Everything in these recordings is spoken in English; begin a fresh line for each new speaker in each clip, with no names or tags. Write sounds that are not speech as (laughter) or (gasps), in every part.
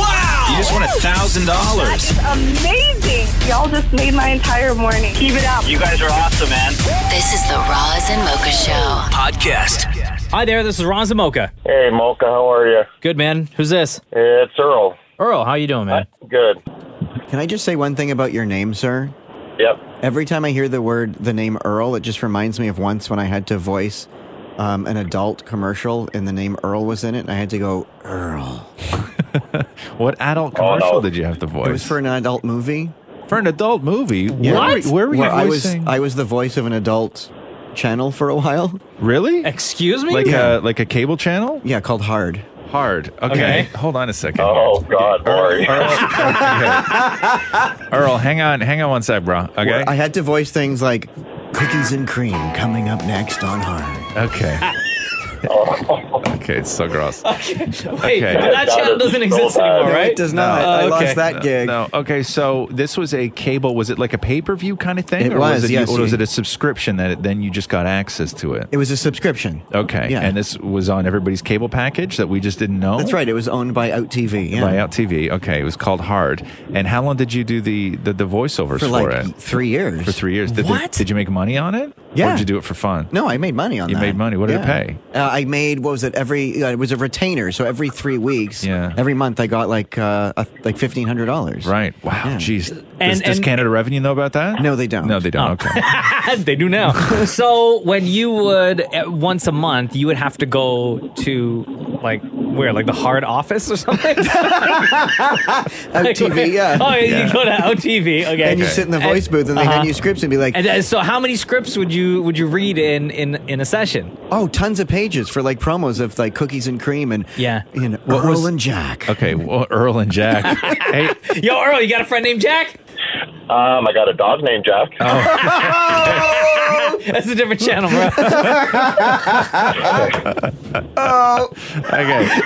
Wow! (laughs)
just won a thousand dollars.
Amazing. Y'all just made my entire morning. Keep it up. You guys are awesome, man.
This is the Roz and Mocha
(laughs)
Show.
Podcast.
Hi there, this is Roz and Mocha.
Hey, Mocha, how are you?
Good man. Who's this?
It's Earl.
Earl, how you doing, man?
Good.
Can I just say one thing about your name, sir?
Yep.
Every time I hear the word, the name Earl, it just reminds me of once when I had to voice um, an adult commercial and the name Earl was in it, and I had to go Earl.
(laughs) What adult
Oh, no.
commercial did you have to voice?
It was for an adult movie.
For an adult movie.
What?
Where, where were you
Where I was,
voicing?
I was the voice of an adult channel for a while.
really?
Excuse me?
Like a like a cable channel?
Yeah, called Hard.
Hard. Okay.
Okay.
Hold on a second.
Oh, God, Maury.
Earl, okay. Earl, hang on, hang on one sec, bro. Okay.
Where I had to voice things like cookies and cream coming up next on Hard.
okay. okay, it's so gross.
Wait,
Okay.
that channel doesn't exist anymore,
No,
right?
it does not.
No.
I
Oh, okay.
lost that gig.
No. Okay, so this was a cable. Was it like a pay per view kind of thing,
It
or
was,
it
yes.
or was it a subscription that it, then you just got access to it?
It was a subscription.
Okay,
Yeah.
and this was on everybody's cable package that we just didn't know.
That's right. It was owned by Out TV. Yeah.
By Out TV. Okay, it was called Hard. And how long did you do the the, the voiceovers
for
for,
like
it?
three years.
For three years. Did,
What?
Did, you make money on it? Or
Yeah.
did you do it for fun?
No, I made money on
You
that.
made money. What did it
pay? Uh, I made what was it? Every uh, it was a retainer, so every three weeks,
Yeah.
every month I got like uh, a, like fifteen hundred dollars.
Right. Wow.
Yeah.
Jeez. does,
And-
does
and-
Canada Revenue know about that?
No, they don't.
No, they don't. Okay.
Oh. (laughs) they
(laughs)
do now. so when you would uh, once a month, you would have to go to like where, like the hard office
(laughs)
or something.
Out TV, yeah.
Oh,
Yeah.
you go to OTV. Okay.
And you sit in the
And- uh-huh.
voice booth, and they hand you scripts and be like,
And uh, so, how many scripts would you would you read in in in a session?
"Oh, tons of pages for like promos of like cookies and cream and
Yeah.
and
What
Earl
was-
and Jack." (laughs)
okay. Well, (laughs) Earl and Jack. hey.
(laughs) Yo, Earl, you got a friend named Jack?
Um, I got a dog named Jack.
Oh.
(laughs) That's a different (laughs) channel,
(laughs)
bro.
Oh.
Okay.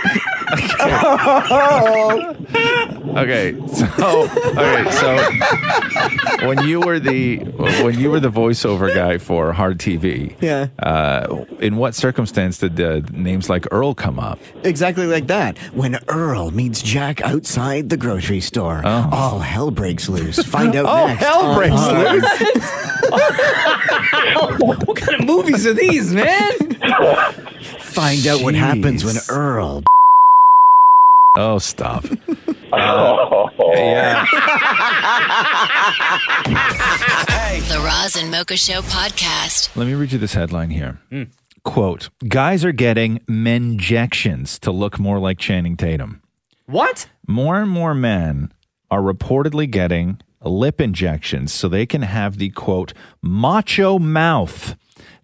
okay.
Oh,
So (laughs) okay. So when you were the when you were the voiceover guy for Hard TV,
Yeah.
Uh, in what circumstance did the names like Earl come up?
Exactly like that. When Earl meets Jack outside the grocery store,
Oh.
all hell breaks loose. Find
(laughs)
Oh,
out next. Uh-huh. on Hard. (laughs)
(laughs) what kind of movies are these, man?
Find out what
Jeez.
happens when Earl (laughs)
Oh, stop.
Oh,
Yeah.
The Roz and Mocha Show podcast.
Let me read you this headline here. Quote: Guys are getting menjections to look more like Channing Tatum.
What?
More and more men are reportedly getting lip injections so they can have the quote macho mouth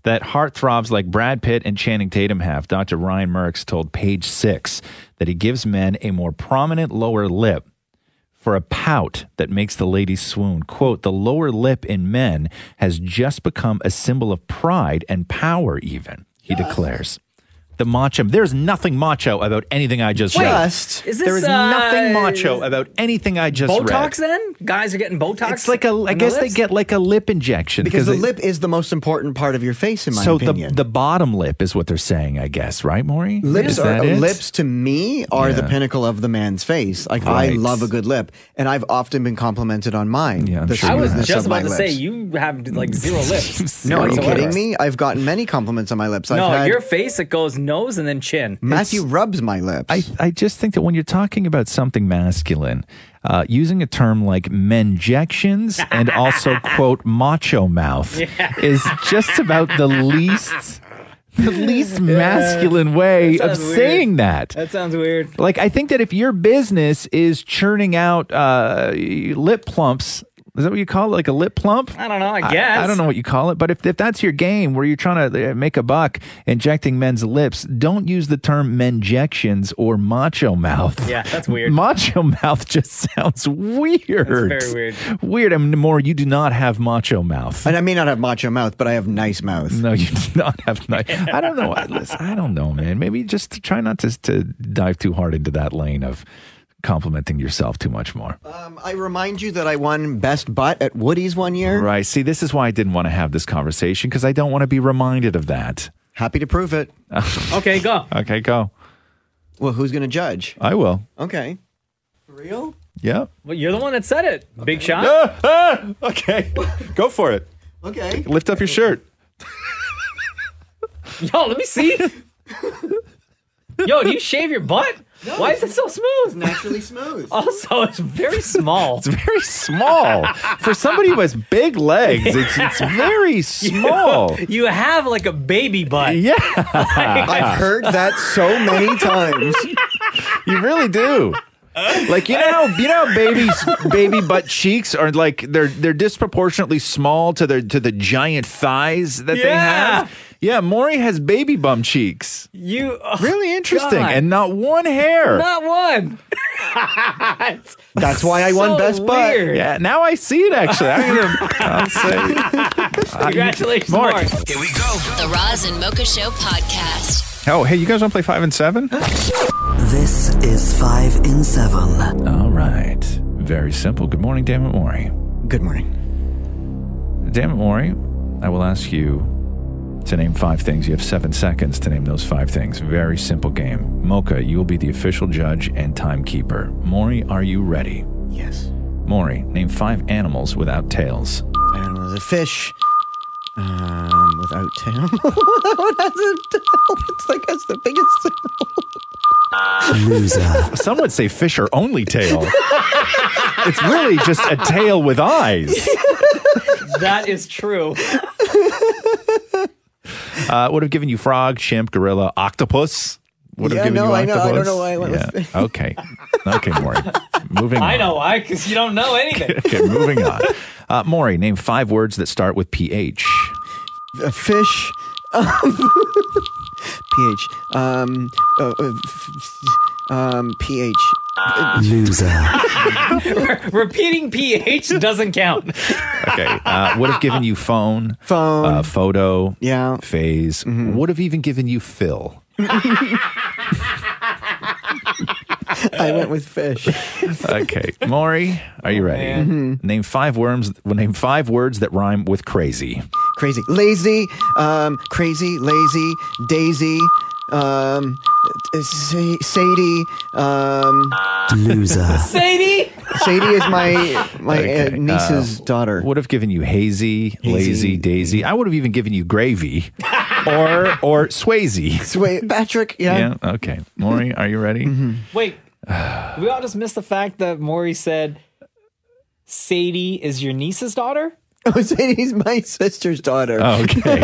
that heartthrobs like Brad Pitt and Channing Tatum have. Dr. Ryan Merckx told Page Six that he gives men a more prominent lower lip for a pout that makes the ladies swoon. Quote, the lower lip in men has just become a symbol of pride and power, even, he declares. The macho. There's nothing macho about anything I just read.
just.
Is this
There is
uh,
nothing macho about anything I just
Botox?
read.
Then guys are getting Botox.
It's like a. I
in their
guess they
lips?
get like a lip injection
Because the
they-
lip is the most important part of your face, in my
So the,
opinion.
the bottom lip is what they're saying, I guess, right, Maury?
lips
Is
are
that it?
lips to me are the
Yeah.
pinnacle of the man's face. Like I
Right.
love a good lip, and I've often been complimented on mine.
Yeah, I'm
the
sure
I was
smoothness
just
of my
about to
lips.
say you have like zero lips.
(laughs) No, are you
whatsoever.
kidding me? I've gotten many compliments on my lips. I've
No,
had,
your face it goes nose and then chin.
Matthew rubs my lips.
I, I just think that when you're talking about something masculine, uh, using a term like menjections and also, quote, macho mouth is just about the least, the least masculine way
That
of
sounds weird.
saying that.
That sounds weird.
Like, I think that if your business is churning out uh, lip plumps Is that what you call it? Like a lip plump?
I don't know. I guess.
I, don't know what you call it, but if, if that's your game where you're trying to uh, make a buck injecting men's lips, don't use the term menjections or macho mouth.
Yeah, that's weird.
Macho mouth just (laughs) sounds weird.
That's very weird.
Weird. I mean, more you do not have macho mouth.
And I may not have macho mouth, but I have nice mouth.
No, you do not have nice. I don't know. I- Listen, I don't know, man. Maybe just try not to to dive too hard into that lane of complimenting yourself too much more.
Um, I remind you that I won best butt at Woody's one year.
Right. See, this is why I didn't want to have this conversation because I don't want to be reminded of that.
Happy to prove it.
(laughs)
okay, go.
Okay, go.
Well, who's going to judge?
I will.
Okay. For real?
Yeah.
Well, you're the one that said it. Big shot.
(laughs) okay. Go for it.
Okay.
Lift up your shirt.
(laughs) Yo, let me see. Yo, do you shave your butt? Why is it so smooth?
Naturally (laughs) smooth.
Also, it's very small.
It's very small. Oh, For somebody who has big legs, it's, it's very small.
You have like a baby
(laughs)
butt. (laughs)
Yeah,
I've heard that so many times.
you really do. Like you know, how, you know, how babies, baby butt cheeks are like they're they're disproportionately small to their to the giant thighs that they
Yeah.
have. Yeah, Maury has baby bum cheeks.
You
Really interesting,
God.
and not one hair.
not
(laughs)
one.
That's why I won
So
best butt.
weird.
Yeah, now I see it actually. I'm
(laughs)
gonna, I'll say.
Congratulations,
Mark. (laughs)
Mark.
Here we go.
The Roz and Mocha Show podcast.
Oh, hey, you guys want to play five and seven?
This is Five in Seven.
All right. Very simple. Good morning, Dammit Mori.
Good morning.
Dammit Mori, I will ask you to name five things. You have seven seconds to name those five things. Very simple game. Mocha, you will be the official judge and timekeeper. Mori, are you ready?
Yes.
Mori, name five animals without tails.
I don't know. The fish. Um, without tail. that one has Oh, a tail. It's like that's the biggest tail.
Loser.
(laughs) Some would say fish are
(laughs)
only tail. it's really just a tail with eyes.
That is true.
Uh, would have given you frog, chimp, gorilla, octopus. Would
Yeah,
have given
no,
you
I know. I
octopus.
don't know why I went with (laughs)
yeah. Okay. Okay, Maury. Moving on.
I know why, because you don't know anything.
(laughs) Okay, moving on. Uh, Maury, name five words that start with PH.
A fish. Um, (laughs) pH. Um, uh, uh, f- f- um, pH.
Ah!
Loser.
(laughs) Repeating pH doesn't count.
(laughs) Okay. Uh, would have given you phone,
Phone.
uh, photo,
yeah. Mm-hmm.
phase. Would have even given you Phil.
(laughs) I went with fish. Mm-hmm.
Okay. Maury, are you ready? Name five worms. Well, name five words that rhyme with crazy.
crazy, (laughs) lazy, um, crazy, lazy, Daisy, um, uh, Sa- Sadie. Um,
Loser.
Sadie,
Sadie is my my uh,
Okay,
niece's daughter.
Would have given you hazy, lazy, daisy. I would have even given
(laughs)
you gravy, or or Swayze.
Wait, Patrick. Yeah. Mm-hmm.
Yeah. Okay. Maury, are you ready? (sighs)
wait. We all just missed the fact that Maury said Sadie is your niece's daughter.
(laughs)
(laughs) Oh, Sadie's my sister's daughter.
Okay.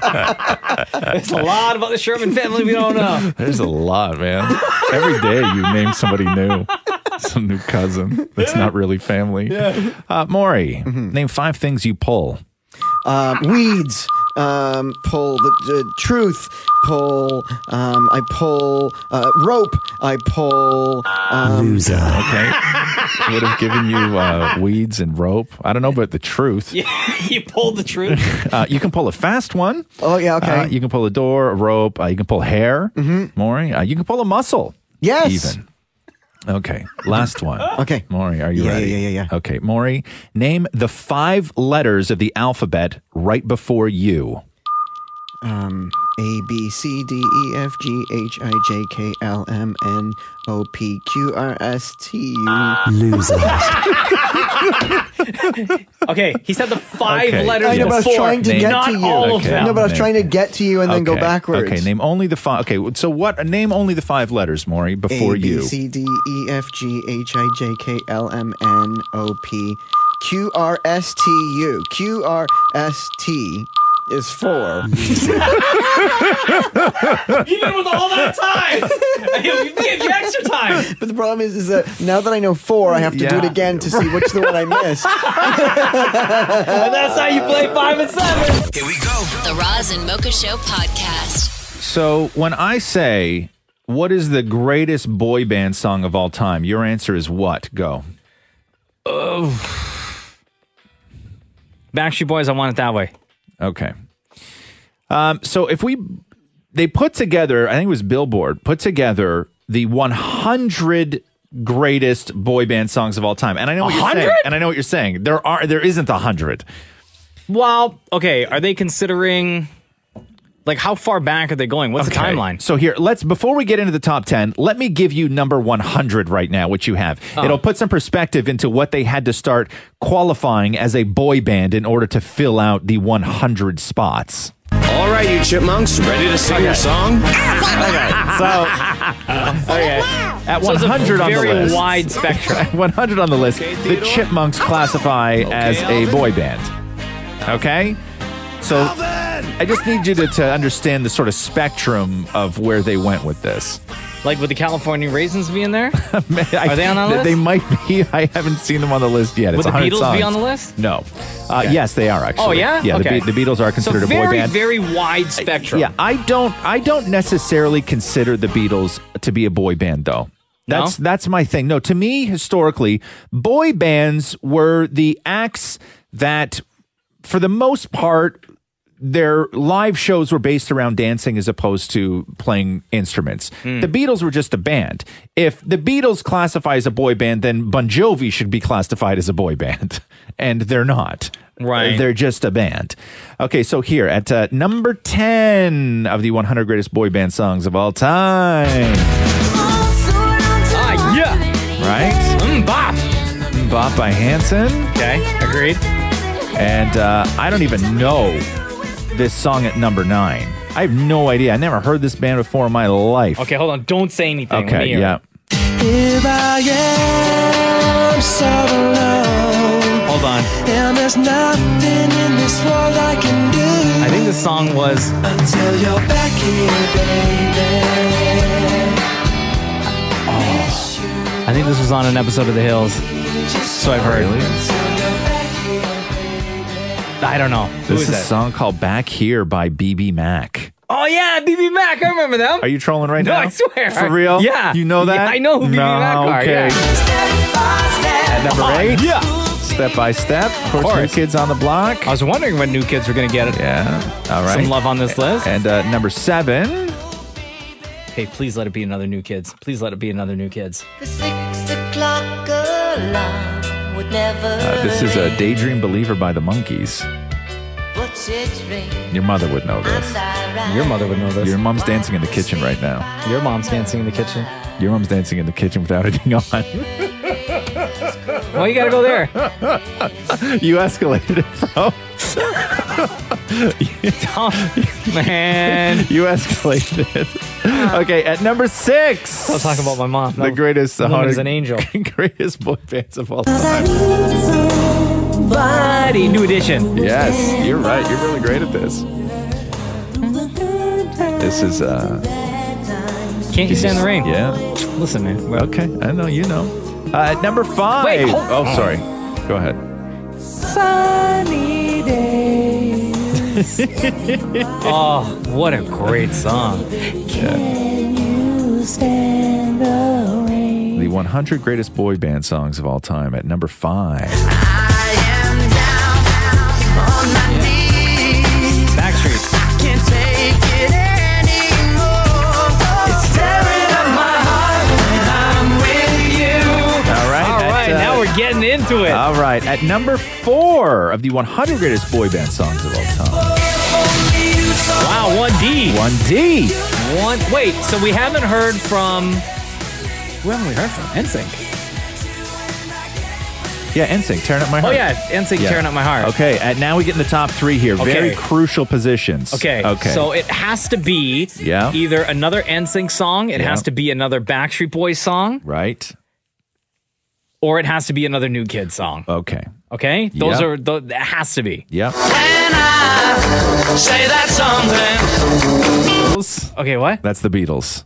There's a lot about the Sherman family we don't know.
There's a lot, man. Every day you name somebody new, some new cousin that's not really family. Uh, Maury, name five things you pull.
Um, Mm-hmm. weeds. (laughs) Um, pull the uh, truth. Pull. Um, I pull uh, rope. I pull. Um,
Loser.
Okay. Would have given you uh, weeds and rope. I don't know about the truth.
you pulled the truth. (laughs)
Uh, you can pull a fast one.
oh yeah. Okay. Mm-hmm.
Uh, you can pull a door, a rope. Uh, you can pull hair, Maury. Uh, you can pull a muscle.
yes.
Even. Okay.
(laughs)
Last one.
Okay.
Maury, are you
Yeah,
ready?
yeah, yeah, yeah, yeah.
Okay, Maury, name the five letters of the alphabet right before you.
um, A B C D E F G H I J K L M N O P Q R S T U. (laughs)
Loser.
Okay, he said the five
Okay.
letters
I know, but
I was
before.
trying to
Name-
get
Not
to you.
all of
Okay.
them.
No, but I was
Name-
trying to get to you and then go
Okay.
backwards.
Okay, name only the five. Okay, so what? Name only the five letters, Maury, before
A B
you.
C D E F G H I J K L M N O P Q R S T U. Q R S T
is
(laughs)
(laughs)
for.
Even with all that time, you gave you extra time.
But the problem is, is that now that I know four, I have to do it
Yeah.
again to see which the one I missed.
(laughs) (laughs) And that's how you play five and seven.
Here we go.
The Roz and Mocha Show podcast.
So when I say, what is the greatest boy band song of all time? Your answer is what? Go.
Backstreet Boys, I want it that way.
Okay. Um, so if we, they put together, I think it was Billboard, put together the 100 greatest boy band songs of all time. And I know what you're
100?
saying. And I know what you're saying. There are, there isn't a hundred.
Well, okay. Are they considering like how far back are they going? What's the
Okay.
timeline?
So here, let's before we get into the top ten, let me give you number one hundred right now, which you have. It'll put some perspective into what they had to start qualifying as a boy band in order to fill out the one hundred spots.
All right, you chipmunks, ready to sing your song?
(laughs)
(laughs)
At
So
one
it's a
hundred on the
very
list,
wide spectrum.
one hundred on the list, the
Theodore.
Chipmunks classify as a boy band. Okay, so I just need you to, to understand the sort of spectrum of where they went with this.
like with the California raisins be in there?
Are
they on the list?
They might be. (laughs) I haven't seen them on the list yet. It's
Would the
100
Beatles
songs.
be on the list?
No. Uh, Yes, they are actually.
Oh, yeah?
Yeah.
Okay.
The, Be- the Beatles are
So
considered a boy
very,
band.
very wide spectrum.
yeah, I don't. I don't necessarily consider the Beatles to be a boy band, though. That's that's my thing. No, to me, historically, boy bands were the acts that, for the most part, their live shows were based around dancing as opposed to playing instruments.
Hmm.
The Beatles were just a band. If the Beatles classify as a boy band, then Bon Jovi should be classified as a boy band, (laughs) and they're not.
Right.
They're just a band. Okay, so here at uh, number 10 of the 100 greatest boy band songs of all time,
Ah, yeah.
right?
Mm, bop.
Bop by Hanson.
Okay, agreed.
And uh, I don't even know this song at number 9. I have no idea. I never heard this band before in my life.
Okay, hold on. Don't say anything. Let me
Okay,
hear it.
yeah.
If I am so alone,
Hold on.
and there's nothing in this world I can do
I think the song was
until you're back here, baby.
I think this was on an episode of The Hills. So I've heard. I don't know. Who
This
is
is a
that?
song called Back Here by BB Mac.
Oh yeah, BB Mac. I remember them.
Are you trolling right
No,
now?
I swear.
For real?
Yeah.
You know that?
Yeah, I know who BB
no,
Mac are,
Okay.
yeah.
At number eight?
Yeah.
Step by step. Of course,
course.
New Kids on the Block.
I was wondering when new kids were gonna get it.
Yeah. All right.
Some love on this list.
And uh, number seven.
Hey, please let it be another new kids. Please let it be another new kids. (laughs)
The six o'clock alarm would never
Uh, this is a Daydream Believer by the Monkeys.
What's its ring?
Your mother would know this.
(laughs)
Your mother would know this.
Your mom's dancing in the kitchen right now.
Your mom's dancing in the kitchen.
Your mom's dancing in the kitchen without anything on. (laughs)
Why you gotta go there?
you escalated it, bro.
(laughs) Man.
(laughs) You escalated it. Okay, at number six.
I'll talk about my mom.
The greatest.
Woman
honored-
is an angel.
(laughs) greatest boy bands of all time.
Buddy, new edition.
Yes, you're right. You're really great at this. This is uh
Can't you stand the rain?
Yeah.
Listen, man. Well,
Okay. I know you know. Uh, at number five.
Wait, hold-
oh, sorry. Go ahead.
oh, what a great song.
The 100 greatest boy band songs of all time at number five.
Backstreet.
All right.
All right, now we're getting into it.
All right. At number four of the 100 greatest boy band songs of all time.
wow, one D.
1D.
One. Wait, so we haven't heard from. Who haven't we heard from? NSYNC.
Yeah, NSYNC, tearing up my
Oh
heart.
yeah, NSYNC
Yeah.
tearing up my heart.
Okay, and now we get in the top three here. Very
Okay.
crucial positions.
Okay.
Okay.
So it has to be
Yeah.
either another NSYNC song, it
Yeah.
has to be another Backstreet Boys song,
right.
or it has to be another New Kid song.
Okay.
Okay? Those
Yep.
are, th- it has to be.
Yep.
Say that
something. Okay, what?
That's the Beatles.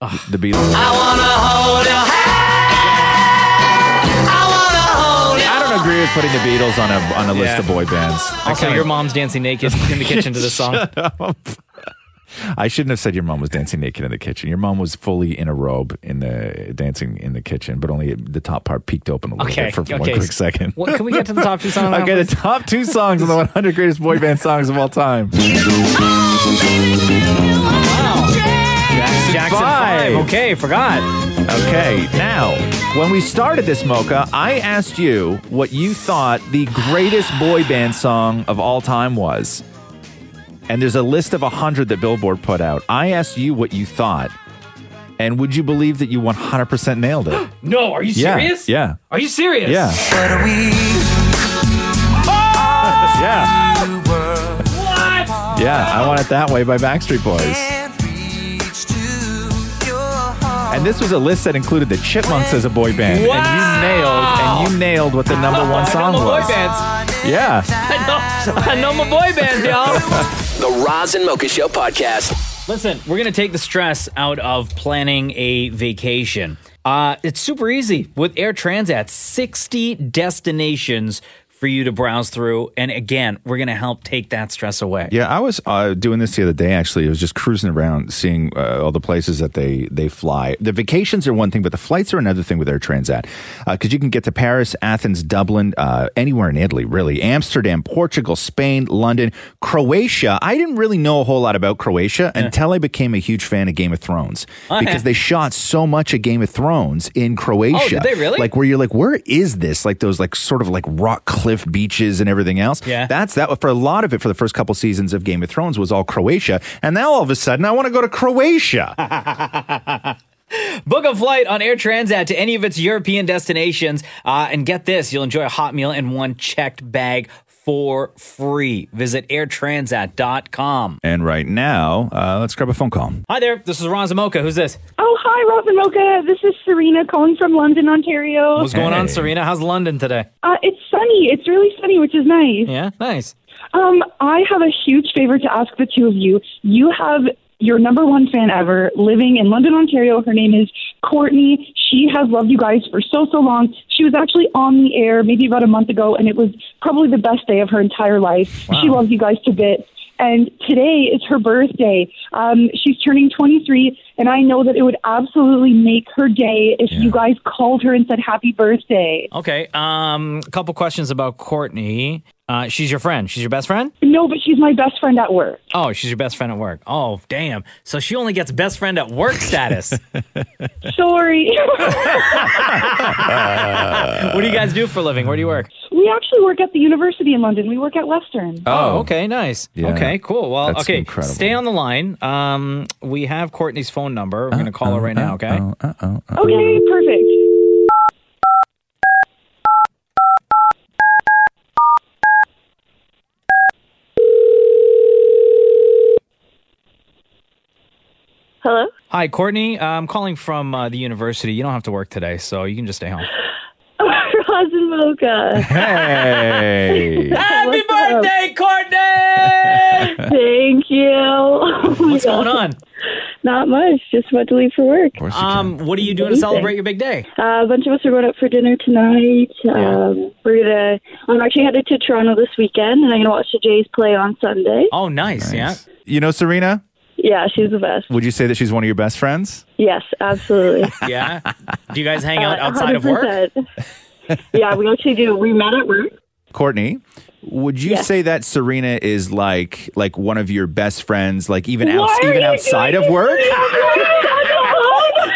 The Beatles.
wanna hold your hand. I wanna hold your
I don't agree with putting the Beatles on a on a list
Yeah.
of boy bands. I
Also,
kinda-
your mom's dancing naked in the kitchen to
(laughs)
this song.
Shut up. I shouldn't have said your mom was dancing naked in the kitchen. Your mom was fully in a robe in the dancing in the kitchen, but only the top part peeked open a little
Okay,
bit for one
okay.
quick second.
What,
(laughs)
can we get to the top two songs? now,
okay, the top two songs on the 100 greatest boy band songs of all time. Jackson,
Jackson five. Okay, forgot.
Okay, now, when we started this mocha, I asked you what you thought the greatest boy band song of all time was. And there's a list of 100 that Billboard put out. I asked you what you thought. And would you believe that you 100%
(gasps)
nailed it?
No, are you
Yeah,
serious?
yeah.
Are you serious?
Yeah.
What are we?
yeah.
Oh! What?
Yeah, I want it that way by Backstreet Boys. And this was a list that included the Chipmunks as a boy band, and you nailed and you nailed what the number one song
my boy
was.
bands.
Yeah,
I know, I know my boy bands,
(laughs)
y'all.
the Roz and Mocha Show podcast.
Listen, we're going to take the stress out of planning a vacation. Uh, it's super easy with Air Transat, 60 destinations for you to browse through. And again, we're going to help take that stress away.
yeah. I was uh, doing this the other day. Actually, I was just cruising around, seeing uh, all the places that they they fly. The vacations are one thing, but the flights are another thing with Air Transat because you can get to Paris, Athens, Dublin, uh, anywhere in Italy, really. Amsterdam, Portugal, Spain, London, Croatia. I didn't really know a whole lot about Croatia until I became a huge fan of Game of Thrones
Oh, yeah.
because they shot so much of Game of Thrones in Croatia.
Oh, did they
Croatia.
really?
Like where you're like, where is this? Like those like sort of like rock cliff beaches and everything else.
Yeah.
That's that for a lot of it for the first couple seasons of Game of Thrones was all Croatia. And now all of a sudden I want to go
(laughs)
to Croatia.
Book a flight on Air Transat to any of its European destinations. Uh, and get this you'll enjoy a hot meal and one checked bag for free. Visit airtransat.com.
and right now, uh, let's grab a phone call.
Hi there, this is Ron Zamoka. Who's this?
Oh, hi, Rob and Mocha. This is Serena calling from London, Ontario.
What's going on, Serena? How's London today?
Uh, it's sunny. It's really sunny, which is nice.
Yeah, nice.
Um, I have a huge favor to ask the two of you. You have your number one fan ever living in London, Ontario. Her name is Courtney. She has loved you guys for so, so long. She was actually on the air maybe about a month ago, and it was probably the best day of her entire life.
Wow.
She loves you guys to bits. And today is her birthday. Um, she's turning 23, and I know that it would absolutely make her day if you guys called her and said happy birthday.
Okay, um, a couple questions about Courtney. Uh, she's your friend. She's your best friend?
No, but she's my best friend at work.
Oh, she's your best friend at work. Oh, damn. So she only gets best friend at work
(laughs)
status.
Sorry.
what do you guys do for a living? Where do you work?
We actually work at the university in London. We work at Western.
Oh, okay, nice.
Yeah.
Okay, cool. Well,
That's
okay,
incredible.
stay on the line. Um, we have Courtney's phone number. We're gonna call her right now.
Uh,
Okay.
Okay, perfect.
Hello?
Hi, Courtney. Uh, I'm calling from uh, the university. You don't have to work today, so you can just stay home.
(laughs) Roz and Mocha.
(laughs)
(laughs)
Hey.
Happy birthday, (laughs) Courtney!
Thank you.
(laughs) What's going on?
Not much. Just about to leave for work.
Um, what are you doing to
Amazing.
celebrate your big day?
Uh, a bunch of us are going out for dinner tonight. Um, we're gonna. I'm actually headed to Toronto this weekend, and I'm gonna watch the Jays play on Sunday.
Oh, nice. Yeah.
You know, Serena,
Yeah, she's the best.
would you say that she's one of your best friends?
Yes, absolutely.
(laughs)
Yeah. Do you guys hang out
Uh,
outside of
(laughs)
work?
100%. yeah, we actually do. We met at work.
Courtney, would you
Yes.
say that Serena is like like one of your best friends, like even
Why
outs-
are
even
you
outside
doing
of
this
work?
to me? I'm alone.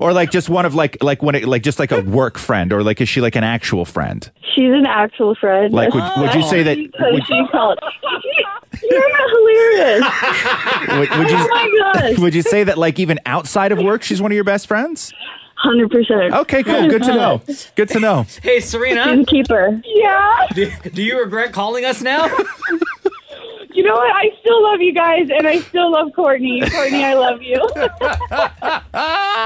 or like just one of like like when it like just like a work friend or like is she like an actual friend
She's an actual friend.
Like, would- would you say that-
Because
would-
she called. You're not hilarious.
would, would you
Oh my gosh.
would you say that like even outside of work she's one of your best friends
100%.
okay cool good to know good to know
Hey, Serena.
Keeper.
Yeah.
Do, do you regret calling us now?
You know what? I still love you guys, and I still love Courtney. Courtney, I love you.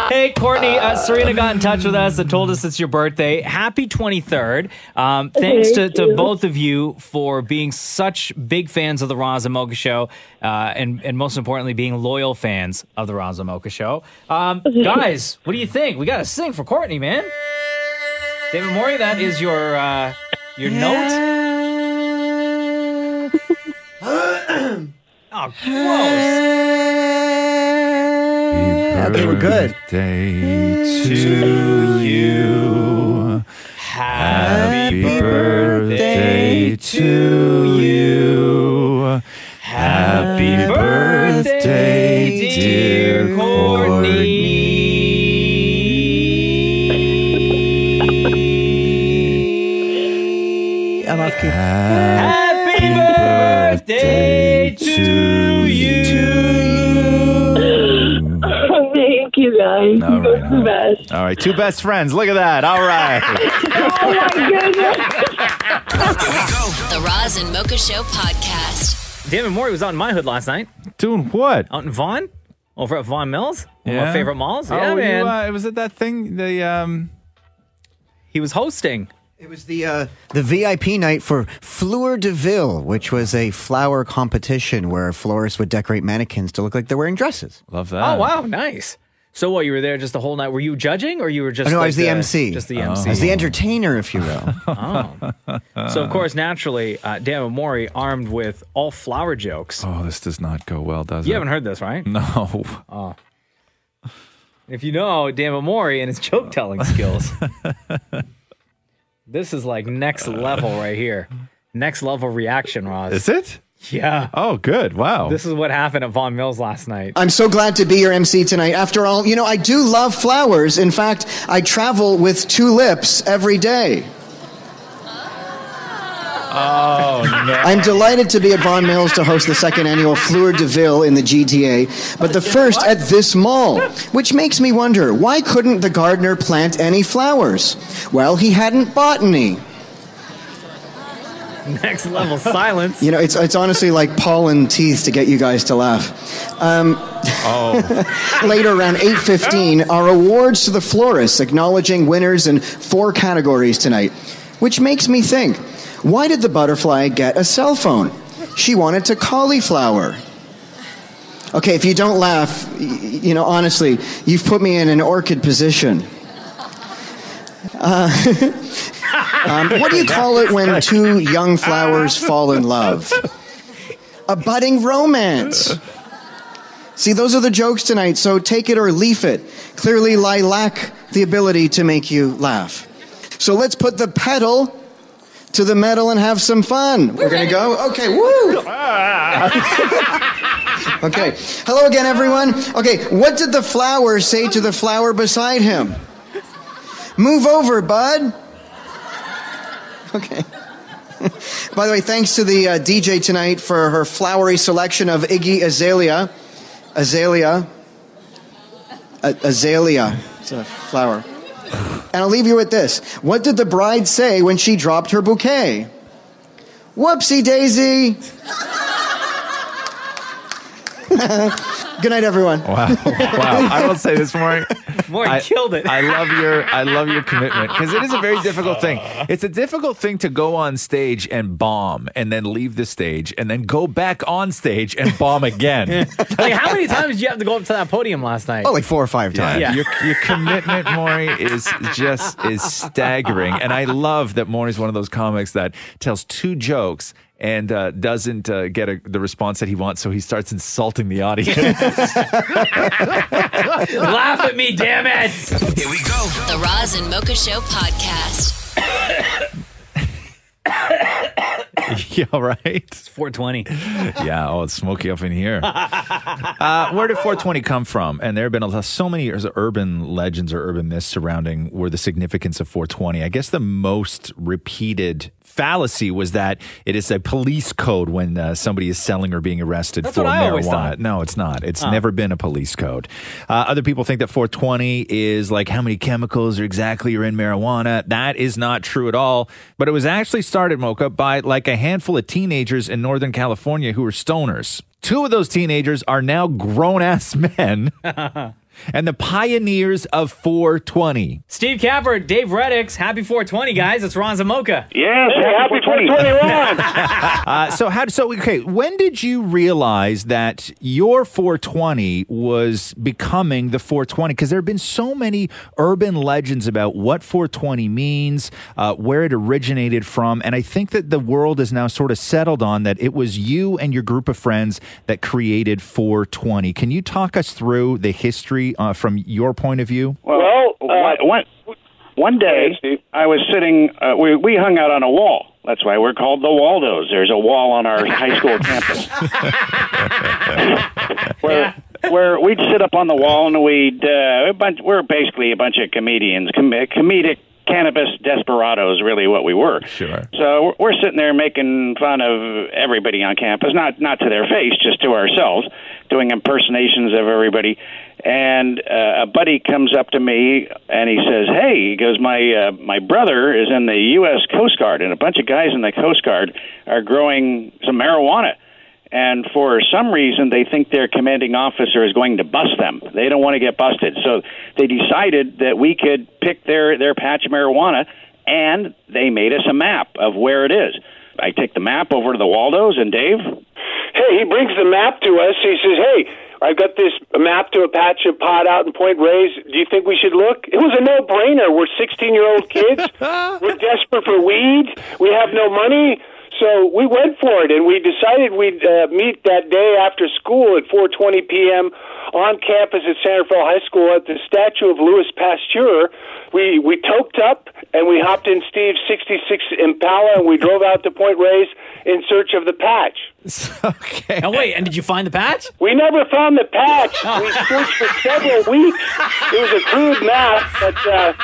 Hey, Courtney, uh, Serena got in touch with us and told us it's your birthday. Happy 23rd. Um, thanks to,
Thank
to
you.
both of you for being such big fans of The Roz and Mocha Show, uh, and, and most importantly, being loyal fans of The Roz and Mocha Show. Um, guys, what do you think? We got to sing for Courtney, man. David Morey, that is your, uh, (laughs) your Oh, note. oh,
Yeah, they were good.
Day to you. Happy birthday to you. Happy birthday, dear Courtney.
I'm off key.
Happy birthday to you.
Thank you guys.
All right,
That's the best.
All right, two best friends. Look at that.
(laughs)
All right.
Oh my goodness.
The Roz and Mocha Show podcast.
David Morey was out in my hood last night.
Doing what?
Out in Vaughn, over at Vaughn Mills, one of
Yeah.
my favorite malls.
Oh,
Yeah,
you,
man.
uh, was it that thing? The um,
he was hosting.
It was the uh, the VIP night for Fleur de Ville, which was a flower competition where florists would decorate mannequins to look like they're wearing dresses.
Love
Oh wow, nice. So what? You were there just the whole night? Were you judging, or you were just?
oh, no,
like
I was the, MC.
Just the
Oh.
MC.
I was the entertainer, if you will.
(laughs) oh. So of course, naturally, uh, Dan Mori, armed with all flower jokes.
Oh, this does not go well, does
You
it?
haven't heard this, right? (laughs)
No.
Oh. If you know Dan Mori and his joke telling
(laughs)
skills, this is like next level right here. Next level reaction, Roz.
Is it?
Yeah.
Oh, good. Wow.
This is what happened at Von Mills last night.
(laughs)
(laughs)
I'm so glad to be your MC tonight. After all, you know, I do love flowers. In fact, I travel with two lips every day.
Oh, no.
I'm delighted to be at Von Mills to host the second annual Fleur de Ville in the GTA, but the first at this mall, which makes me wonder why couldn't the gardener plant any flowers? Well, he hadn't bought any.
Next level silence.
You know, it's, it's honestly like pollen teeth to get you guys to laugh. Um, (laughs) later, around 8.15, are awards to the florists acknowledging winners in four categories tonight, which makes me think, why did the butterfly get a cell phone? She wanted to cauliflower. Okay, if you don't laugh, y- y- you know, honestly, you've put me in an orchid position. Uh, (laughs) um, what do you call it when two young flowers fall in love? A budding romance. See, those are the jokes tonight, so take it or leave it. Clearly, I lack the ability to make you laugh. So let's put the pedal to the metal and have some fun. We're, going to go? Oh, Okay, woo! (laughs) okay. Hello again, everyone. Okay, what did the flower say to the flower beside him? Move over, bud. Okay. (laughs) By the way, thanks to the uh, DJ tonight for her flowery selection of Iggy Azalea. Azalea. A- azalea. It's a flower. And I'll leave you with this. What did the bride say when she dropped her bouquet? Whoopsie daisy. (laughs) Good night, everyone.
Wow. wow. I will say this (laughs) morning.
More
I,
killed it.
I love your I love your commitment because it is a very difficult thing. It's a difficult thing to go on stage and bomb and then leave the stage and then go back on stage and
(laughs)
bomb again.
like, how many times did you have to go up to that podium last night?
Oh, like four or five times.
Yeah. Your, your commitment, Maury, is just is staggering, and I love that Maury's one of those comics that tells two jokes and uh, doesn't uh, get a, the response that he wants, so he starts insulting
(laughs)
the
(laughs)
audience.
Laugh at me, damn it!
Here we go. The Roz and Mocha Show podcast.
(laughs) yeah, right. It's
four twenty.
(laughs) yeah, oh, it's smoky up in here. uh, where did 420 come from? And there have been a, so many years of urban legends or urban myths surrounding where the significance of 420. I guess the most repeated fallacy was that it is a police code when uh, somebody is selling or being arrested
That's
for
what I always
marijuana.
thought.
No, it's not. It's
Oh.
never been a police code. Uh, other people think that 420 is like how many chemicals are exactly are in marijuana. That is not true at all. But it was actually started, Mocha, by like a handful of teenagers in Northern California who were stoners. Two of those teenagers are now grown ass (laughs) men and the pioneers of 420.
Steve Capper, Dave Reddix, happy 420, guys. It's Ron Zamoka.
Yes, happy
421.
(laughs) uh, so how so okay when did you realize that your 420 was becoming the 420 because there have been so many urban legends about what 420 means uh, where it originated from and i think that the world is now sort of settled on that it was you and your group of friends that created 420 can you talk us through the history uh, from your point of view
Well, one, one day I was sitting. Uh, we we hung out on a wall. That's why we're called the Waldos. There's a wall on our high school campus where where we'd sit up on the wall and we'd uh, a bunch. We're basically a bunch of comedians, com- comedic cannabis desperados, really what we were.
Sure.
So we're- we're sitting there making fun of everybody on campus, not not to their face, just to ourselves, doing impersonations of everybody. And uh, a buddy comes up to me and he says, "Hey," he goes, "My uh, my brother is in the U.S. Coast Guard, and a bunch of guys in the Coast Guard are growing some marijuana." and for some reason they think their commanding officer is going to bust them. They don't want to get busted, so they decided that we could pick their their patch of marijuana, and they made us a map of where it is. I take the map over to the Waldos and Dave.
Hey, he brings the map to us. He says, "Hey, I've got this map to a patch of pot out in Point Reyes. Do you think we should look?" It was a no-brainer. We're 16-year-old kids. We're desperate for weed. We have no money. So we went for it, and we decided we'd uh, meet that day after school at 4:20 p.m. on campus at Santa Fe High School at the statue of Louis Pasteur. We we toked up and we hopped in Steve's 66 Impala, and we drove out to Point Reyes in search of the patch.
Okay. Now, wait, and did you find the patch?
We never found the patch. We searched for
(laughs)
several weeks. It was a crude map, but uh,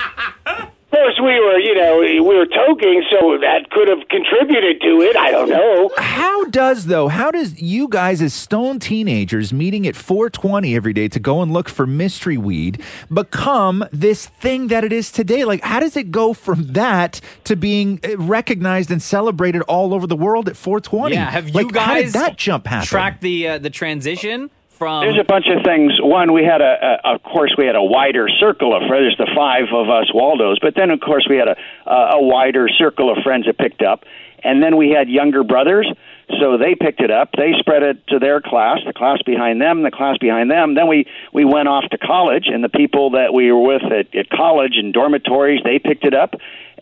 of course we were, you know, we were toking, so that could have contributed to it. I don't know.
How does though? How does you guys as stone teenagers meeting at 420 every day to go and look for mystery weed become this thing that it is today? Like how does it go from that to being eh, recognized and celebrated all over the world at 420?
Yeah, have you
like,
guys
how did that jump happen?
Track the uh, the transition from
There's a bunch of things. One, we had a, a of course we had a wider circle of friends. There's the five of us Waldos, but then of course we had a a, a wider circle of friends that picked up, and then we had younger brothers. So they picked it up. They spread it to their class, the class behind them, the class behind them. Then we we went off to college, and the people that we were with at, at college and dormitories they picked it up,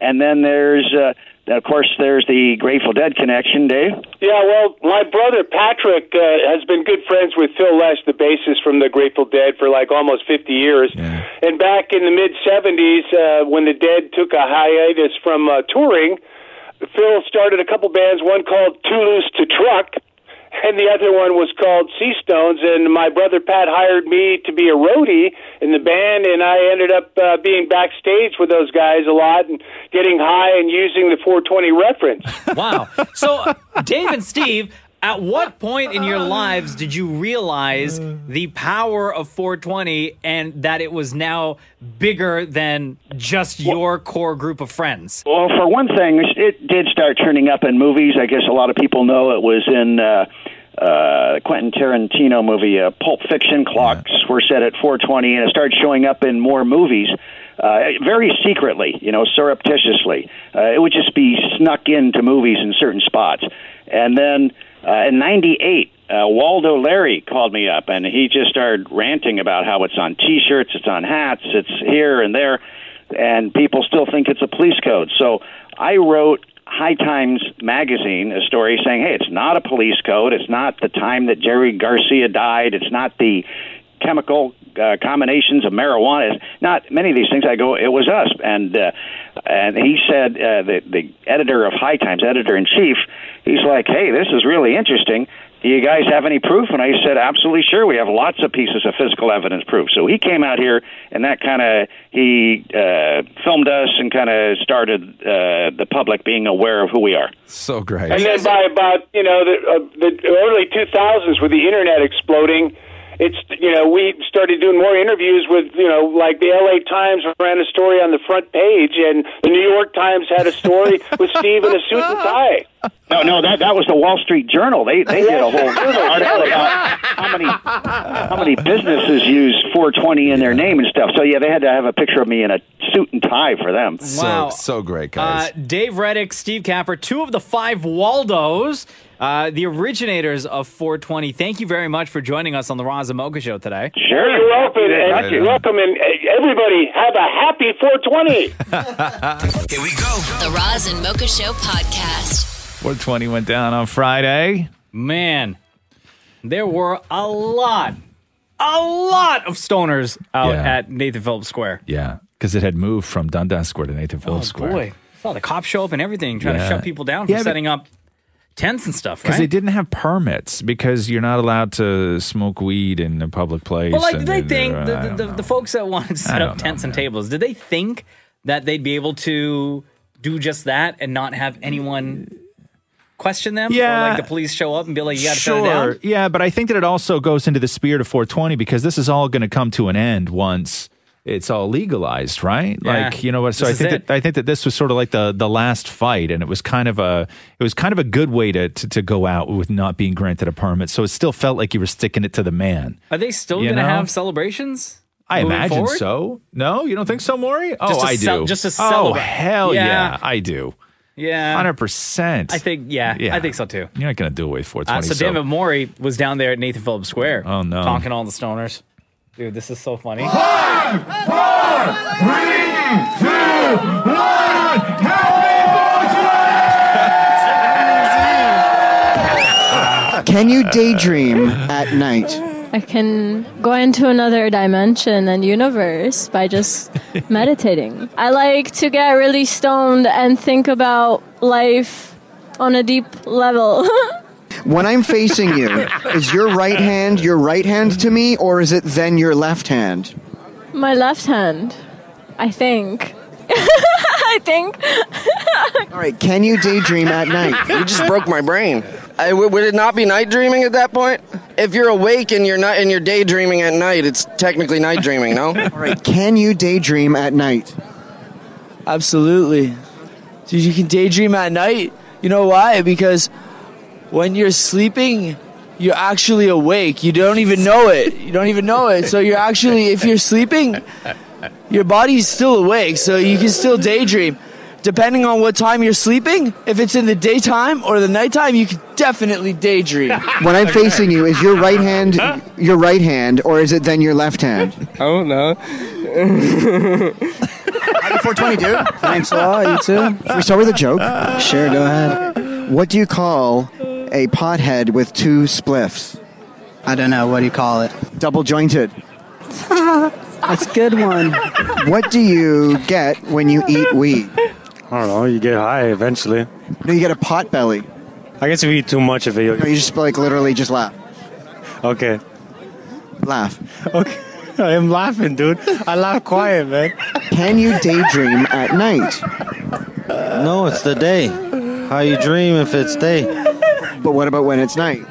and then there's uh, of course there's the Grateful Dead connection, Dave.
Yeah, well, my brother Patrick uh, has been good friends with Phil Lesh, the bassist from the Grateful Dead, for like almost 50 years. And back in the mid 70s, uh, when the Dead took a hiatus from uh, touring, Phil started a couple bands, one called Too Loose to Truck, and the other one was called Sea Stones. And my brother Pat hired me to be a roadie in the band, and I ended up uh, being backstage with those guys a lot and getting high and using the 420 reference.
(laughs) wow. So, Dave and Steve, at what point in your lives did you realize the power of 420 and that it was now bigger than just your core group of friends?
Well, for one thing, it did start turning up in movies. I guess a lot of people know it was in uh, uh, Quentin Tarantino movie, uh, Pulp Fiction. Clocks were set at 4:20, and it started showing up in more movies. Uh, very secretly, you know, surreptitiously. Uh, it would just be snuck into movies in certain spots. And then uh, in '98, uh, Waldo Larry called me up, and he just started ranting about how it's on T-shirts, it's on hats, it's here and there and people still think it's a police code. So I wrote High Times magazine a story saying, "Hey, it's not a police code. It's not the time that Jerry Garcia died. It's not the chemical uh, combinations of marijuana. It's not many of these things." I go, "It was us," and uh, uh, and he said uh, the the editor of High Times, editor in chief, he's like, "Hey, this is really interesting. Do you guys have any proof?" And I said, "Absolutely, sure. We have lots of pieces of physical evidence proof." So he came out here, and that kind of he uh, filmed us and kind of started uh, the public being aware of who we are.
So great.
And then by about you know the, uh, the early 2000s, with the internet exploding, it's you know we started doing more interviews with you know like the L.A. Times ran a story on the front page, and the New York Times had a
(laughs)
story with Steve in a suit and tie.
No, no, that that was the Wall Street Journal. They they did a whole article about how many how many businesses use 420 in their name and stuff. So yeah, they had to have a picture of me in a suit and tie for them.
Wow.
so great,
Uh, Dave Reddick, Steve Capper, two of the five Waldos, uh, the originators of 420. Thank you very much for joining us on the Roz and Mocha Show today.
You're welcome, and
Thank you.
welcome, and uh, everybody have a happy 420.
(laughs)
Here we go. The Roz and Mocha Show podcast.
420 went down on Friday.
Man, there were a lot, a lot of stoners out
Yeah.
at Nathan Phillips Square.
Yeah, because it had moved from Dundas Square to Nathan Phillips Square.
Oh, Boy, saw the cops show up and everything, trying
Yeah.
to shut people down for
Yeah, but-
setting up tents and stuff,
Because
right?
they didn't have permits because you're not allowed to smoke weed in a public place.
Well, like,
and-
did they think
uh, I
the,
don't
the, the, the folks that wanted to
I
set
don't
up
know,
tents and tables, did they think that they'd be able to do just that and not have anyone question them?
Yeah.
Or like the police show up and be like, you got to shut it
sure.
down?
Yeah, but I think that it also goes into the spirit of 420 because this is all going to come to an end once it's all legalized, right?
Yeah.
Like, you know what? So
This
I
is
think
it.
that I think that this was sort of like the the last fight and it was kind of a it was kind of a good way to to, to go out with not being granted a permit. So it still felt like you were sticking it to the man.
Are they still
You
going to
know?
have celebrations?
I
moving
imagine
forward?
so. No, you don't think so, Maury? Oh,
Just to
I do.
cel- just to
Oh,
celebrate.
hell yeah.
Yeah.
I do.
Yeah.
100%.
I think, yeah,
Yeah.
I think so too.
You're not going to do away 420.
Uh, so,
so-
David Morey was down there at Nathan Phillips Square. Oh,
no.
Talking to all the stoners. Dude, this is so funny.
(laughs) Can you daydream at night?
I can go into another dimension and universe by just meditating. I like to get really stoned and think about life on a deep level. (laughs)
When I'm facing you, is your right hand your right hand to me, or is it then your left hand?
My left hand, I think. (laughs) I think.
All right, can you daydream at night?
(laughs) You just broke my brain. I, w- would it not be night dreaming at that point? If you're awake and you're not and you're daydreaming at night, it's technically night dreaming. No.
(laughs) All right, can you daydream at night?
Absolutely. Dude, you can daydream at night. You know why? Because when you're sleeping, you're actually awake. You don't even know it. You don't even know it. So you're actually, if you're sleeping, your body's still awake. So you can still daydream. Depending on what time you're sleeping, if it's in the daytime or the nighttime, you can definitely daydream.
When I'm facing you, is your right hand your right hand, or is it then your left hand?
I don't know.
Happy 420, dude. Thanks a lot. You too. Should we start with a joke? Sure, go ahead. What do you call a pothead with two spliffs? I don't know. What do you call it? Double jointed. (laughs) That's a good one. What do you get when you eat weed?
I don't know. You get high eventually.
No, you get a pot belly.
I guess if you eat too much of it,
No,
you'll...
you just like literally just laugh.
okay.
Laugh.
Okay. I am laughing, dude. I laugh quiet, man.
Can you daydream at night?
No, it's the day. How you dream if it's day.
But what about when it's night?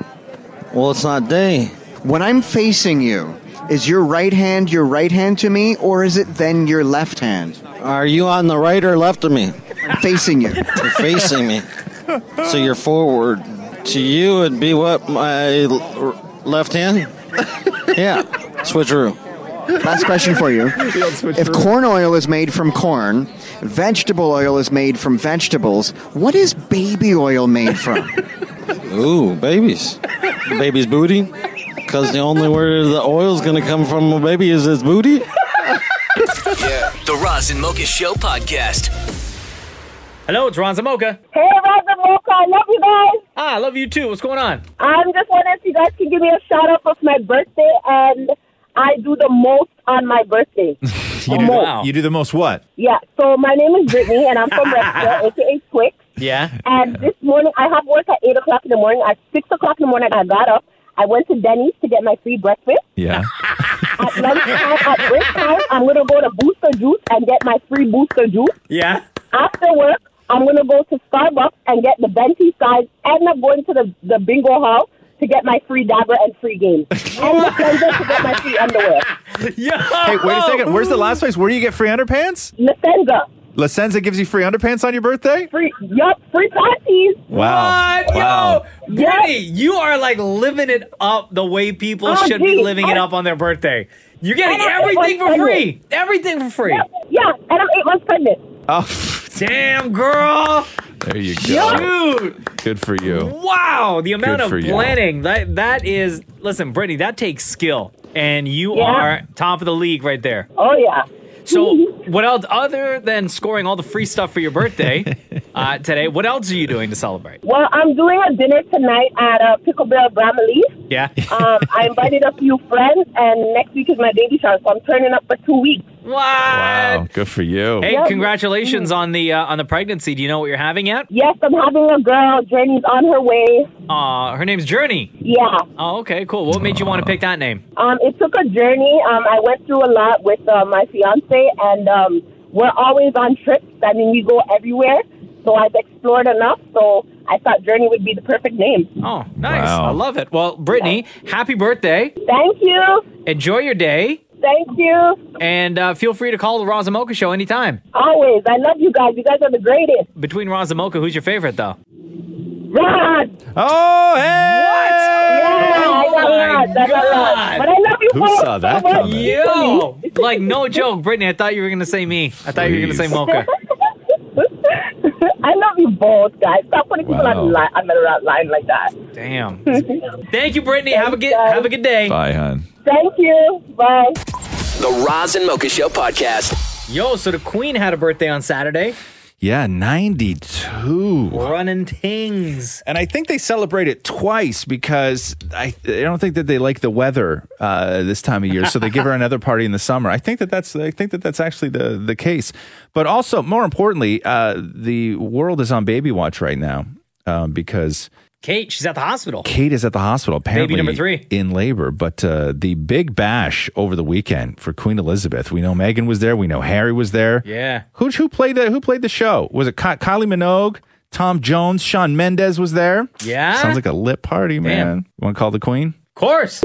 Well, it's not day.
When I'm facing you, is your right hand your right hand to me, or is it then your left hand?
Are you on the right or left of me?
I'm facing
(laughs)
you.
You're facing me. So you're forward. To you, it'd be what? My l- left hand? Yeah. Switcheroo.
Last question for you. If corn oil is made from corn, vegetable oil is made from vegetables, what is baby oil made from?
Ooh, babies. Baby's booty. Because the only where the oil's going to come from a baby is its booty.
The Roz and Mocha Show podcast.
Hello, it's Ron Zamoka.
Hey, Roz and Mocha, I love you guys.
Ah, I love you too. What's going on?
I'm just wondering if you guys can give me a shout out for my birthday, and I do the most on my birthday.
(laughs) You do,
oh, Wow.
you do the most what?
Yeah, so my name is Brittany, and I'm
(laughs)
from Westville, aka Twix.
Yeah.
And this morning, I have work at 8 o'clock in the morning. At 6 o'clock in the morning, I got up. I went to Denny's to get my free breakfast.
Yeah.
At lunchtime, at break time, I'm going to go to Booster Juice and get my free Booster Juice.
Yeah. (laughs)
After work, I'm going to go to Starbucks and get the venti size, and I'm going to the, the bingo hall to get my free dabber and free game. and the cleanser to get my free underwear.
Hey, wait a
Oh,
second. Where's the last place? Where do you get free underpants?
Licenza.
Licenza gives you free underpants on your birthday?
Free, yup, free parties.
Wow.
What?
Wow.
Yo, Brittany, you are like living it up the way people
Oh,
should
geez.
be living it up on their birthday. You're getting
And I ate
everything
one
for free.
pregnant.
Everything for free.
Yeah, and I'm eight months pregnant.
Oh,
(laughs) Damn, girl.
there you go.
Dude.
Good for you.
Wow. The amount
Good
of
for you.
planning. That that is listen, Brittany, that takes skill. And you
Yeah.
are top of the league right there.
Oh, yeah.
So what else other than scoring all the free stuff for your
(laughs)
birthday uh, today, what else are you doing to celebrate?
Well, I'm doing a dinner tonight at uh, Pickle Bell Bramley.
Yeah.
Um, I invited a few friends, and next week is my baby shower, so I'm turning up for two weeks.
Wow. Good for you.
Hey, congratulations on the uh, on the pregnancy. Do you know what you're having yet?
Yes, I'm having a girl. Journey's on her way.
Uh, her name's Journey.
Yeah.
Oh, okay, cool. What made you want to pick that name?
Um, it took a journey. Um, I went through a lot with uh, my fiance, and um, we're always on trips. I mean, we go everywhere. So I've explored enough. So I thought Journey would be the perfect name.
Oh, nice.
Wow.
I love it. Well, Brittany, happy birthday.
Thank you.
Enjoy your day.
Thank you.
And uh, feel free to call the Razamoka Show anytime.
Always. I love you guys. You guys are the greatest.
Between Razamoka, who's your favorite, though?
Rod.
Oh,
Yeah, I got Rod. I got Rod. But I love you both so much.
Yo, like no joke, Brittany. I thought you were gonna say me. I thought you were gonna say
Please.
Mocha.
(laughs) I love you both, guys. Stop putting people
Wow.
on, li- on the line like that.
Damn. Thank you, Brittany. Have a good have a good day.
Bye, hon.
Thank you. Bye.
The Roz and Mocha Show podcast.
Yo, so the Queen had a birthday on Saturday.
Yeah, 92.
Running things.
And I think they celebrate it twice because I, I don't think that they like the weather uh, this time of year, so they
(laughs)
give her another party in the summer. I think that that's I think that that's actually the the case. But also, more importantly, uh, the world is on baby watch right now um, because
Kate, she's at the hospital.
Kate is at the hospital,
Baby
apparently
number three.
in labor. But uh, the big bash over the weekend for Queen Elizabeth. We know Meghan was there. We know Harry was there. (laughs)
Yeah.
Who who played the who played the show? Was it Ky- Kylie Minogue? Tom Jones, Sean Mendez was there.
Yeah?
sounds like a lit party, man.
Damn.
You want to call the Queen?
Of course.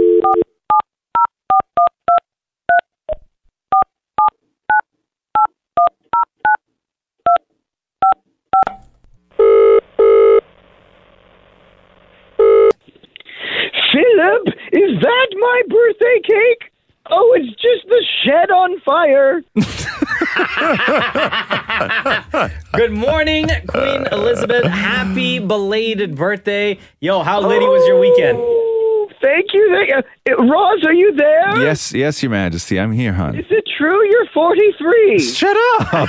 Philip, is that my birthday cake? Oh, it's just the shed on fire. (laughs)
Good morning,
Uh.
Queen Elizabeth. Happy belated birthday. Yo, how litty was your weekend?
Thank you. Thank you. Uh,
(laughs)
Roz, are you there?
Yes, yes, Your Majesty, I'm here, hon.
(laughs)
Is it true you're 43?
Shut
(laughs)
up.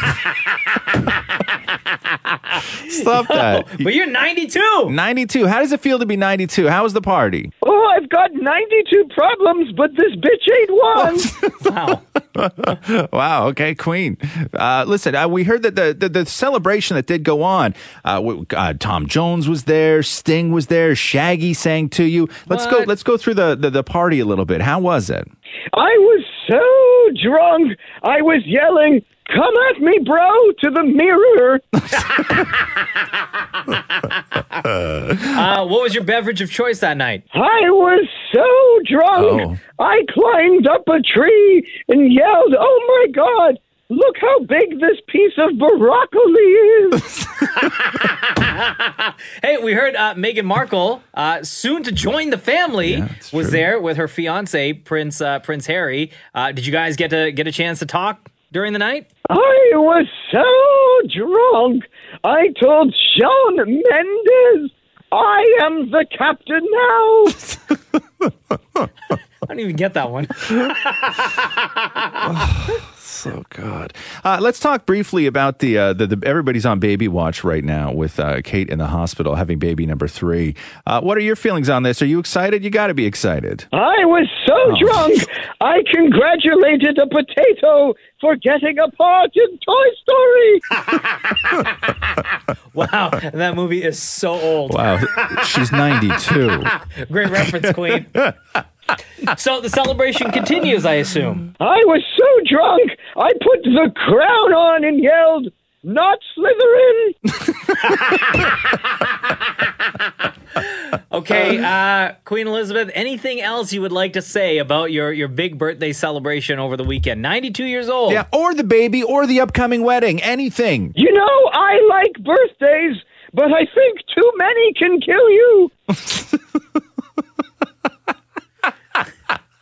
Stop that.
But you're 92.
92. How does it feel to be 92? How was the party?
Oh, I've got 92 problems, but this bitch ain't one.
(laughs) wow. Okay, Queen. Uh, listen, uh, we heard that the, the the celebration that did go on. Uh, w- uh, Tom Jones was there. Sting was there. Shaggy sang to you. Let's go.
What?
Let's go through the, the the party a little bit. How was it?
I was so drunk, I was yelling, Come at me, bro, to the mirror.
Uh, what was your beverage of choice that night?
I was so drunk. I climbed up a tree and yelled, Oh my God, look how big this piece of broccoli is.
Hey, we heard uh, Meghan Markle, uh, soon to join the family, was there with her fiance Prince uh, Prince Harry. Uh, did you guys get to get a chance to talk during the
(laughs)
night?
I was so drunk. I told Sean Mendes, I am the captain now. (sighs)
I don't even get that one.
So good. Uh, let's talk briefly about the, uh, the the everybody's on baby watch right now with uh, Kate in the hospital having baby number three. Uh, what are your feelings on this? Are you excited? You got to be excited. Oh.
I was so drunk, I congratulated a potato for getting a part in Toy Story.
Wow, that movie is so old.
Wow, she's ninety two.
(laughs) Great reference,
(laughs)
Queen. so the celebration continues, I assume.
I was so drunk, I put the crown on and yelled, Not Slytherin!
Okay, uh, Queen Elizabeth, anything else you would like to say about your, your big birthday celebration over the weekend? 92 years old.
Yeah, or the baby, or the upcoming wedding, anything.
you know, I like birthdays, but I think too many can kill you.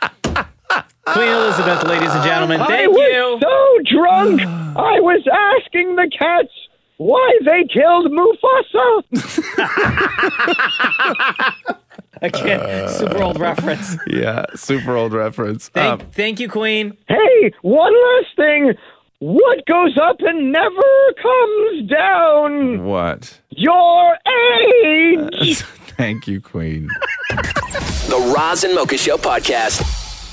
Queen Elizabeth, ladies and gentlemen,
I
thank you.
was so drunk, I was asking the cats why they killed Mufasa.
(laughs) Again, super old reference.
Yeah, super
(laughs)
old reference.
Thank, thank you, Queen.
Um, hey, one last thing. What goes up and never comes down?
What?
Your age.
(laughs) Thank you, Queen.
(laughs) The Roz and Mocha Show podcast.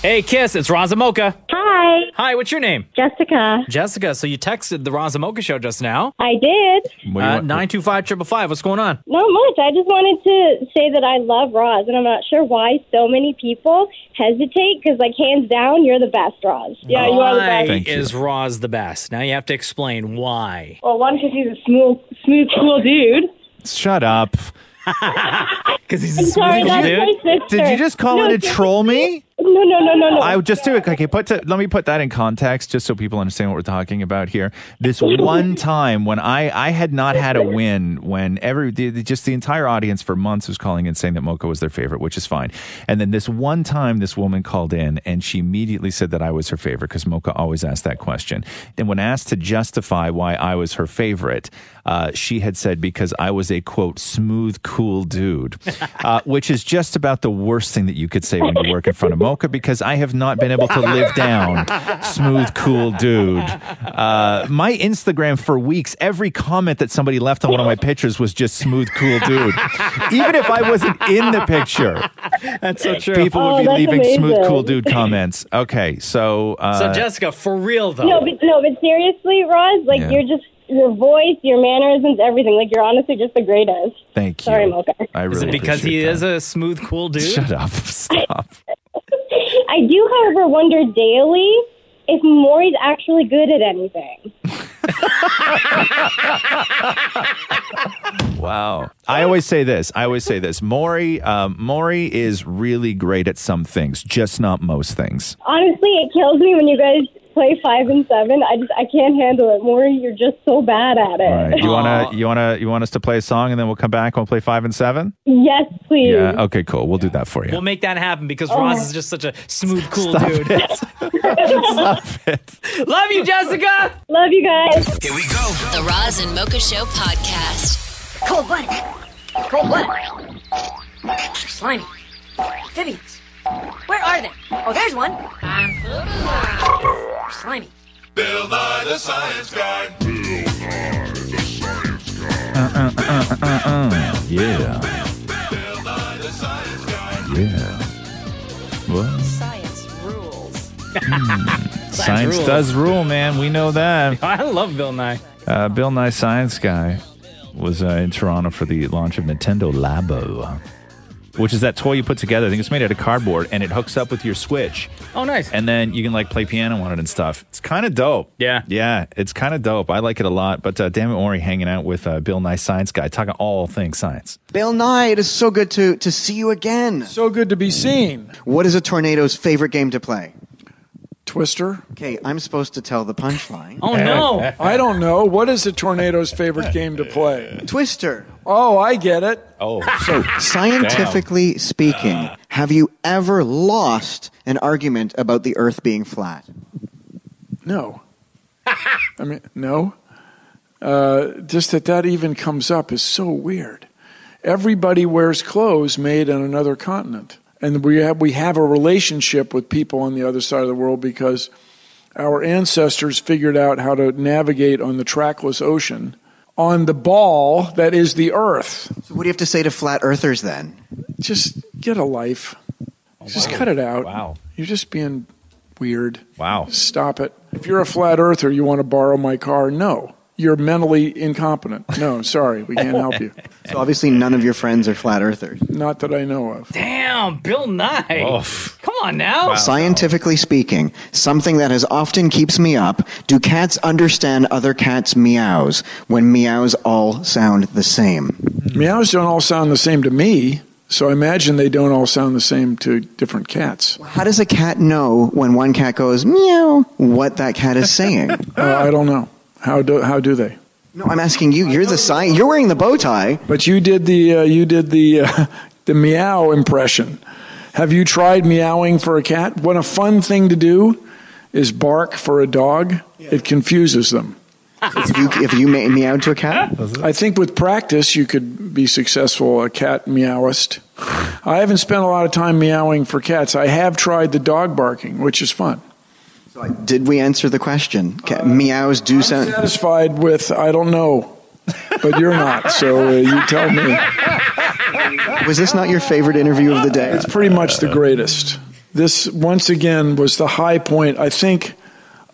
Hey, Kiss, it's Razamoka.
Hi.
Hi, what's your name?
Jessica.
Jessica, so you texted the Razamoka show just now.
I did.
Uh, 925 555, what's going on?
Not much. I just wanted to say that I love Roz, and I'm not sure why so many people hesitate because, like, hands down, you're the best, Roz. Yeah, you are the
why
best.
is Roz the best? Now you have to explain why.
Well, one, because he's a smooth, smooth, cool dude. (laughs)
Shut up.
Because he's
a I'm sorry, smooth that's dude. my sister.
Did you just call
No,
it a
seriously.
troll me?
No, no, no, no, no.
I would just do it. Okay, put to, let me put that in context, just so people understand what we're talking about here. This one time when I I had not had a win, when every the, the- just the entire audience for months was calling and saying that Mocha was their favorite, which is fine. And then this one time, this woman called in and she immediately said that I was her favorite because Mocha always asked that question. And when asked to justify why I was her favorite, uh, she had said because I was a quote smooth, cool dude, uh, which is just about the worst thing that you could say when you work in front of Mocha because I have not been able to live down smooth, cool dude. Uh, my Instagram for weeks, every comment that somebody left on one of my pictures was just smooth, cool dude, even if I wasn't in the picture.
That's so true.
People would be leaving smooth, cool dude comments. Okay, so uh,
So, Jessica, for real though.
No, but no, but seriously, Roz, like
Yeah.
you're just your voice, your mannerisms, everything. Like you're honestly just the greatest.
Thank
Sorry, Mocha.
I
is
really
it because he is a smooth, cool dude? Shut (laughs)
up. Stop.
I do, however, wonder daily if Maury's actually good at anything.
Wow. I always say this. I always say this. Maury, um, Maury is really great at some things, just not most things.
Honestly, it kills me when you guys play five and seven. I just I can't handle it, Maury. You're just so bad at it.
All right. You wanna, you wanna, you want us to play a song, and then we'll come back. and We'll play five and seven.
(laughs) Yes, please.
Yeah. Okay. Cool. We'll do that for you.
We'll make that happen because
Oh.
Roz is just such a smooth, cool dude. (laughs)
Love
you, Jessica.
Love you guys.
Here we go. The Roz and Mocha Show podcast.
Cold blooded. Cold blooded. Slimy. Amphibians. Where are they? Oh, there's one. Slimy.
Bill Nye the Science Guy.
Uh, uh, uh, uh, uh. Yeah. Yeah. What?
Science rules.
Hmm. Science does rule, man. We know
(laughs)
that.
I love Bill Nye.
Uh, Bill Nye Science Guy was uh, in Toronto for the launch of Nintendo Labo, which is that toy you put together. I think it's made out of cardboard and it hooks up with your Switch.
Oh, nice.
And then you can like play piano on it and stuff. It's kind of dope. Yeah. Yeah. It's kind of dope. I like it a lot. But uh, damn it, Ori hanging out with uh, Bill Nye Science Guy, talking all things science.
Bill Nye, it is so good to, to see you again. So good to be seen. What is a tornado's favorite game to play? Twister. Okay, I'm supposed to tell the punchline.
Oh, no. I don't know. What is a tornado's favorite game to play?
Twister.
Oh, I get it.
Oh.
So, scientifically speaking, have you ever lost an argument about the Earth being flat?
No. I mean, no. Uh, just that that even comes up is so weird. Everybody wears clothes made on another continent, and we have we have a relationship with people on the other side of the world because our ancestors figured out how to navigate on the trackless ocean on the ball that is the earth.
So, what do you have to say to flat earthers then?
Just get a life. Just cut it out. Wow. You're just being weird.
Wow.
Stop it. If you're a flat earther, you want to borrow my car? No. You're mentally incompetent. No, sorry. We can't (laughs) help you.
So, obviously, none of your friends are flat earthers.
Not that I know of.
Damn, Bill Nye. Come on now.
Scientifically speaking, something that has often keeps me up, do cats understand other cats' meows when meows all sound the same?
Meows don't all sound the same to me, so I imagine they don't all sound the same to different cats.
How does a cat know when one cat goes meow what that cat
(laughs)
is saying?
Uh, I don't know. How do how do they?
No, I'm asking you. You're the sign. You're wearing the bow tie.
But you did the uh, you did the uh, (laughs) the meow impression. Have you tried meowing for a cat? What a fun thing to do is bark for a dog. It confuses them.
if you if you ma- meow to a cat,
I think with practice you could be successful a cat meowist. I haven't spent a lot of time meowing for cats. I have tried the dog barking, which is fun.
did we answer the question? Cat, meows do sound.
Uh, Satisfied with I don't know, but you're not. So uh, you tell me.
Was this not your favorite interview of the day?
It's pretty much the greatest. This once again was the high point, I think,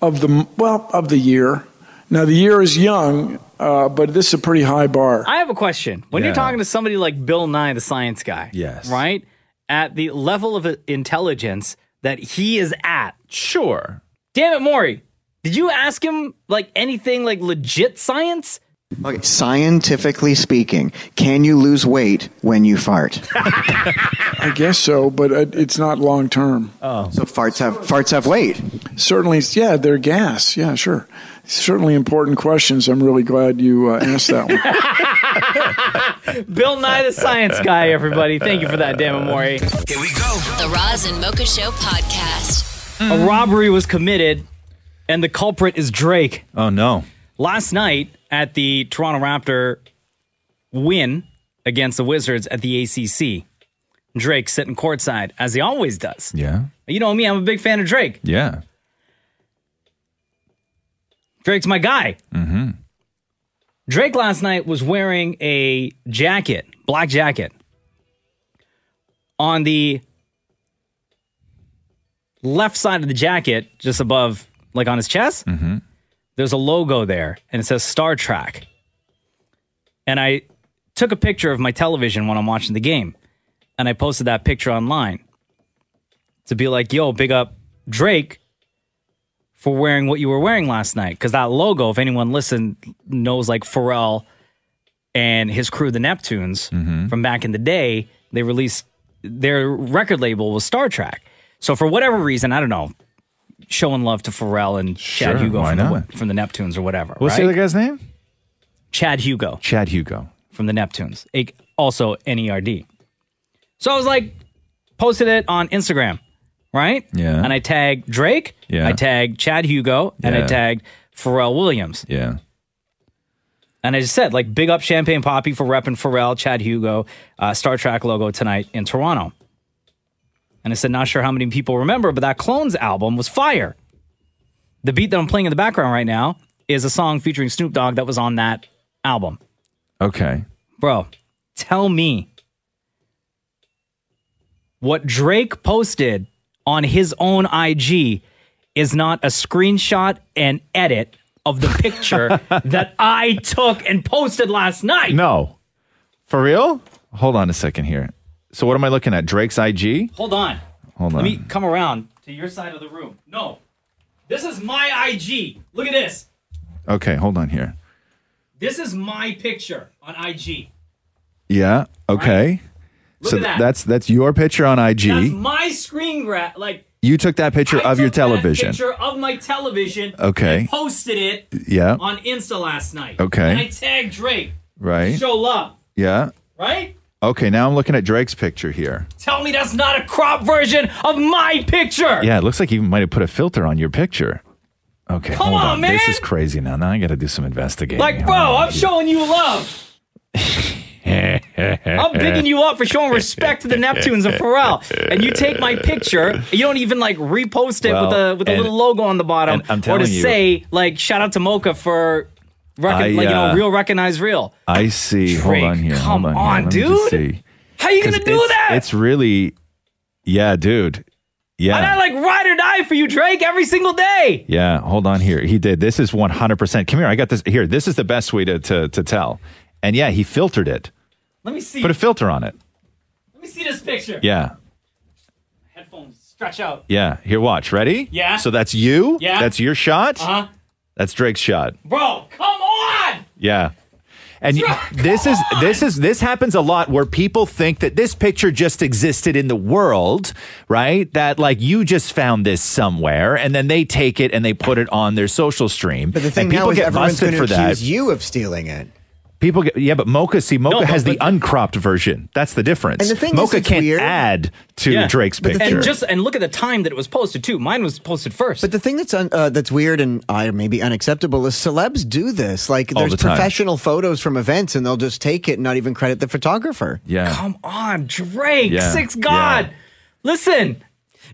of the well of the year. Now the year is young, uh, but this is a pretty high bar.
I have a question. When
Yeah.
you're talking to somebody like Bill Nye, the science guy, yes, right, at the level of intelligence that he is at,
sure.
Damn it, Maury, did you ask him like anything like legit science?
Okay, scientifically speaking, can you lose weight when you fart?
I guess so, but it- it's not long term.
Oh,
so farts have farts have weight.
Certainly, yeah, they're gas. Yeah, sure. Certainly important questions. I'm really glad you uh, asked that one.
Bill Nye, the science guy, everybody. Thank you for that, damn it, Maury.
Here we go.
The Roz and Mocha Show podcast.
Mm.
A robbery was committed, and the culprit is Drake.
Oh no!
Last night at the Toronto Raptor win against the Wizards at the ACC, Drake sitting courtside as he always does.
Yeah.
You know me; I'm a big fan of Drake.
Yeah.
Drake's my guy.
Mm-hmm.
Drake last night was wearing a jacket, black jacket, on the left side of the jacket, just above, like on his chest.
Mm-hmm.
There's a logo there, and it says Star Trek. And I took a picture of my television when I'm watching the game, and I posted that picture online to be like, "Yo, big up Drake for wearing what you were wearing last night because that logo if anyone listened knows like pharrell and his crew the neptunes
Mm-hmm.
from back in the day they released their record label was star trek so for whatever reason i don't know showing love to pharrell and chad
Sure,
hugo from
why
the,
not?
from the neptunes or whatever
What's
right?
the other guy's name?
chad hugo
Chad Hugo.
from the Neptunes, a- also NERD. So I was like, posted it on Instagram, right?
Yeah.
And I tagged Drake.
Yeah.
I tagged Chad Hugo, and I
Yeah.
tagged Pharrell Williams.
Yeah.
And I just said, like, big up Champagne Poppy for repping Pharrell, Chad Hugo, uh, Star Trek logo tonight in Toronto. And I said, not sure how many people remember, but that Clones album was fire. The beat that I'm playing in the background right now is a song featuring Snoop Dogg that was on that album.
(laughs) Okay.
Bro, tell me what Drake posted on his own IG is not a screenshot and edit of the
(laughs)
picture that I took and posted last night.
No. For real? Hold on a second here. So what am I looking at? Drake's IG?
Hold on.
Hold
Let
on.
me come around to your side of the room. No. This is my IG. Look at this.
Okay, hold on here.
This is my picture on IG.
Yeah. Okay.
Look
so
at that.
that's that's your picture on IG.
That's my screen grab. Like
you took that picture of your television.
picture of my television.
Okay.
and posted it.
Yeah.
On Insta last night.
Okay.
And I tagged Drake.
Right.
Show love.
Yeah.
Right.
Okay, now I'm looking at Drake's picture here.
Tell me that's not a crop version of my picture.
Yeah, it looks like you might have put a filter on your picture. Okay,
Come
hold
on,
on.
man.
This is crazy now. Now I got to do some investigating.
Like, bro, I'm showing you love. I'm bigging you up for showing respect to the Neptunes and Pharrell, and you take my picture. and You don't even like repost it with
Well,
a with a
and-
little logo on the bottom,
and I'm
or to
telling you-
say like shout out to Mocha for recon-
I,
like you know
uh,
real recognize real.
(laughs) I see.
Drake,
Hold on here.
come
Hold on,
on,
here. Let me just
dude.
see.
How you gonna
'Cause
do
it's-
that?
It's really, yeah, dude. Yeah.
And I like ride or die for you, Drake, every single day.
Yeah, hold on here. He did. This is 100%. Come here. I got this. Here, this is the best way to, to, to tell. And yeah, he filtered it.
Let me see.
Put a filter on it.
Let me see this picture.
Yeah.
Headphones stretch out.
Yeah. Here, watch. Ready?
Yeah.
So that's you.
Yeah.
That's your shot.
Uh-huh.
That's Drake's shot.
Bro, come
(laughs)
on.
Yeah. And you- this is this is this happens a lot where people think that this picture just existed in the world, right? That like you just found this somewhere, and then they take it and they put it on their social stream.
But the thing
and
now
people
is
get
everyone's
busted
going to
for that.
accuse you of stealing it.
People get yeah, but Mocha see Mocha
No, but-
has the
but-
uncropped version. That's the difference.
And the thing is,
Mocha
it's
can't
weird.
add to Drake's picture.
and just and look at the time that it was posted too. Mine was posted first.
But the thing that's un, (laughs) uh, that's weird and uh, maybe unacceptable is celebs do this. Like
All
there's
the time.
professional photos from events, and they'll just take it and not even credit the photographer.
Yeah.
Come on, Drake,
Yeah,
six God. Listen.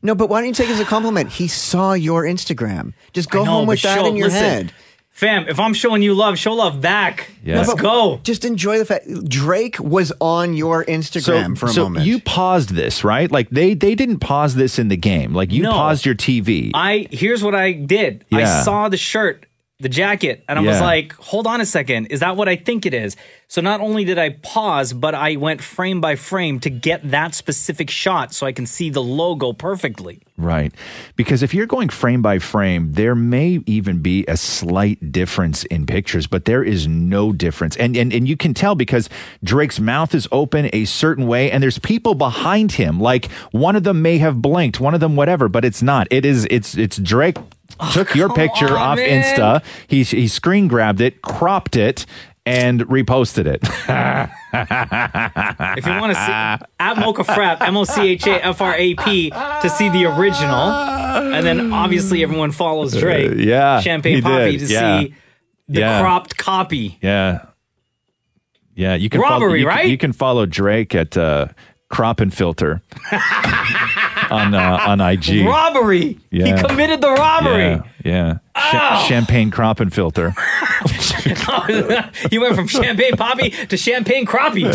No, but why don't you take it as a compliment? He saw your Instagram. Just go
I know,
home with
but
that
show-
in your
listen,
head.
Fam, if I'm showing you love, show love back.
No,
Let's
but
go.
Just enjoy the fact Drake was on your Instagram for a
so
moment.
you paused this, right? Like they they didn't pause this in the game. Like you
No.
paused your TV.
I here's what I did. I
Yeah.
saw the shirt, the jacket, and I was
Yeah.
like, "Hold on a second, is that what I think it is?" So not only did I pause, but I went frame by frame to get that specific shot so I can see the logo perfectly.
Right. Because if you're going frame by frame, there may even be a slight difference in pictures, but there is no difference. And and, and you can tell because Drake's mouth is open a certain way and there's people behind him. Like one of them may have blinked, one of them whatever, but it's not. It is it's it's Drake took your picture
Oh, on,
off
man.
Insta. He he screen grabbed it, cropped it, and reposted it. (laughs) if
If you want to see at Mocha
(laughs)
Frap, M O C H A F R A P, to see the original, and then obviously everyone follows Drake.
Uh, yeah, he
Champagne Poppy
did,
to
yeah.
see the
Yeah.
cropped
(laughs)
copy. (laughs)
Yeah. Yeah, you can follow,
Robbery,
you can-
right?
you can follow Drake at uh, Crop and Filter
(laughs)
on uh, on IG.
Robbery.
Yeah.
He committed the robbery. Ah.
Yeah. yeah. Cha- champagne Crop and Filter.
you went from champagne poppy to champagne crappie.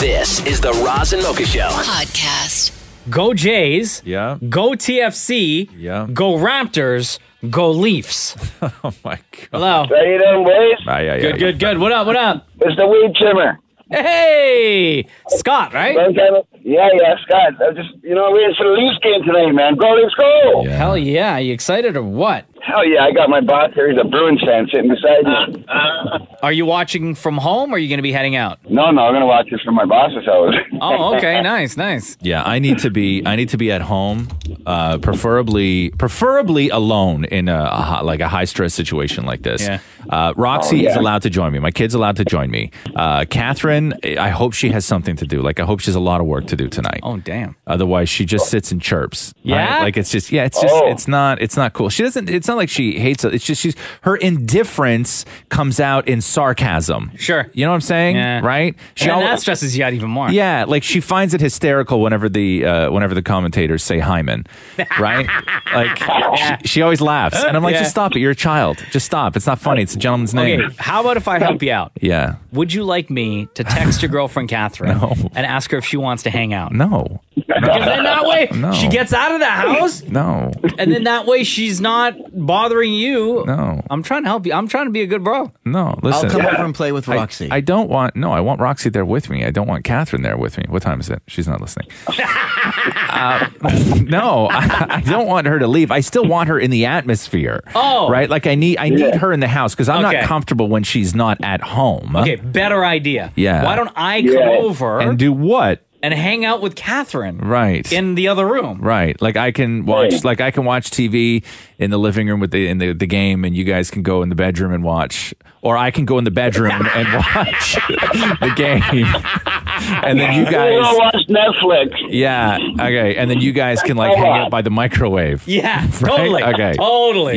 This is the Roz and Mocha Show.
Podcast.
Go Jays.
Yeah.
Go TFC.
Yeah.
Go Raptors. Go
(laughs)
Leafs. oh
my god.
Hello.
How you doing, boys?
Ah, yeah, yeah,
good,
yeah.
good, good. What up? What up?
It's the weed chimmer.
Hey, Scott, right?
Yeah, yeah, Scott. I just you know we're in for the Leafs game today, man. Go Leafs, go!
Hell yeah! Are you excited or what?
Hell yeah! I got my boss here. He's a Bruins fan sitting beside me.
Are you watching from home? or Are you going to be heading out?
No, no, I'm gonna watch this from my boss's house. (laughs)
Oh, okay. nice, nice.
Yeah, I need to be I need to be at home, uh, preferably preferably alone in a, a hot, like a high stress situation like this.
Yeah.
Uh, Roxy
Oh, yeah.
is allowed to join me. My kid's allowed to join me. Uh, Catherine, I hope she has something to do. Like I hope she has a lot of work to do tonight.
Oh damn.
Otherwise, she just sits and chirps.
Yeah?
like it's just yeah, it's just
Oh.
it's not it's not cool. She doesn't. It's not like she hates it. It's just she's her indifference comes out in sarcasm.
Sure.
You know what I'm saying? Right?
And then
al-
that stresses you out even more. (laughs)
yeah, like she finds it hysterical whenever the uh, whenever the commentators say Hyman,
(laughs)
right? like she, she always laughs, and I'm like,
Yeah.
just stop it. You're a child. Just stop. It's not funny. It's a gentleman's
Okay.
name.
How about if I help you out?
Yeah.
Would you like me to text your girlfriend
(laughs)
Catherine and ask her if she wants to hang out?
No.
Because then that way
No.
she gets out of the house,
No.
and then that way she's not bothering you.
No.
I'm trying to help you. I'm trying to be a good bro.
No. Listen.
come over and play with
I-
Roxy.
I, don't want. No, I want Roxy there with me. I don't want Catherine there with me. What time is it? She's
(laughs)
not listening. uh, no, I, I don't want her to leave. I still want her in the atmosphere.
Oh.
right. Like I need. I need
Yeah.
her in the house because I'm
Okay.
not comfortable when she's not at home.
Okay, better idea.
Yeah.
Why don't I come over
and
and,
do what?
hang out with Catherine
Right.
in the other room?
Right. Like I can watch like I can watch TV in the living room with the in the, the game and you guys can go in the bedroom and watch or I can go in the bedroom
(laughs)
and watch the game. And then you
We're gonna
guys,
watch Netflix.
yeah, okay. And then you guys can like hang out by the microwave.
Yeah,
(laughs) Right? Okay.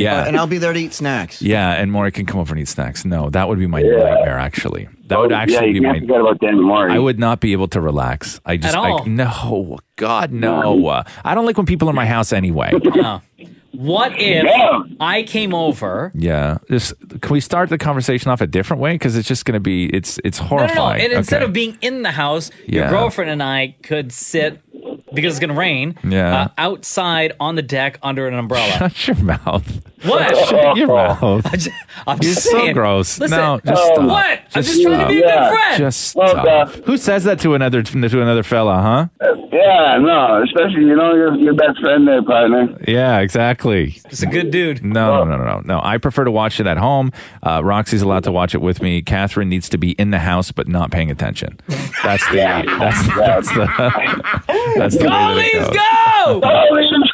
Yeah.
Uh, And I'll be there to eat snacks.
Yeah, and Maury can come over and eat snacks. No, that would be my nightmare. Actually, that would
Oh, yeah,
actually
you
be
can't
my.
forget about Dan and Maury.
I would not be able to relax. I just
At all.
I, no, God, no. Uh, I don't like when people are in my house anyway.
(laughs) No. What if I came over?
Yeah, just can we start the conversation off a different way? Because it's just going to be it's it's horrifying.
No, no, no. And instead
Okay.
of being in the house, your
Yeah.
girlfriend and I could sit because it's going to rain.
Yeah.
uh, outside on the deck under an umbrella.
shut your mouth,
(laughs)
(laughs)
what?
shut your mouth.
(laughs) I'm
Oh. You're
just
so
saying.
gross.
Listen,
no, just stop.
What? I'm just
stop.
trying to be a good friend.
Just
Oh. Well,
stop. Who says that to another to another fella, huh?
Yeah, Uh, no, especially you know your your best friend there, partner.
Yeah, exactly.
It's a good dude.
No, no, no, no, no. No, I prefer to watch it at home. Uh, Roxy's allowed to watch it with me. Catherine needs to be in the house but not paying attention. That's the that's, that's the (laughs) (laughs) that's the way that it
go!
goes.
Let's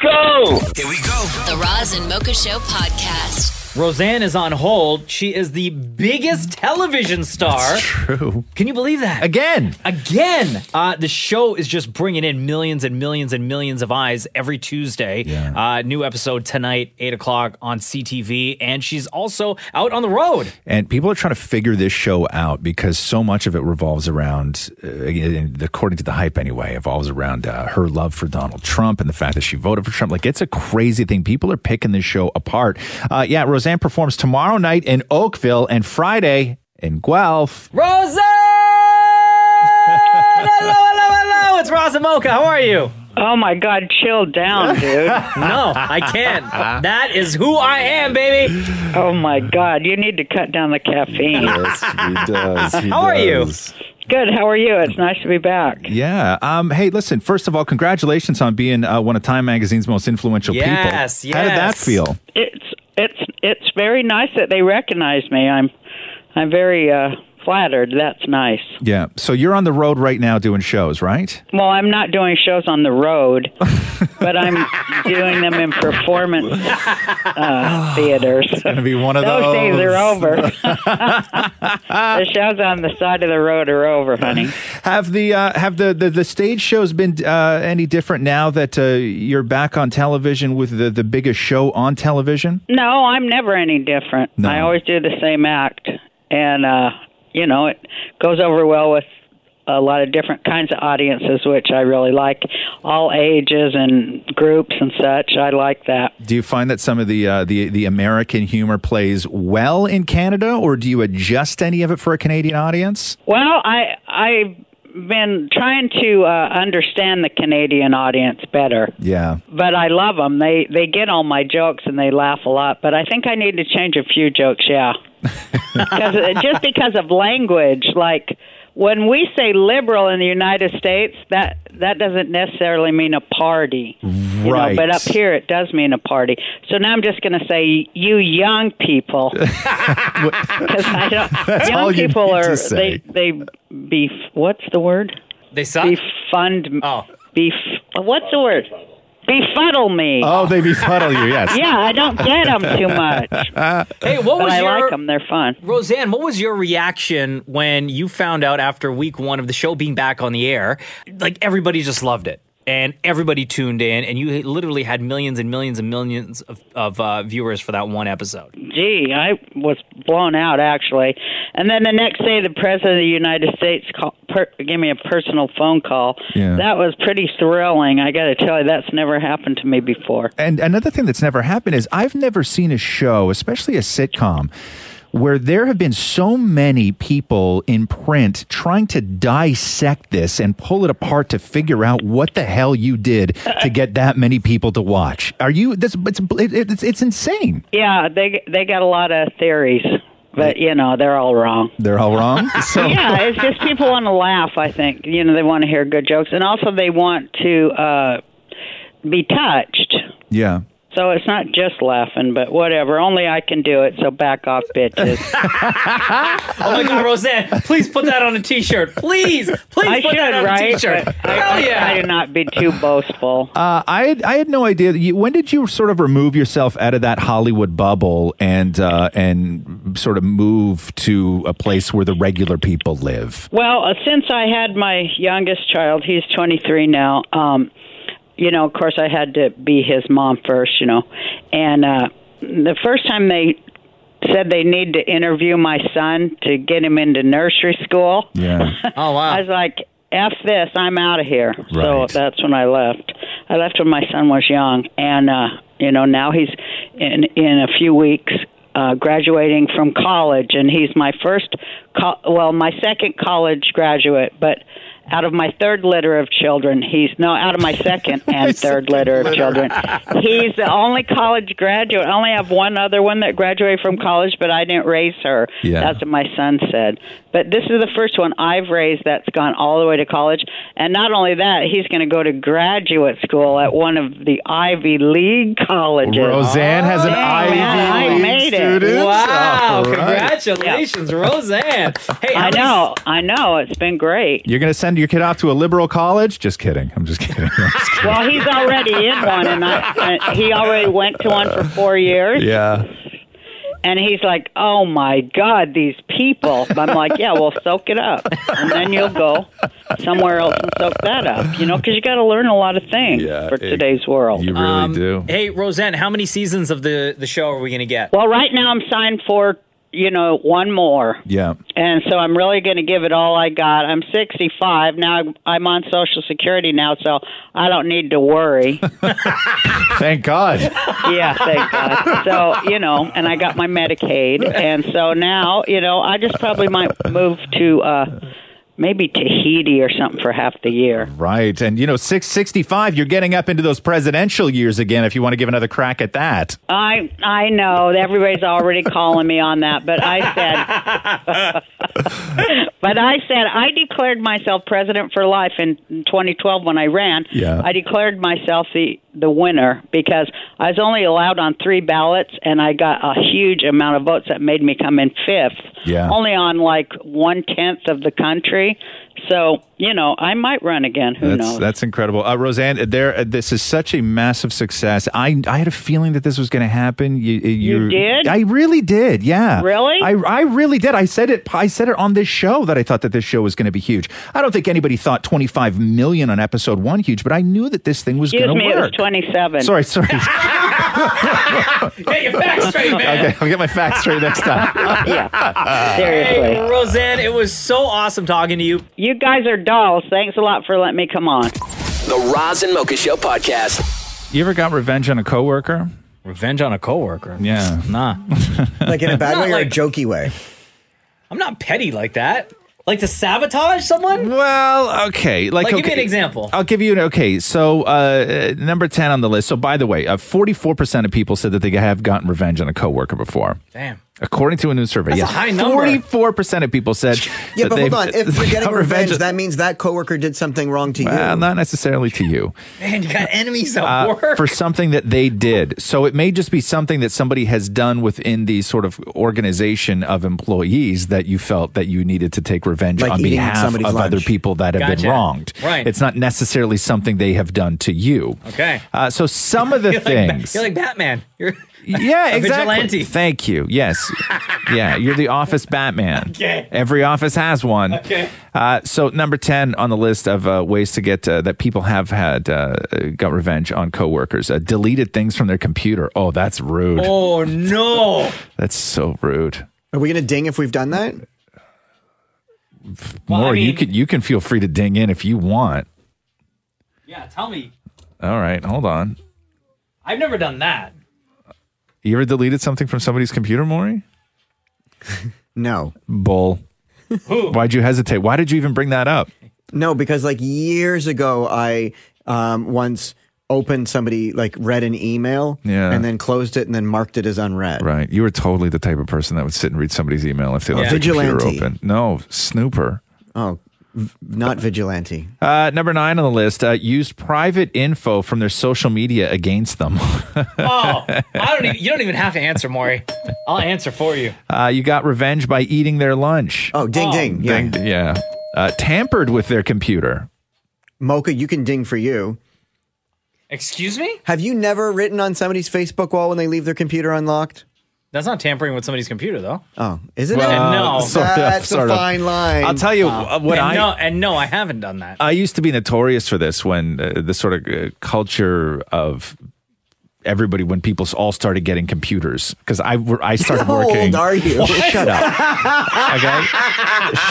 go!
Here we go. The Roz and Mocha Show podcast.
Roseanne is on hold. She is the biggest television star.
true.
Can you believe that?
Again.
Again. Uh, the show is just bringing in millions and millions and millions of eyes every Tuesday. Uh, new episode tonight, 8 o'clock on CTV. And she's also out on the road.
And people are trying to figure this show out because so much of it revolves around, uh, again, according to the hype anyway, evolves around uh, her love for Donald Trump and the fact that she voted for Trump. Like, it's a crazy thing. People are picking this show apart. Uh, yeah, Roseanne performs tomorrow night in Oakville and Friday in Guelph.
Roseanne! hello, hello, hello. It's Roz and Mocha. How are you?
Oh my God, chill down,
(laughs)
dude.
no, I can't.
Uh-huh.
That is who I am, baby.
Oh my God, you need to cut down the caffeine.
Yes, he does.
He How are you? Good. How are you? It's nice to be back.
Yeah. Um, hey, listen, first of all, congratulations on being uh, one of Time Magazine's most influential people.
Yes,
How did that
yes.
feel?
It's it's it's very nice that they recognize me. I'm I'm very uh, flattered. That's nice.
Yeah. So you're on the road right now doing shows, right?
Well, I'm not doing shows on the
(laughs)
road, but I'm doing them in performance
(sighs)
uh, theaters. It's
going to be one of
days
those.
are
(laughs)
over. the shows on the side of the road are over, honey.
Have the uh, have the, the the stage shows been uh, any different now that uh, you're back on television with the the biggest show on television?
No, I'm never any different. I always do the same act, and uh, you know it goes over well with a lot of different kinds of audiences, which I really like, all ages and groups and such. I like that.
Do you find that some of the uh, the the American humor plays well in Canada, or do you adjust any of it for a Canadian audience?
Well, I I've been trying to uh, understand the Canadian audience better.
Yeah.
But I love them. They they get all my jokes and they laugh a lot. But I think I need to change a few jokes. Yeah, 'Cause, uh, just because of language. Like when we say liberal in the United States, that that doesn't necessarily mean a party. You know,
Right.
but up here, it does mean a party. So now I'm just going to say you young people. 'Cause (laughs) I
(laughs)
don't,
(laughs) That's
young
all you
people
need to
are
say.
they they beef. What's the word?
They suck.
Befund. Oh. Beef. What's the word? Befuddle me.
Oh, they befuddle you. Yes.
Yeah, I don't get them
(laughs)
too
(laughs)
much.
Hey, what
But
was
I
your,
like them. They're fun.
Roseanne, what was your reaction when you found out after week one of the show being back on the air? Like everybody just loved it, and everybody tuned in, and you literally had millions and millions and millions of, of uh, viewers for that one episode.
(laughs) Gee, I was blown out actually. And then the next day, the president of the United States call, per, gave me a personal phone call.
Yeah.
That was pretty thrilling. I got to tell you, that's never happened to me before.
And another thing that's never happened is I've never seen a show, especially a sitcom, where there have been so many people in print trying to dissect this and pull it apart to figure out what the hell you did to get that many people to watch. Are you? This it's it, it's, it's insane.
Yeah, they they got a lot of theories, but you know they're all wrong.
They're all
(laughs)
wrong. So
yeah, it's just people want to laugh. I think you know they want to hear good jokes, and also they want to uh, be touched.
yeah.
So it's not just laughing, but whatever. Only I can do it. So back off,
(laughs)
bitches.
Oh my God, Roseanne, please put that on a t shirt. Please, please
I
put
should,
that on
right?
a t shirt.
But I-
Hell
I
yeah.
try to not be too boastful.
Uh, I had, I had no idea. that You, when did you sort of remove yourself out of that Hollywood bubble and uh, and sort of move to a place where the regular people live?
Well, uh, since I had my youngest child, he's 23 now. Um, you know, of course, I had to be his mom first. You know, and uh, the first time they said they need to interview my son to get him into nursery school. (laughs)
Yeah.
Oh wow! I was like, "F this! I'm out of here." So that's when I left. I left when my son was young, and uh, you know now he's in in a few weeks uh, graduating from college, and he's my first, co- well, my second college graduate, but. Out of my third litter of children, he's no. Out of my second and third litter of children, he's the only college graduate. I only have one other one that graduated from college, but I didn't raise her.
Yeah.
That's what my son said. But this is the first one I've raised that's gone all the way to college. And not only that, he's going to go to graduate school at one of the Ivy League colleges.
Roseanne has an Ivy
man, I
League
made it.
student?
Wow,
All right.
congratulations, Roseanne. Hey,
I
how many-
know, I know. It's been great.
You're going to send your kid off to a liberal college? Just kidding. I'm just kidding.
Well, he's already in one, and I, and he already went to one for four years.
yeah.
And he's like, "Oh my God, these people!" I'm like, "Yeah, well, soak it up, and then you'll go somewhere else and soak that up, you know, because you got to learn a lot of things for today's world." Um,
You really do.
Um, Hey, Roseanne, how many seasons of the, the show are we going to get?
Well, right now I'm signed for you know one more,
Yeah.
and so I'm really going to give it all I got. I'm 65 now. I'm- I'm on Social Security now, so I don't need to worry.
Thank God.
yeah, thank God. So, you know, and I got my Medicaid. And so now, you know, I just probably might move to uh maybe Tahiti or something for half the year.
Right. And, you know, 665, you're getting up into those presidential years again if you want to give another crack at that.
I I know everybody's
(laughs)
already calling me on that, but I said But I said I declared myself president for life in 2012 when I ran.
Yeah.
I declared myself the the winner because I was only allowed on 3 ballots and I got a huge amount of votes that made me come in 5th.
Yeah.
Only on like one tenth of the country. So, you know, I might run again. Who
that's,
knows?
That's incredible. Uh, Roseanne, there, uh, this is such a massive success. I, I had a feeling that this was going to happen. You, you
did?
I really did. Yeah.
Really?
I, I really did. I said it. I said it on this show that I thought that this show was going to be huge. I don't think anybody thought 25 million on episode one huge, but I knew that this thing was going
Excuse
to
me, it was
work.
27.
Sorry, sorry.
(laughs)
(laughs)
Get your facts straight, man.
Okay, I'll get my facts straight next time.
yeah.
Hey,
Seriously.
Roseanne, it was so awesome talking to you.
You guys are dolls. Thanks a lot for letting me come on.
The Roz and Mocha Show podcast.
(laughs) You ever got revenge on a coworker?
Revenge on a coworker?
Yeah.
Nah.
(laughs) like in a bad
Not
way or a
like-
jokey way.
I'm not petty like that. Like to sabotage someone?
Well, okay. Like,
give me an
okay,
example.
I'll give you an okay. So uh, uh, number ten on the list. So by the way, uh, forty-four percent of people said that they have gotten revenge on a coworker before.
Damn.
According to a new survey,
That's a
yes,
high number.
forty-four percent of people said.
Yeah,
that
but
they've-
hold on. If
(laughs)
you're
they
getting
got
revenge,
on-
that means that coworker did something wrong to you.
well, not necessarily to you.
Man, you
(laughs)
got enemies at
uh,
work.
for something that they did. So it may just be something that somebody has done within the sort of organization of employees that you felt that you needed to take revenge
Like
on
eating
behalf of
somebody's lunch.
other people that have
Gotcha.
been wronged.
Right.
It's not necessarily something they have done to you.
Okay.
Uh, so some
(laughs)
of the
you're Like,
things.
you're like Batman. You're (laughs)
yeah,
a
exactly.
Vigilante.
Thank you.
(laughs)
Yes. yeah, you're the office Batman.
Okay.
Every office has one.
Okay.
Uh, so number ten on the list of uh, ways to get uh, that people have had uh, got revenge on coworkers: uh, deleted things from their computer. Oh, that's rude.
Oh no.
That's so rude.
Are we going to ding if we've done that?
More, you can you can feel free to ding in if you want.
Yeah, tell me.
All right, hold on.
I've never done that.
You ever deleted something from somebody's computer, Maury?
no.
Bull. Why'd you hesitate? Why did you even bring that up?
No, because like years ago, I um, once opened somebody like read an email
Yeah.
and then closed it and then marked it as unread.
Right. You were totally the type of person that would sit and read somebody's email if they left
Yeah.
their computer
Vigilante.
open. No, snooper.
Oh, Not vigilante.
Uh, number nine on the list uh, used private info from their social media against them. (laughs)
Oh, I don't. Even, you don't even have to answer, Maury. I'll answer for you.
Uh, you got revenge by eating their lunch.
Oh, ding, Oh. ding. Yeah.
Yeah. yeah. Uh, tampered with their computer.
Mocha, you can ding for you.
Excuse me?
Have you never written on somebody's Facebook wall when they leave their computer unlocked?
That's not tampering with somebody's computer, though.
Oh, is it?
Well,
now?
no.
(laughs)
Sort of,
that's
sort
a
of.
fine line.
I'll tell you uh, what
and
I-
no, and no, I haven't done that.
I used to be notorious for this when uh, the sort of uh, culture of everybody when people all started getting computers because I I started
How
working.
old are you?
(laughs) Shut up. Okay.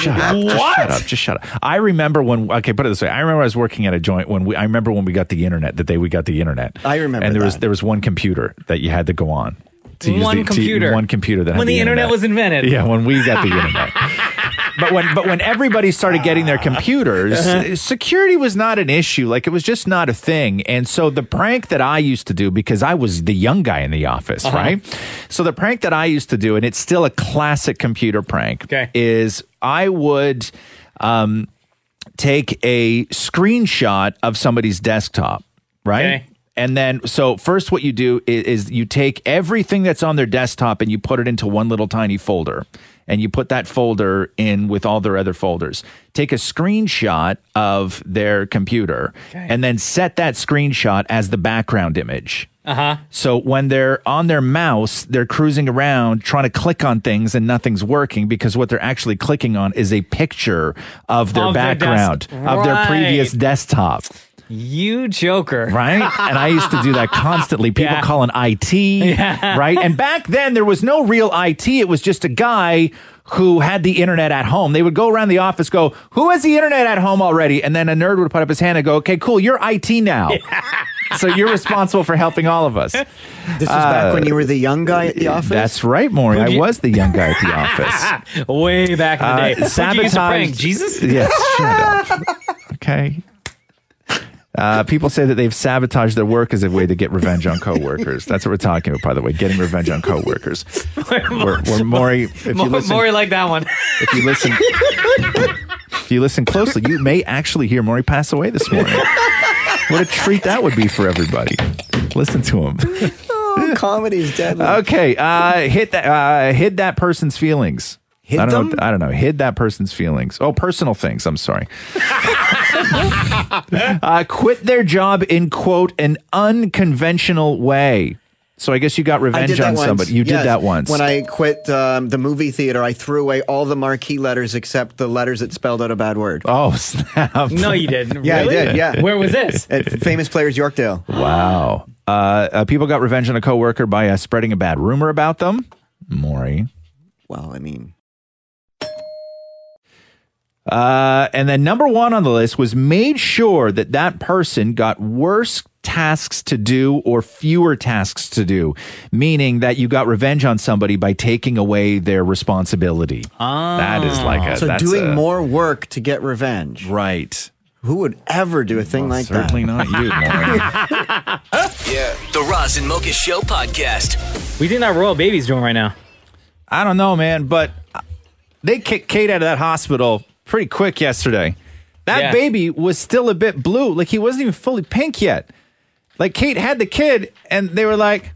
Shut up. Just
What?
shut up. Just shut up. I remember when. Okay, put it this way. I remember I was working at a joint when we. I remember when we got the internet. The day we got the internet. I remember. And there was there was one computer that you had to go on. To use
One
the, to-
computer.
one computer that had
When the internet was invented.
Yeah, when we got
(laughs)
the internet. But when but when everybody started getting their computers,
Uh-huh.
security was not an issue. Like it was just not a thing. And so the prank that I used to do because I was the young guy in the office,
Uh-huh.
right? So the prank that I used to do, and it's still a classic computer prank, is I would um, take a screenshot of somebody's desktop, right?
Okay.
And then, so first, what you do is, is you take everything that's on their desktop and you put it into one little tiny folder. And you put that folder in with all their other folders. Take a screenshot of their computer and then set that screenshot as the background image.
Uh huh.
So when they're on their mouse, they're cruising around trying to click on things and nothing's working because what they're actually clicking on is a picture of their
Of their desk-
background, of their
Right.
previous desktop.
You joker.
Right? And I used to do that constantly. People
Yeah.
calling IT,
Yeah.
right? And back then there was no real IT. It was just a guy who had the internet at home. They would go around the office, go, who has the internet at home already? And then a nerd would put up his hand and go, okay, cool, you're IT now. So you're responsible for helping all of us. This
This was back when you were the young guy at the office.
That's right, Maury.
Who do
I
you-
was the young guy at the
(laughs)
office.
Way back in the day.
Uh,
Who'd you use to prank?
sabotaged-
Jesus?
Yes.
(laughs)
Shut up. Okay. Uh, people say that they've sabotaged their work as a way to get revenge on coworkers. That's what we're talking about, by the way, getting revenge on
(laughs)
coworkers. Where, (laughs) where Maury, if you
Maury
listen,
Maury liked that one.
if you listen, (laughs) if you listen closely, you may actually hear Maury pass away this morning. What a treat that would be for everybody. Listen to him.
Oh, comedy's deadly.
Okay, uh, hit that. Uh, hid that person's feelings.
Hid
I don't
them?
know. I don't know. Hid that person's feelings. Oh, personal things.
(laughs)
I'm sorry. uh, quit their job in quote an unconventional way. So I guess you got
I
revenge
did that
on
once.
somebody. You
Yes.
did that once.
When I quit um, the movie theater, I threw away all the marquee letters except the letters that spelled out a bad word.
Oh, (laughs) snap.
No, you didn't.
yeah,
Really?
I did. Yeah.
Where was this?
At Famous Players Yorkdale.
Wow. Uh, uh, people got revenge on a coworker by uh, spreading a bad rumor about them. Maury.
Well, I mean.
Uh, and then number one on the list was made sure that that person got worse tasks to do or fewer tasks to do, meaning that you got revenge on somebody by taking away their responsibility.
Ah.
That is like a
so
that's
doing
a-
more work to get revenge.
Right.
Who would ever do a thing like
certainly
that?
not you,
(laughs) Yeah. The Roz and Mocha Show podcast.
(laughs) We think that royal baby's doing right now.
I don't know, man, but they kicked Kate out of that hospital pretty quick yesterday. That
Yeah.
baby was still a bit blue. Like he wasn't even fully pink yet. Like Kate had the kid and they were like,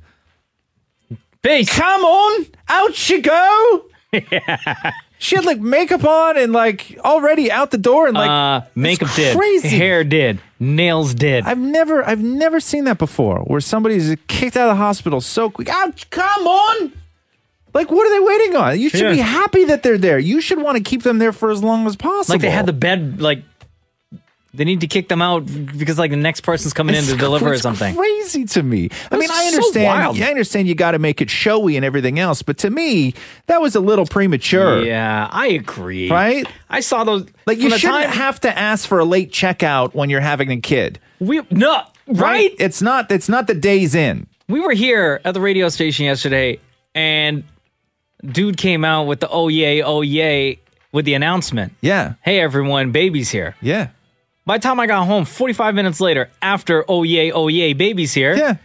Come on, out
(laughs)
you go. She had like makeup on and like already out the door and like
uh, makeup did.
crazy.
Hair did. Nails did.
I've never I've never seen that before where somebody's kicked out of the hospital so quick. Ouch, come on. Like what are they waiting on? You should
Yeah.
be happy that they're there. You should want to keep them there for as long as possible.
Like they had the bed. Like they need to kick them out because like the next person's coming in to deliver or
It's
something.
Crazy to me. I
That's
mean, I
so
understand.
wild.
I understand you got to make it showy and everything else, but to me, that was a little premature.
Yeah, I agree.
Right?
I saw those.
Like
from
you
the
shouldn't
time-
have to ask for a late checkout when you're having a kid.
We no right?
It's not. It's not the days in.
We were here at the radio station yesterday, and dude came out with the oh yay, oh yay with the announcement.
Yeah.
Hey everyone, baby's here.
Yeah.
By the time I got home, 45 minutes later, after oh yay, oh yay, baby's here.
Yeah.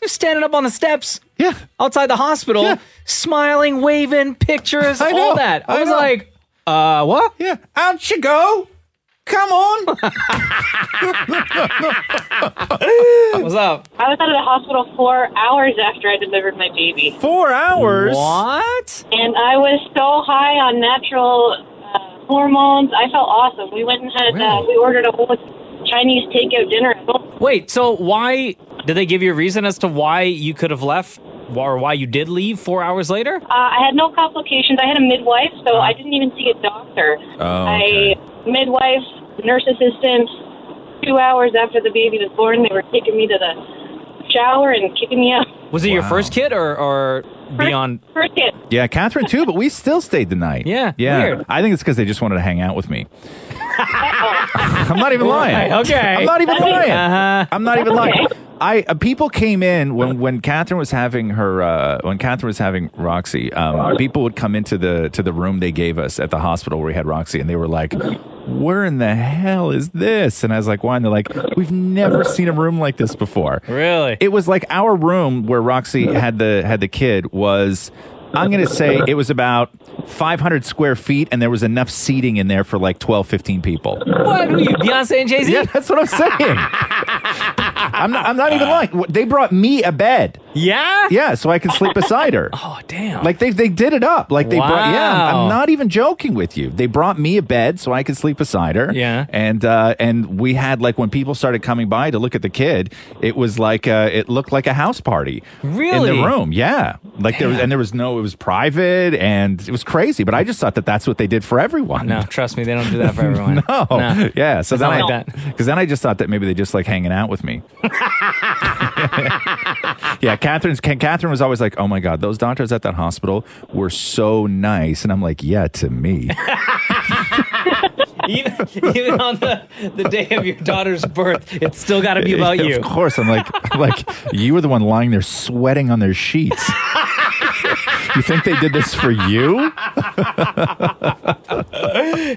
They're standing up on the steps.
Yeah.
Outside the hospital, smiling, waving, pictures,
(laughs) I know,
all that. I,
I
was
know.
like, uh, what?
Yeah. Out you go.
Come
(laughs)
(laughs)
on.
What's up?
I was out of the hospital four hours after I delivered my baby.
Four hours?
What?
And I was so high on natural uh, hormones. I felt awesome. We went and had, uh, we ordered a whole Chinese takeout dinner at home.
Wait, so why did they give you a reason as to why you could have left or why you did leave four hours later?
Uh, I had no complications. I had a midwife, so
Uh-huh.
I didn't even see a doctor.
Oh,
I midwife, nurse assistant. Two hours after the baby was born, they were taking me to the shower and kicking me out. (laughs)
Was it your
Wow.
first kid or, or beyond?
First kid.
Yeah, Catherine too, but we still stayed the night. Yeah, yeah.
weird.
I think it's because they just wanted to hang out with me. I'm not even lying.
Right, okay.
I'm not even lying.
Uh-huh.
I'm not even
Okay.
lying. I uh, people came in when when Catherine was having her uh, when Catherine was having Roxy. Um, people would come into the to the room they gave us at the hospital where we had Roxy, and they were like, "Where in the hell is this?" And I was like, "Why?" And they're like, "We've never seen a room like this before."
Really?
It was like our room where Roxy had the had the kid was. I'm going to
(laughs)
say it was about 500 square feet, and there was enough seating in there for like 12, 15 people.
What are you, Beyonce and Jay Z?
Yeah, that's what
(laughs)
I'm saying. I'm not. I'm not even lying. They brought me a bed.
Yeah.
Yeah, so I can sleep beside her.
(laughs) Oh damn!
Like they they did it up. Like they brought. Yeah, I'm-
Wow.
I'm not even joking with you. They brought me a bed so I could sleep beside her.
Yeah.
and uh, and we had like when people started coming by to look at the kid, it was like uh, it looked like a house party. in
Really?
the room. Yeah, like there was and there was no. It was private and it was crazy. But I just thought that that's what they did for everyone.
No, trust me, they don't do that for everyone.
(laughs) no.
No.
Yeah. So
It's
then
not
I
like
because then I just thought that maybe they just like hanging out with
(laughs)
me. yeah, Catherine's Ca- Catherine was always like, "Oh my god, those doctors at that hospital were so nice," and I'm like, "Yeah,
(laughs)
to me."
even, (laughs) even on the, the day of your daughter's birth, it's still got to
(laughs)
be about you.
Of course, I'm like, I'm
(laughs)
like you were the one lying there sweating on their sheets. you think they did this for you?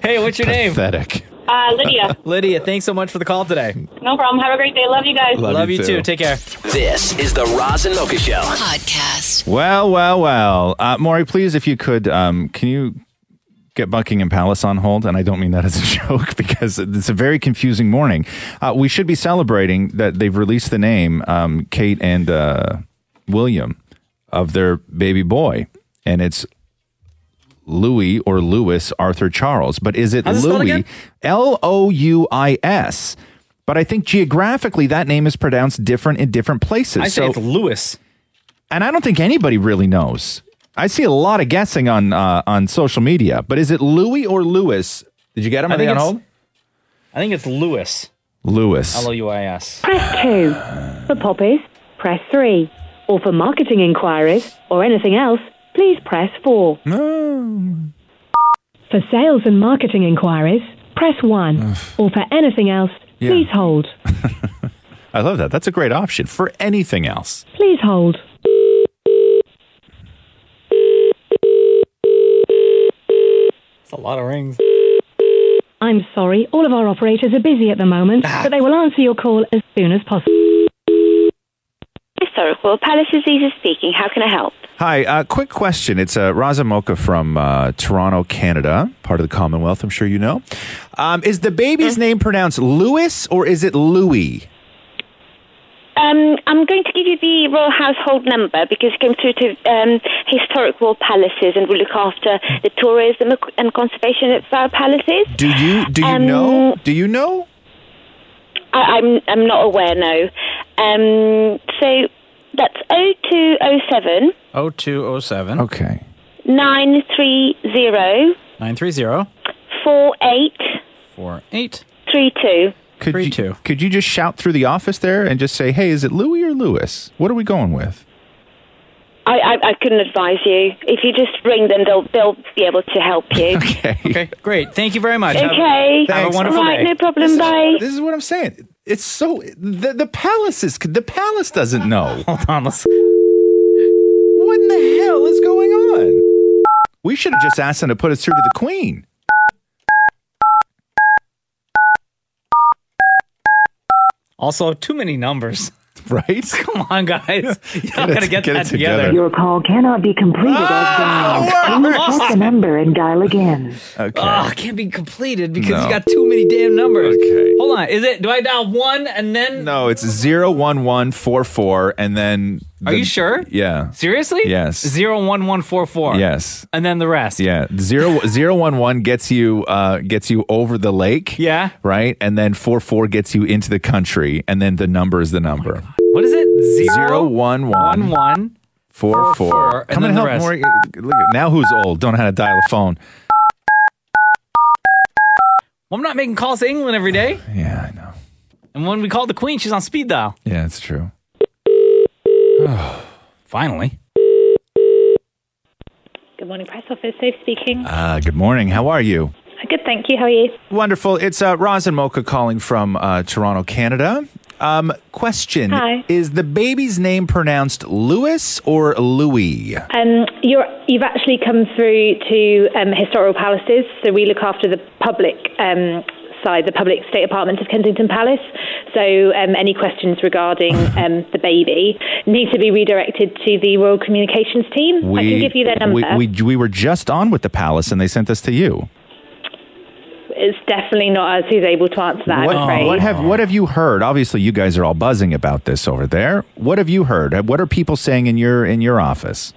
hey, what's your name?
Pathetic.
Uh,
(laughs)
Lydia,
Lydia, thanks so much for the call today.
no problem. Have a great day. Love you guys.
Love, you too. Take care.
This is the Roz and Mocha Show podcast.
Well, well, well. Uh, Maury, please, if you could, um, can you get Buckingham Palace on hold? And I don't mean that as a (laughs) joke because it's a very confusing morning. Uh, we should be celebrating that they've released the name, um, Kate and uh, William, of their baby boy. And it's Louis or Louis Arthur Charles. But is it
How's it spelled
Louis?
again?
L O U I S. But I think geographically that name is pronounced different in different places.
I say it's Lewis.
And I don't think anybody really knows. I see a lot of guessing on uh, on social media, but is it Louis or Lewis? Did you get him?
I
Are they
think
on
it's-
hold?
I think it's Lewis.
Lewis.
L O U I S.
Press 2. For poppies, press 3. Or for marketing inquiries or anything else, please press 4. For sales and marketing inquiries, press 1. or for anything else,
Yeah.
please hold.
(laughs) I love that. That's a great option for anything else.
Please hold.
It's a lot of rings.
I'm sorry, all of our operators are busy at the moment,
Ah.
but they will answer your call as soon as possible.
Historical Palace Aziza speaking. How can I help?
Hi, uh, quick question. It's uh, Raza Mocha from uh, Toronto, Canada, part of the Commonwealth. I'm sure you know. Um, is the baby's name pronounced Lewis or is it Louis?
Um, I'm going to give you the royal household number because it came through to um, historical palaces, and we look after the tourism and conservation of our palaces.
Do you do you
Um,
know? Do you know?
I, I'm I'm not aware, no. Um, so that's 0207
0207.
Okay.
930
930
4832.
48.
Could you, Could you just shout through the office there and just say, "Hey, is it Louis or Lewis? What are we going with?"
I, I, I couldn't advise you. If you just ring them, they'll they'll be able to help
(laughs)
you.
Okay, great. Thank you very much. Have-
Okay.
Have,
Thanks.
a wonderful
Right,
day.
no problem.
This is-
Bye.
This is what I'm saying. It's so the the palace is the palace doesn't know. Hold on, let's. What in the hell is going on? We should have just asked them to put us through to the queen.
Also, too many numbers.
(laughs) Right?
(laughs) Come on, guys. (laughs) Y'all gotta get, that together.
Your call cannot be completed as dialed. Please check the number and dial again.
Okay.
Oh, it can't be completed because
No.
you got too many damn numbers. Okay. Hold on. Is it? Do I dial one and then?
No, Oh, it's zero one one four four, and then.
Are you sure?
Yeah.
Seriously?
Yes.
Zero one one four four.
Yes.
And then the rest.
Yeah, zero zero one one gets you uh, gets you over the lake.
Yeah.
right, and then four four gets you into the country, and then the number is the number.
What is it?
Zero one one
one
four
four,
four.
and
Come
then
and
the
help
rest.
Maury. Look at- Now who's old? Don't know how to dial a phone.
Well, I'm not making calls to England every day.
(sighs) Yeah,
I know. And when we called the Queen, she's on speed dial.
Yeah, it's true.
Finally.
Good morning, press office. Safe speaking.
Uh, good morning. How are you?
Good, thank you. How are you?
Wonderful. It's uh, Roz and Mocha calling from uh, Toronto, Canada. Um, question:
Hi.
Is the baby's name pronounced Louis or Louis?
Um, you're, you've actually come through to um, Historical Palaces, so we look after the public um, side, the public state apartment of Kensington Palace. So um, any questions
(laughs)
regarding um, the baby need to be redirected to the Royal Communications team. I can give you their number.
we, we we were just on with the palace, and they sent this to you.
it's definitely not us who's able to answer that,
what,
I'm afraid.
what have what have you heard? Obviously, you guys are all buzzing about this over there. What have you heard? What are people saying in your in your office?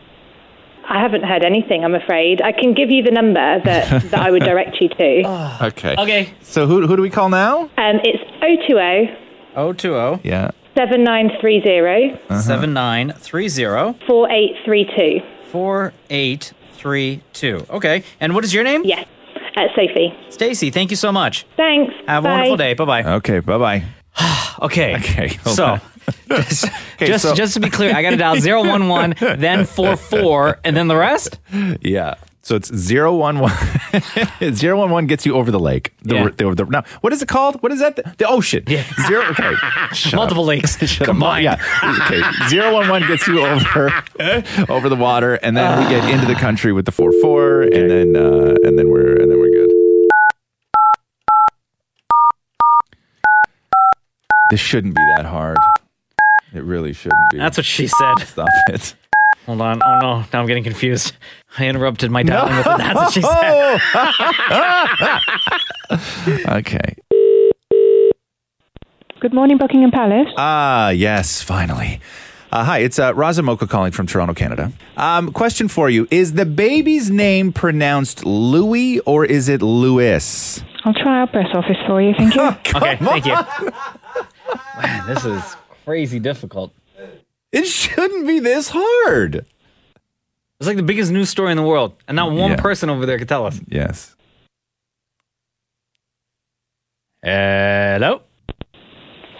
I haven't heard anything, I'm afraid. I can give you the number
(laughs)
that, that I would direct you to.
Okay.
Okay.
So who who do we call now?
Um, it's 020
Oh two oh.
Yeah. uh-huh.
7930
Seven nine three zero
4832.
four eight three two. Okay. And what is your name?
Yes. Uh, Sophie.
Stacy, thank you so much.
Thanks.
Have a
Bye.
wonderful day. Bye bye.
Okay. Bye bye.
(sighs) Okay.
Okay. (laughs) hold
So
on.
just, just,
so-
just to be clear, I got to dial
(laughs)
011, then four four, and then the rest?
Yeah. So it's zero one one. (laughs) Zero one one gets you over the lake. The,
Yeah.
the, the, now, what is it called? What is that? The, ocean. Yeah. Zero. Okay.
(laughs)
Shut
Multiple
up.
lakes.
(laughs) Shut up.
Combined.
Yeah. Okay. Zero one one gets you
(laughs)
over (laughs) over the water, and
Uh,
then we get into the country with the four four, and then uh, and then we're and then we're good. This shouldn't be that hard. It really shouldn't be.
That's what she said.
Stop it.
Hold on. Oh, no. Now I'm getting confused. I interrupted my dialing with
No.
the, That's what she said.
(laughs)
(laughs)
Okay.
Good morning, Buckingham Palace.
Ah, yes, finally. Uh, hi, it's uh, Razamoka calling from Toronto, Canada. Um, question for you Is the baby's name pronounced Louis or is it Louis?
I'll try our press office for you.
(laughs)
Thank you.
okay, thank you. Man, this is crazy difficult.
It shouldn't be this hard.
It's like the biggest news story in the world, and not one
Yeah.
person over there could tell us.
Yes.
Hello?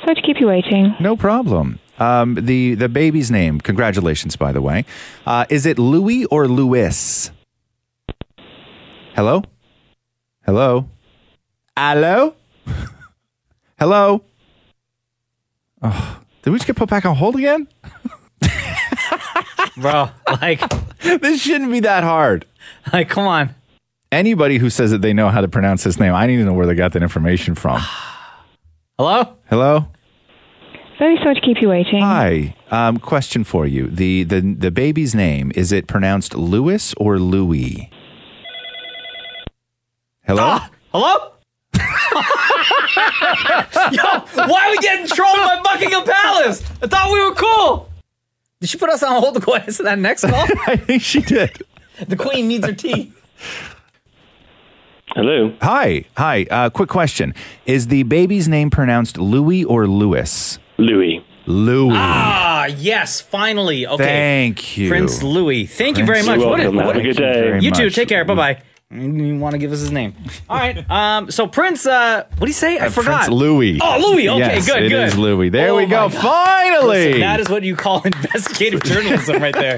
Sorry to keep you waiting.
No problem. Um, the, the baby's name, congratulations, by the way. Uh, is it Louis or Louis? Hello? Hello? Hello? (laughs) Hello? Oh, did we just get put back on hold again?
(laughs) Bro, like,
(laughs) this shouldn't be that hard.
Like, come on.
Anybody who says that they know how to pronounce his name, I need to know where they got that information from.
(sighs) Hello?
Hello?
Very sorry to keep you waiting.
Hi. Um, question for you. The, the the baby's name, is it pronounced Louis or Louis? Hello? (laughs)
Hello? (laughs) Yo, why are we getting trolled by Buckingham Palace? I thought we were cool. Did she put us on hold to go answer that next call?
(laughs) I think she did.
The Queen needs her tea.
Hello. Hi. Hi. Uh, quick question. Is the baby's name pronounced Louis or Louis? Louis. Louis.
Ah, yes, finally. Okay.
Thank you.
Prince Louis. Thank you very
Prince
much.
Louis.
What
You're welcome.
what
Have a good
thank you
day.
very
You
much.
too.
You too. Take care. Bye bye. You want to give us his name? All right. (laughs) Um. So Prince. Uh. What do you say? I
Uh,
forgot.
Prince Louis.
Oh, Louis. Okay.
Yes,
good.
it
good. Oh
is Louis. There we
my
go.
God.
Finally.
Listen, that is what you call (laughs) investigative journalism, right
(laughs)
there.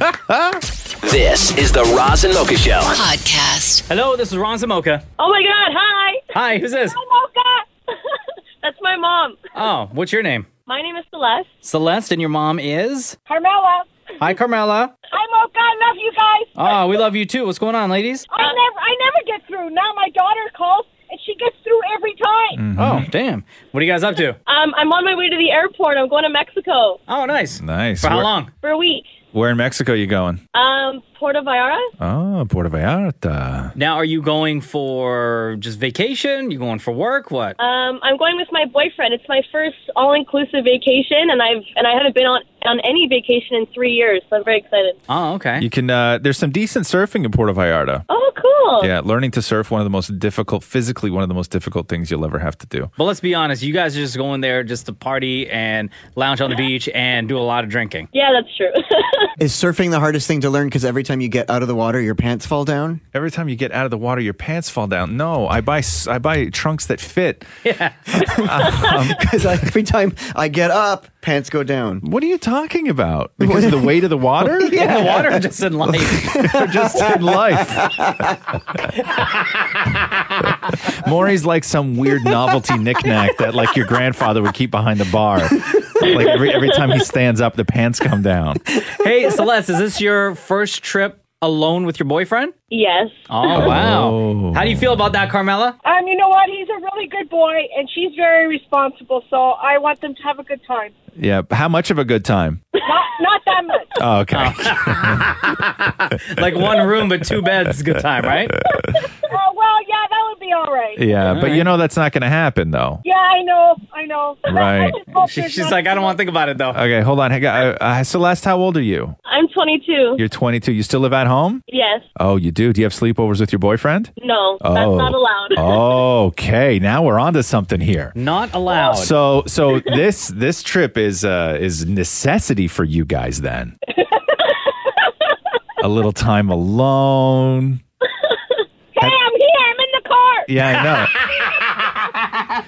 This is the Roz and Mocha Show.
Podcast.
Hello. This is Ron Samoka.
Oh my god, hi!
Hi. Who's this?
Oh my god! (laughs) That's my mom.
Oh, what's your name?
My name is Celeste.
Celeste, and your mom is.
Carmela.
Hi, Carmela.
Hi, Mocha. I love you guys.
Oh, we love you too. What's going on, ladies?
I never, I never get through. Now my daughter calls and she gets through every time.
Mm-hmm.
Oh, damn. What are you guys up to?
Um, I'm on my way to the airport. I'm going to Mexico.
Oh, nice.
Nice.
For how
Where-
long?
For a week.
Where in Mexico you going?
Um, Puerto Vallarta.
Oh, Puerto Vallarta.
Now, are you going for just vacation? You going for work? What?
Um, I'm going with my boyfriend. It's my first all-inclusive vacation, and I've and I haven't been on on any vacation in three years. So I'm very excited.
Oh, okay.
You can. Uh, there's some decent surfing in Puerto Vallarta.
Oh, cool.
Yeah, learning to surf one of the most difficult, physically one of the most difficult things you'll ever have to do.
But let's be honest, you guys are just going there just to party and lounge on the beach and do a lot of drinking.
Yeah, that's true.
(laughs) Is surfing the hardest thing to learn? Because every time you get out of the water, your pants fall down.
Every time you get out of the water, your pants fall down. No, I buy s- I buy trunks that fit.
(laughs) Yeah.
Um,
(laughs) Because every time I get up, pants go down.
What are you talking about? Because of the weight of the
(laughs)
water?
(laughs) Yeah, the water just
(laughs)
in life.
just in life. Maury's like some weird novelty knickknack that like your grandfather would keep behind the bar. Like every every time he stands up, the pants come down.
hey, Celeste, is this your first trip alone with your boyfriend?
yes.
Oh, wow. How do you feel about that, Carmela?
Um, you know what? He's a really good boy, and she's very responsible. So I want them to have a good time.
Yeah. How much of a good time?
Not not that much.
Oh, okay.
Oh. (laughs) like one room but two beds, good time, right?
Oh well, yeah, that would be all right.
Yeah, but you know that's not going to happen though.
Yeah, I know, I
(laughs)
know.
Right.
She- she's like, I don't want to think about it though.
Okay, hold on. Hey, guy- uh, uh, Celeste, how old are you?
I'm 22.
You're 22. You still live at home?
Yes.
Oh, you do. Do you have sleepovers with your boyfriend?
No.
Oh.
That's not allowed. (laughs)
okay, now we're onto something here.
Not allowed.
So,
(laughs)
so this this trip is uh, is necessity for you guys
(laughs)
then. A little time alone.
Hey, I'm here. I'm in the car.
Yeah,
I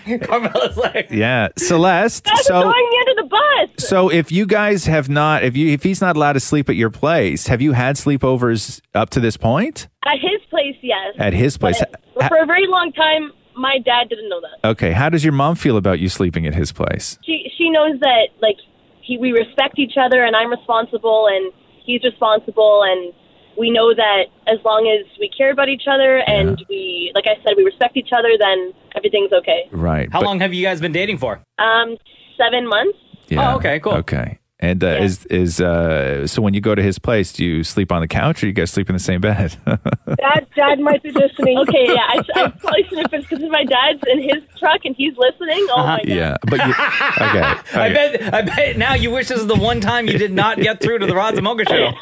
know. (laughs) Carmela's like,
Yeah, Celeste.
That's
so,
going
under the bus.
so if you guys have not, if you if he's not allowed to sleep at your place, have you had sleepovers up to this point?
At his place, yes.
At his place.
But for a very long time, my dad didn't know that.
Okay, how does your mom feel about you sleeping at his place?
She she knows that like he, we respect each other, and I'm responsible, and he's responsible, and we know that as long as we care about each other and we, like I said, we respect each other, then everything's okay.
Right.
How long have you guys been dating for?
Um, seven months.
Yeah.
Oh, okay, cool.
Okay. And uh, is is uh, so when you go to his place, do you sleep on the couch or you guys sleep in the same bed?
(laughs)
(laughs)
Dad, Dad might be listening.
Okay, yeah, I,
(laughs)
I probably shouldn't have because my dad's in his truck and he's listening. Oh
Uh-huh.
my god.
Uh-huh, yeah, Uh, but
(laughs)
you, okay.
I bet. I bet now you wish this is the one time you did not get through to the Rods and Mocha show.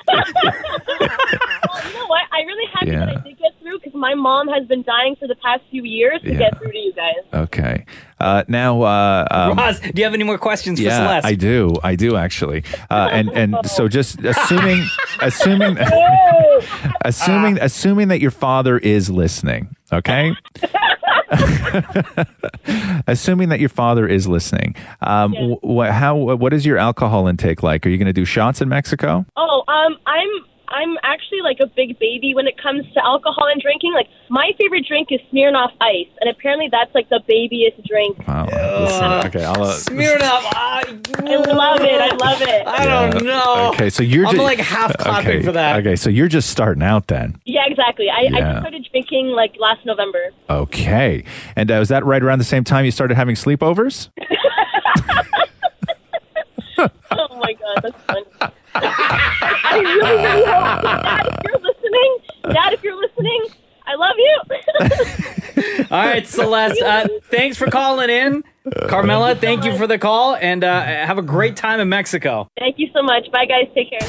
You know what? I really happy
Yeah.
that I did get through because my mom has been dying for the past few years to get through to you guys.
Okay. Uh, now, uh, um,
Roz, do you have any more questions for
yeah,
Celeste?
I do. I do actually. Uh, and
(laughs)
and so just assuming, assuming, (laughs) assuming,
Ah.
assuming that your father is listening. Okay. (laughs) assuming that your father is listening. Um, wh- wh- how? What is your alcohol intake like? Are you going to do shots in Mexico?
Oh, um, I'm I'm actually like a big baby when it comes to alcohol and drinking. Like my favorite drink is Smirnoff Ice, and apparently that's like the babyest drink.
Wow.
oh.
Listen, okay. I'll, uh,
Smirnoff, I
love it. I love
(laughs)
it.
I don't
Yeah. uh,
know.
Okay, so you're
I'm
ju-
like half clapping
okay,
for that.
Okay, so you're just starting out then.
Yeah, exactly. I, I
Yeah.
just started drinking like last November.
Okay, and uh, was that right around the same time you started having sleepovers?
oh my god, that's
(laughs)
funny. I really, really hope Dad, if you're listening, Dad, if you're listening, I love you.
All right,
(laughs)
Celeste. Uh, thanks for calling in, Carmela. Thank you for the call, and uh, have a great time in Mexico.
Thank you so much. Bye, guys. Take care.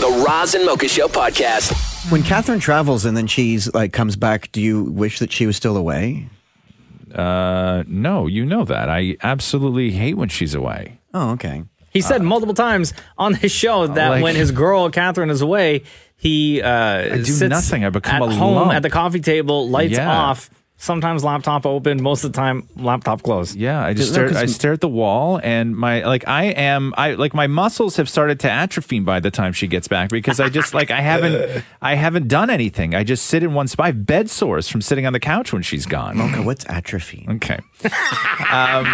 The Roz and Mocha Show podcast.
When Catherine travels and then she's like comes back, do you wish that she was still away?
Uh, no, you know that. I absolutely hate when she's away.
Oh, okay.
He said multiple times on his show that
Uh, like-
when his girl Catherine is away, he uh,
do
sits
nothing. I become
at
a
home
lump.
at the coffee table, lights
Yeah.
off. Sometimes laptop open, most of the time laptop closed.
Yeah, I just stare,
(laughs)
I stare at the wall, and my like I am I like my muscles have started to atrophy by the time she gets back because I just like
(laughs)
I haven't I haven't done anything. I just sit in one spot. I have bed sores from sitting on the couch when she's gone.
Mocha, what's atrophy? (laughs)
Okay. Um,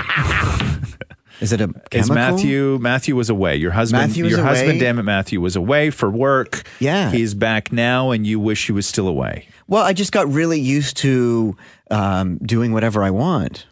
is it a
Is
chemical?
Matthew Matthew was away. Your husband
Matthew was
your husband
away?
damn it Matthew was away for work.
Yeah.
He's back now and you wish he was still away.
Well, I just got really used to um, doing whatever I want.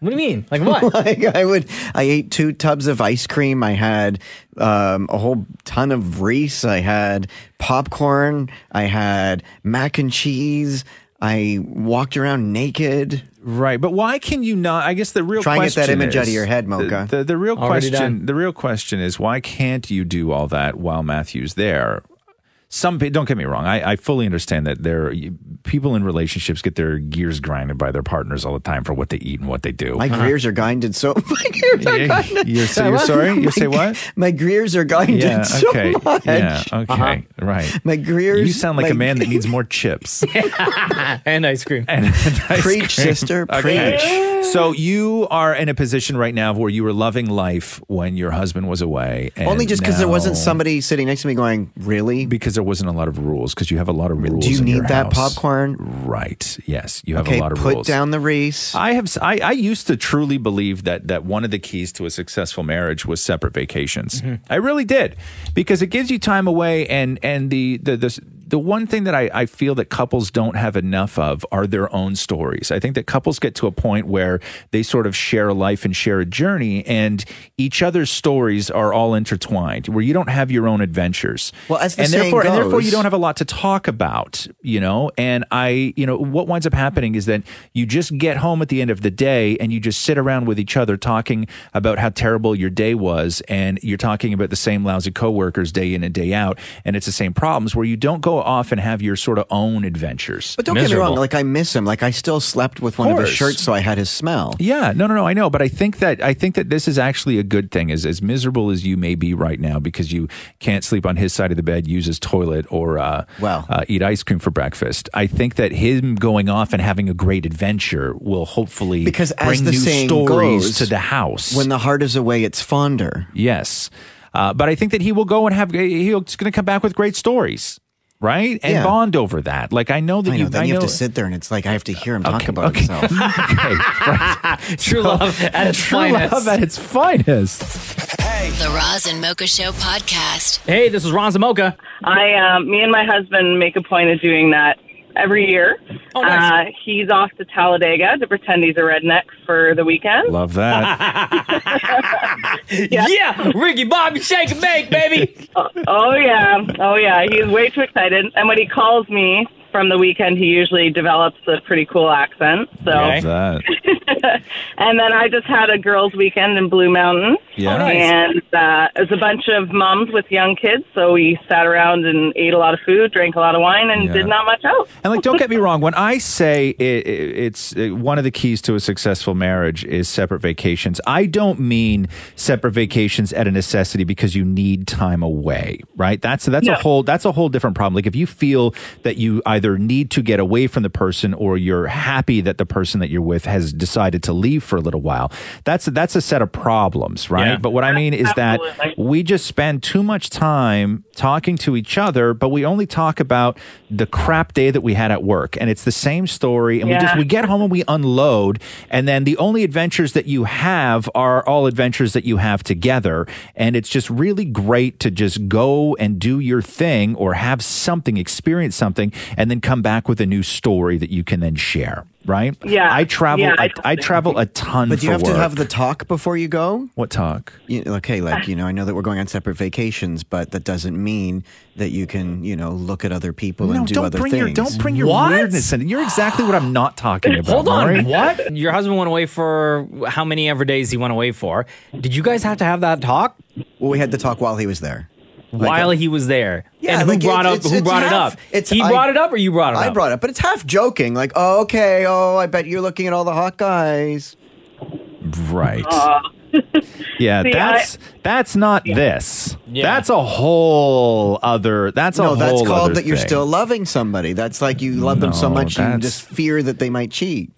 What do you mean? Like what?
(laughs) like I would, I ate two tubs of ice cream. I had um, a whole ton of Reese. I had popcorn. I had mac and cheese. I walked around naked.
Right, but why can you not? I guess the real
Try and get that
question
image out of
is-
your head, Mocha.
The, the, the real
Already
question,
done.
the real question is why can't you do all that while Matthew's there? Some pe- don't get me wrong. I, I fully understand that there people in relationships get their gears grinded by their partners all the time for what they eat and what they do.
My
Uh-huh.
gears are (laughs) grinded so. My gears are
Yeah,
grinded.
you're- so you're sorry? You
My
say
g-
what?
My gears are grinded
yeah,
so (laughs)
okay,
much. Uh-huh.
yeah, okay, right.
My gears.
You sound like
my-
a man that needs
(laughs)
more chips.
and ice cream.
(laughs) ice
Preach,
cream.
sister,
So you are in a position right now where you were loving life when your husband was away. and
Only just because there wasn't
now-
somebody sitting next to me going, "Really?"
Because there wasn't a lot of rules. Because you have a lot of rules.
Do you
in your
need that
house.
popcorn?
Right. Yes, you have
Okay,
a lot of
put
rules.
down the Reese.
I have. s- I, I used to truly believe that that one of the keys to a successful marriage was separate vacations.
Mm-hmm.
I really did because it gives you time away, and and the the the, the one thing that I, I feel that couples don't have enough of are their own stories. I think that couples get to a point where they sort of share a life and share a journey, and each other's stories are all intertwined, where you don't have your own adventures.
Well, as the
and
saying
therefore, and therefore, you
goes-
don't have a lot to talk about, you know. And I, you know, what winds up happening is that you just get home at the end of the day and you just sit around with each other talking about how terrible your day was, and you're talking about the same lousy coworkers day in and day out, and it's the same problems where you don't go off and have your sort of own adventures.
But don't get me wrong. Like I miss him. Like I still slept with one of his
course.
shirts, so I had his smell.
Yeah, no, no, no. I know, but I think that I think that this is actually a good thing. As as miserable as you may be right now because you can't sleep on his side of the bed, use his toilet, or uh, well, uh, eat ice cream for breakfast. I think that him going off and having a great adventure will hopefully
Because as
bring
the
new
saying
stories
goes,
to the house
when the heart is away, it's fonder.
Yes, uh, but I think that he will go and have he's going to come back with great stories. Right and
Yeah.
bond over that. Like I know that
I know.
you.
Then
I
you have
know-
to sit there, and it's like I have to hear him talk
Okay,
about
okay.
himself.
True love at its
True
finest.
love at its finest.
The Roz and Mocha Show podcast.
Hey, this is Ron Zamoka.
I, um, me and my husband make a point of doing that every year.
Oh, nice.
uh, he's off to Talladega to pretend he's a redneck for the weekend.
Love that.
yeah. Ricky Bobby shake and bake,
(laughs)
baby.
oh, (laughs) oh, yeah, oh yeah. He's way too excited, and when he calls me from the weekend, he usually develops a pretty cool accent. So,
Love that.
(laughs) and then I just had a girls' weekend in Blue Mountain.
Yeah. Oh, nice.
And uh, it was a bunch of moms with young kids, so we sat around and ate a lot of food, drank a lot of wine, and
Yeah.
did not much else.
And like, don't get me wrong. When I say it, it, it's uh one of the keys to a successful marriage is separate vacations, I don't mean separate vacations at a necessity because you need time away, right? That's that's a
No.
whole that's a whole different problem. Like, if you feel that you either need to get away from the person or you're happy that the person that you're with has decided to leave for a little while, that's that's a set of problems, right?
Yeah.
But what I mean is that we just spend too much time talking to each other, but we only talk about the crap day that we had at work, and it's the same story. And we just
Yeah.
we get home and we unload, and then the only adventures that you have are all adventures that you have together. And it's just really great to just go and do your thing or have something, experience something, and then come back with a new story that you can then share. Right?
Yeah.
I travel.
Yeah, I
I, I travel a ton.
But do you
for
have
work.
to have the talk before you go?
What talk?
You, okay, like you know, I know that we're going on separate vacations, but that doesn't mean that you can, you know, look at other people
no,
and do
don't
other
bring
things.
your don't bring your weirdness in. You're exactly what I'm not talking about.
(laughs) Hold on,
Maury.
what? Your husband went away for how many ever days he went away for? Did you guys have to have that talk?
Well, we had the talk while he was there. uh,
While he was there,
Yeah,
and who
like,
brought
it's-
up?
it's-
who
it's
brought it
half-
up?
it's-
he
I-
brought it up, or you brought it
I
up?
brought it up, but it's half joking. Like, oh, okay, oh, I bet you're looking at all the
(laughs)
hot guys.
Right.
Uh,
Aw.
yeah,
See, I-
that's that's not this. That's a whole other. That's a
no,
whole
that's called
other
that you're
thing.
still loving somebody. That's like you love them so
No,
much you
that's-
just fear that they might cheat.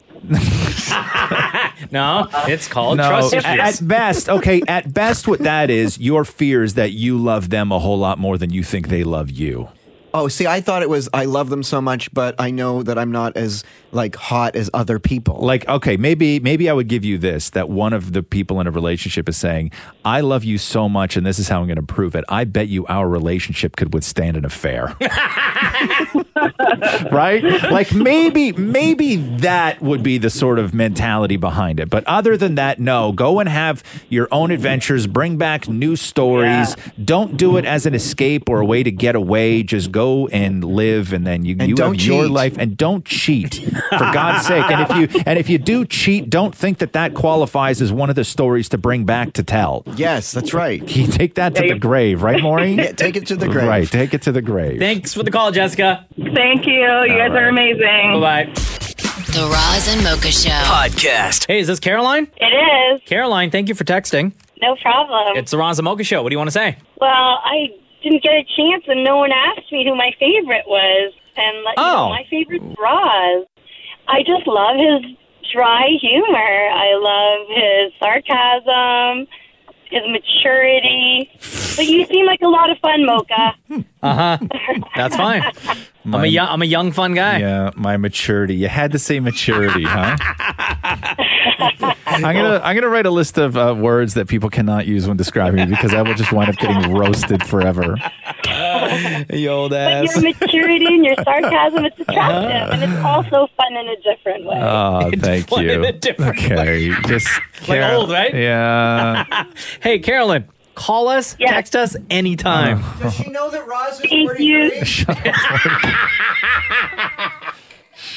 No, it's called
No,
trust
at,
issues.
at best, okay, at best, what that is, your fear is that you love them a whole lot more than you think they love you.
Oh, see, I thought it was I love them so much, but I know that I'm not as like hot as other people.
Like, okay, maybe maybe I would give you this that one of the people in a relationship is saying, "I love you so much, and this is how I'm going to prove it. I bet you our relationship could withstand an affair." right? Like maybe maybe that would be the sort of mentality behind it. But other than that, no. Go and have your own adventures, bring back new stories. Don't do it as an escape or a way to get away. Just go and live and then you
And
you have
don't
your
cheat.
life and don't cheat for God's sake. And if you and if you do cheat, don't think that that qualifies as one of the stories to bring back to tell.
Yes, that's right.
You take that to the grave, right,
(laughs)
Maureen?
Yeah, take it to the grave.
Right, take it to the grave.
Thanks for the call, Jessica.
Thank you. You guys are amazing.
Bye bye.
The Roz and Mocha Show
Podcast. Hey, is this Caroline?
It is.
Caroline, thank you for texting.
No
Um,
problem.
It's the Roz and Mocha Show. What do you want to say?
well, I didn't get a chance, and no one asked me who my favorite was. And let you know,
Oh.
my favorite's Roz. I just love his dry humor. I love his sarcasm, his maturity. But you seem like a lot of fun, Mocha.
(laughs)
Uh huh. That's fine. I'm a young, I'm a young fun guy. (laughs)
Yeah, my maturity. You had to say maturity, huh? I'm gonna I'm gonna write a list of uh, words that people cannot use when describing me because I will just wind up getting roasted
(laughs)
forever.
you old
But your maturity and your
(laughs)
sarcasm, it's attractive. and it's also fun in a different way.
Uh.
Oh, thank
went
you.
in a different
Okay, just
(laughs) Like
Carol-
old, right?
Yeah.
(laughs) Hey, Carolyn, call us, text us
(laughs)
anytime.
Does she know that Roz is
Thank you.
(laughs)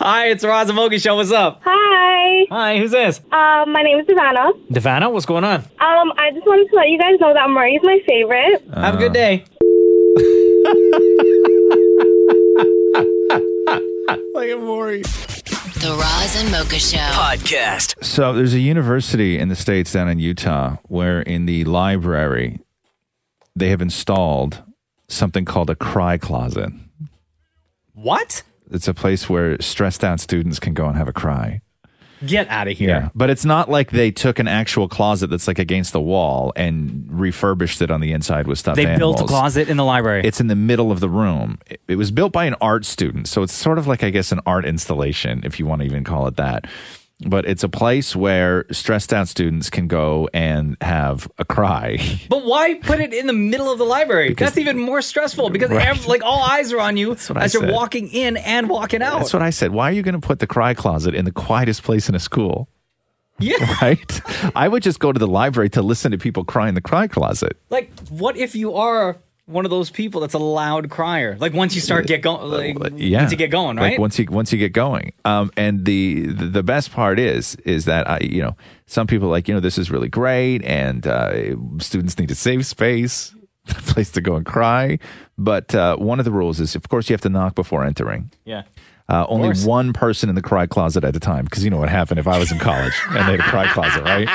Hi, it's Roz and Mocha Show. What's up?
Hi.
Hi, who's this?
Uh,
Um, my name is Savannah.
Devana, what's going on?
Um, I just wanted to let you guys know that Murray is my favorite.
Have
Uh,
a good day.
Like a Maury.
The Roz and Mocha Show Podcast.
So there's a university in the states down in Utah where in the library they have installed something called a cry closet.
What?
It's a place where stressed out students can go and have a cry.
Get out of here.
Yeah. But it's not like they took an actual closet that's like against the wall and refurbished it on the inside with stuffed
They
animals.
built a closet in the library.
It's in the middle of the room. It- It was built by an art student. So it's sort of like, I guess, an art installation, if you want to even call it that. But it's a place where stressed out students can go and have a cry. (laughs)
But why put it in the middle of the library? That's even more stressful because
Right.
ev- like all eyes are on you
I
as you're
said.
walking in and walking out.
That's what I said. Why are you going to put the cry closet in the quietest place in a school?
Yeah.
Right? I would just go to the library to listen to people cry in the cry closet.
Like, what if you are one of those people that's a loud crier? Like once you start get going, like,
Uh, yeah
once you get going, right?
like once you once you get going um and the the the best part is is that i you know some people are like you know this is really great and uh students need a safe space (laughs) a place to go and cry but uh one of the rules is of course you have to knock before entering
yeah.
uh, only
course.
one person in the cry closet at a time, because you know what happened if I was in college and they had a cry closet,
(laughs)
right?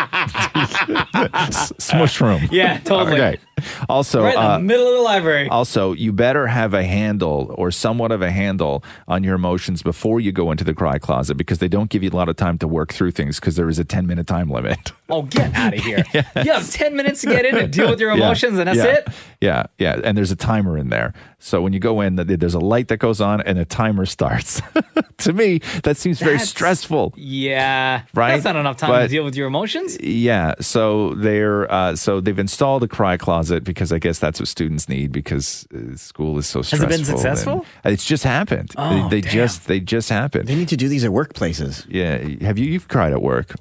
S- Smush room.
Yeah, totally.
Okay. Also,
right in the
uh,
middle of the library.
also, you better have a handle or somewhat of a handle on your emotions before you go into the cry closet because they don't give you a lot of time to work through things because there is a 10 minute time limit.
Oh, get
(laughs)
out of here. You have 10 minutes to get in and deal with your
Yeah,
emotions, and that's
yeah,
it?
Yeah, yeah. And there's a timer in there. So when you go in, th- there's a light that goes on and a timer starts. (laughs) to me, that seems very
That's-
stressful.
Yeah.
Right?
That's not enough time to
But-
deal with your emotions.
Yeah, so they're uh, so they've installed a cry closet because I guess that's what students need because uh, school is so
Has
stressful.
it been
and-
successful?
It's just happened.
Oh,
they they
damn.
just they just happened. They
need to do these at workplaces.
Yeah, have you you've cried at work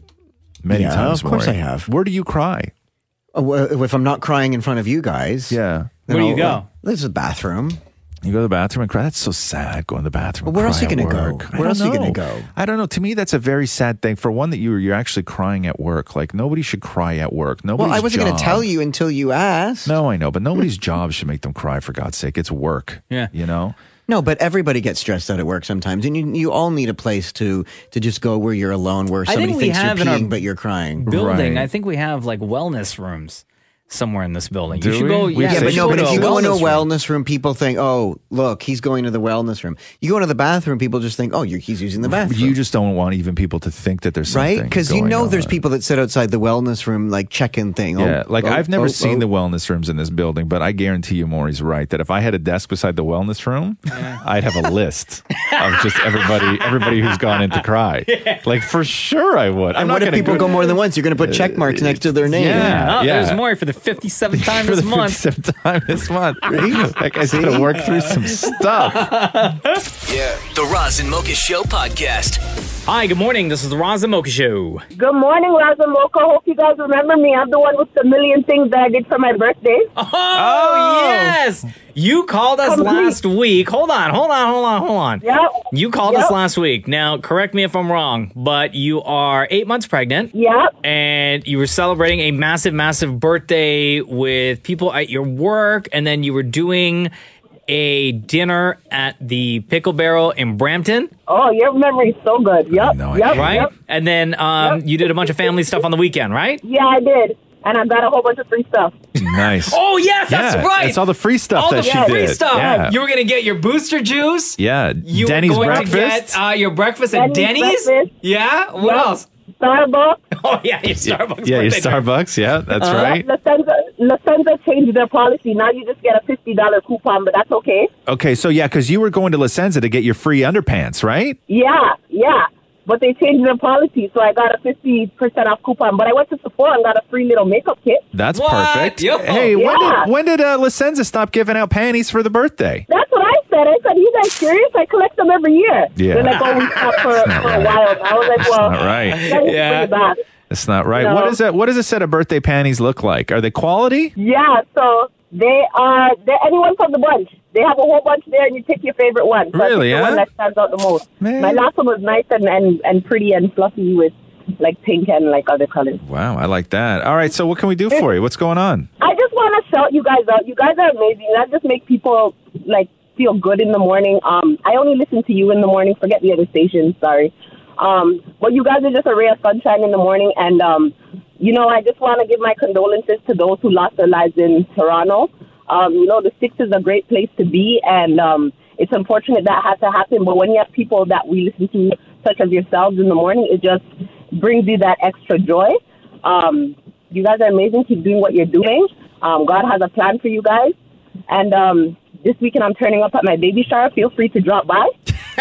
many
Yeah,
times?
Of course,
Maury.
I have.
Where do you cry?
Uh, if I'm not crying in front of you guys,
yeah.
then
Where do you
I'll- uh,
go?
There's a bathroom.
You go to the bathroom and cry. That's so sad. Go in the bathroom.
But where else are you
going
gonna
to
go? Where else are you gonna go?
I don't know. To me, that's a very sad thing. For one, that you you're actually crying at work. Like nobody should cry at work. Nobody's
well, I wasn't
going
going to tell you until you asked.
No, I know, but nobody's job should make them cry. For God's sake, it's work.
Yeah.
you know.
No, but everybody gets stressed out at work sometimes, and you, you all need a place to to just go where you're alone, where
I
somebody
think we
thinks you're
have in our
peeing, but you're crying.
Building, I think we have like wellness rooms. somewhere in this building.
Do
you should
we?
go.
We
Yeah,
have but no, but
go
if
to
you
a
go into a
wellness room.
wellness room, people think, "Oh, look, he's going to the wellness room." You go into the bathroom, people just think, "Oh, you're, he's using the bathroom."
You just don't want even people to think that there's something
right? Because you
going
know
on.
there's people that sit outside the wellness room like check-in thing. Oh,
Yeah, like
oh,
I've never
oh,
seen
oh.
the wellness rooms in this building, but I guarantee you, Maury's right that if I had a desk beside the wellness room, (laughs) I'd have a list of just everybody, everybody who's gone in to
(laughs)
cry. Like for sure, I would. I'm
And
not
what if
gonna Uh,
people go more than once? You're going to put check marks next to their name.
Yeah,
Oh,
yeah.
There's Maury for the 57th time
(laughs) For
this
the
month.
57th time
(laughs)
this month. that guy's gonna work through some stuff.
Yeah. The Roz and Mocha Show podcast.
Hi, good morning. This is the Roz and Mocha Show.
Good morning, Roz and Mocha. Hope you guys remember me. I'm the one with the million things that I did for my birthday.
(laughs)
Oh, yes. You called us last week. Hold on, hold on, hold on, hold on.
Yep.
You called us
Yep.
last week. Now, correct me if I'm wrong, but you are eight months pregnant.
Yep.
And you were celebrating a massive, massive birthday with people at your work, and then you were doing a dinner at the Pickle Barrel in Brampton.
Oh, your memory's so good. Yep. yep.
right?
Yep.
And then um, you did a bunch of family stuff on the weekend, right?
Yeah, I did. And I got a whole bunch of free stuff.
Nice.
Oh yes, that's
Yeah,
right.
It's all the free stuff
All
that
the
she
free
did.
stuff.
Yeah.
You were gonna get your booster juice.
yeah.
You
Denny's
were going
breakfast.
to get uh, your breakfast at
Denny's
Denny's.
breakfast.
Yeah. What
Yep.
else?
Starbucks.
(laughs) Oh yeah, your Starbucks.
yeah,
(laughs)
your
birthday drink.
Starbucks. Yeah, that's
Uh,
right.
Lufthansa, Lufthansa changed their policy. Now you just get a $50 coupon, but that's okay.
Okay, so yeah, because you were going to Licenza to get your free underpants, right?
Yeah, yeah. But they changed their policy, so I got a 50% off coupon. But I went to Sephora and got a free little makeup kit.
That's
What?
perfect.
Yo.
Hey, when
Yeah.
did when did uh, Licenza stop giving out panties for the birthday?
That's what I said. I said, you guys serious? I collect them every year.
Yeah.
They're like, oh, we stopped for,
not
for a
right.
while. I was like, well,
not right.
that is
Yeah.
pretty bad.
That's not right.
No.
What is that? What does a set of birthday panties look like? Are they quality?
Yeah, so they are, they're anyone from the bunch. They have a whole bunch there, and you pick your favorite one. So I
Really,
picked the
huh?
one that stands out the most. My last one was nice and, and, and pretty and fluffy with like pink and like other colors.
Wow, I like that. All right, so what can we do for you? What's going on?
I just want to shout you guys out. You guys are amazing. That just makes people like feel good in the morning. Um, I only listen to you in the morning. Forget the other station. Sorry. Um, but you guys are just a ray of sunshine in the morning. And um, you know, I just want to give my condolences to those who lost their lives in Toronto. Um, you know, the six is a great place to be, and um, it's unfortunate that had to happen. But when you have people that we listen to, such as yourselves in the morning, it just brings you that extra joy. Um, you guys are amazing. Keep doing what you're doing. Um, God has a plan for you guys. And um, this weekend, I'm turning up at my baby shower. Feel free to drop by.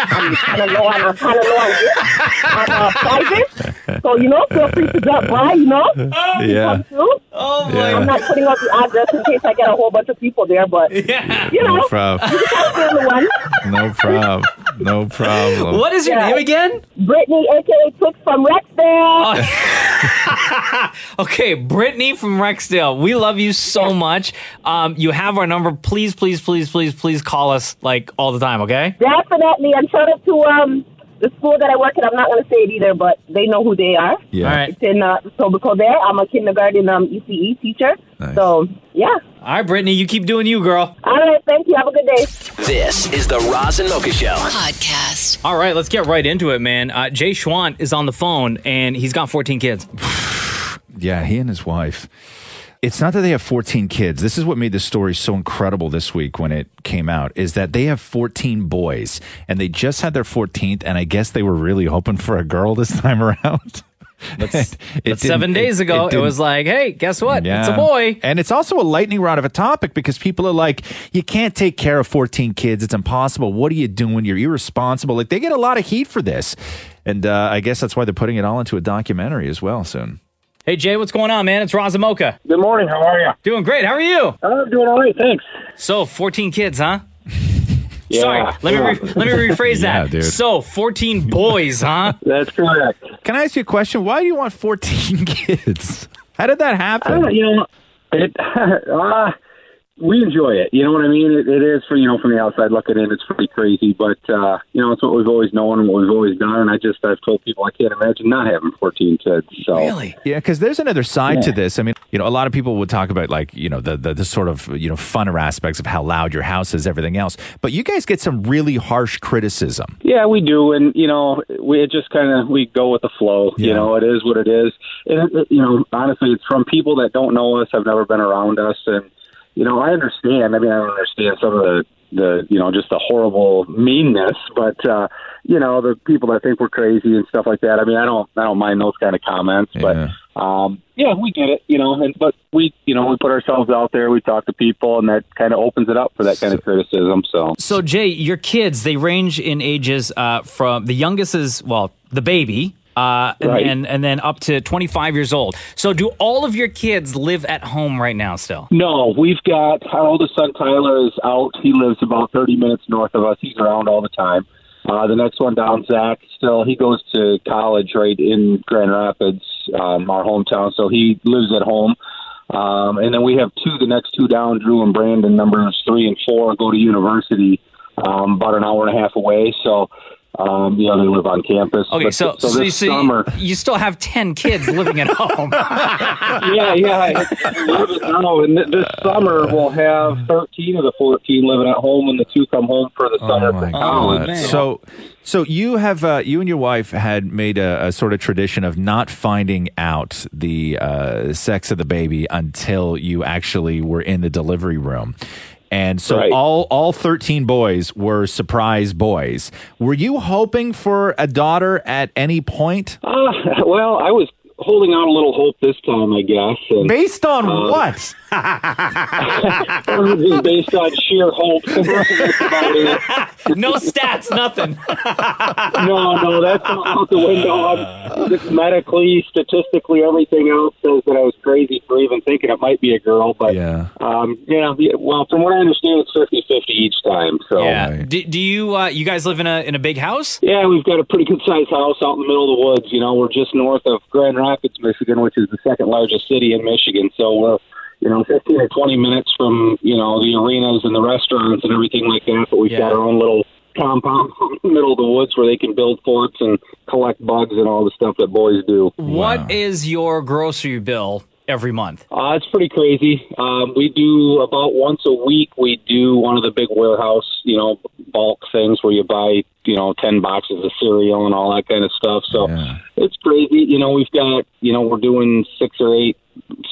I'm kind of low on, I'm kind of low on gifts, on, uh, prizes. So, you know, feel free to drop by, you know.
Oh,
Yeah.
Too.
my Yeah.
I'm not putting out the address in case I get a whole bunch of people there, but, you know, (laughs)
No problem.
you just have to be the one.
No problem. No problem.
Yeah.
again?
Brittany, a.k.a. Twix from Rexdale.
(laughs) Okay, Brittany from Rexdale. We love you so much. Um, you have our number. Please, please, please, please, please call us like all the time. Okay.
Definitely. And shout out to um, the school that I work at. I'm not going to say it either, but they know who they are.
Yeah. All right.
It's in uh, Etobicoke there. I'm a kindergarten um, ECE teacher. So, yeah.
All right, Brittany. You keep doing you, girl.
All right. Thank you. Have a good day.
This is the Roz and Mocha Show.
Podcast.
All right, let's get right into it, man. Uh, Jay Schwant is on the phone and he's got 14
(laughs)
kids.
Yeah, he and his wife. It's not that they have 14 kids. This is what made this story so incredible this week when it came out is that they have 14 boys and they just had their 14th and I guess they were really hoping for a girl this (laughs) time around. (laughs)
That's,
It
But seven
didn't-
days ago, it,
didn't-
was like, hey, guess what? It's a
Yeah.
boy.
And it's also a lightning rod of a topic because people are like, you can't take care of 14 kids. It's impossible. What are you doing? You're irresponsible. Like, they get a lot of heat for this. And uh, I guess that's why they're putting it all into a documentary as well soon.
Hey, Jay, what's going on, man? It's Razamoka.
Good morning. How are you?
Doing great. How are you?
I'm doing all right. Thanks.
So, 14 kids, huh? Sorry.
Ah,
Let me
Yeah.
re- let me
(laughs)
rephrase
Yeah,
that.
dude.
So, 14 boys, huh?
That's correct.
Can I ask you a question? Why do you want (laughs) 14 kids? How did that
(laughs)
happen?
I don't, you know, it, uh,
we enjoy it. You know what I mean? It, it is for you know from the outside looking in, it's pretty crazy, but uh, you know it's what we've always known and what we've always done. And I just I've told people I can't imagine not having fourteen kids. So really,
Yeah, because there's another side to this. I mean, you know, a lot of people would talk about like, you know, the, the the sort of you know funner aspects of how loud your house is, everything else. But you guys get some really harsh criticism.
Yeah, we do, and you know, we it just kind of we go with the flow. You know, it is what it is, and it, it- you know, honestly, it's from people that don't know us, have never been around us, and you know, I understand. I mean, I don't understand some of the the you know just the horrible meanness, but uh, you know, the people that think we're crazy and stuff like that. I mean, I don't I don't mind those kind of comments, but um, yeah, we get it. You know, and but we you know we put ourselves out there, we talk to people, and that kind of opens it up for that kind of criticism. So
So Jay, your kids they range in ages uh, from the youngest is well the baby. Uh, and,
Right.
then, and then up to 25 years old. So, do all of your kids live at home right now still?
No, we've got our oldest son Tyler is out. He lives about thirty minutes north of us. He's around all the time. Uh, the next one down, Zach, still he goes to college right in Grand Rapids, um, our hometown. So he lives at home. Um, and then we have two. The next two down, Drew and Brandon, numbers three and four, go to university um, about an hour and a half away. So um, you know they live on campus.
Okay,
But-
so,
so
you,
this
so you-
summer,
You, still have 10 kids
(laughs)
living at home. (laughs)
yeah, yeah. No, and th- this summer we'll have 13 of the 14 living at home when the two come home for the summer Oh, for
Oh,
college.
Uh, so, so you have uh, you and your wife had made a, a sort of tradition of not finding out the uh, sex of the baby until you actually were in the delivery room. And so
Right.
all all 13 boys were surprise boys. Were you hoping for a daughter at any point?
Uh, well, I was holding out a little hope this time, I guess. And,
Based on
uh,
(laughs) what?
just based on sheer hope. That's about
(laughs)
it.
no stats, nothing.
no, no, that's not out the window. I'm, just medically, statistically, everything else says that I was crazy for even thinking it might be a girl. But yeah, um, yeah. yeah, Well, from what I understand, it's 50-50 each time. So
yeah. Do, do you uh, you guys live in a in a big house?
Yeah, we've got a pretty good sized house out in the middle of the woods. You know, we're just north of Grand Rapids, Michigan, which is the second largest city in Michigan. So we're, you know, 15 or 20 minutes from, you know, the arenas and the restaurants and everything like that. But we've got our own little compound (laughs) in the middle of the woods where they can build forts and collect bugs and all the stuff that boys do.
What is your grocery bill every month?
Uh, it's pretty crazy. Um, we do about once a week. We do one of the big warehouse, you know, bulk things where you buy, you know, ten boxes of cereal and all that kind of stuff. So it's crazy. You know, we've got, you know, we're doing six or eight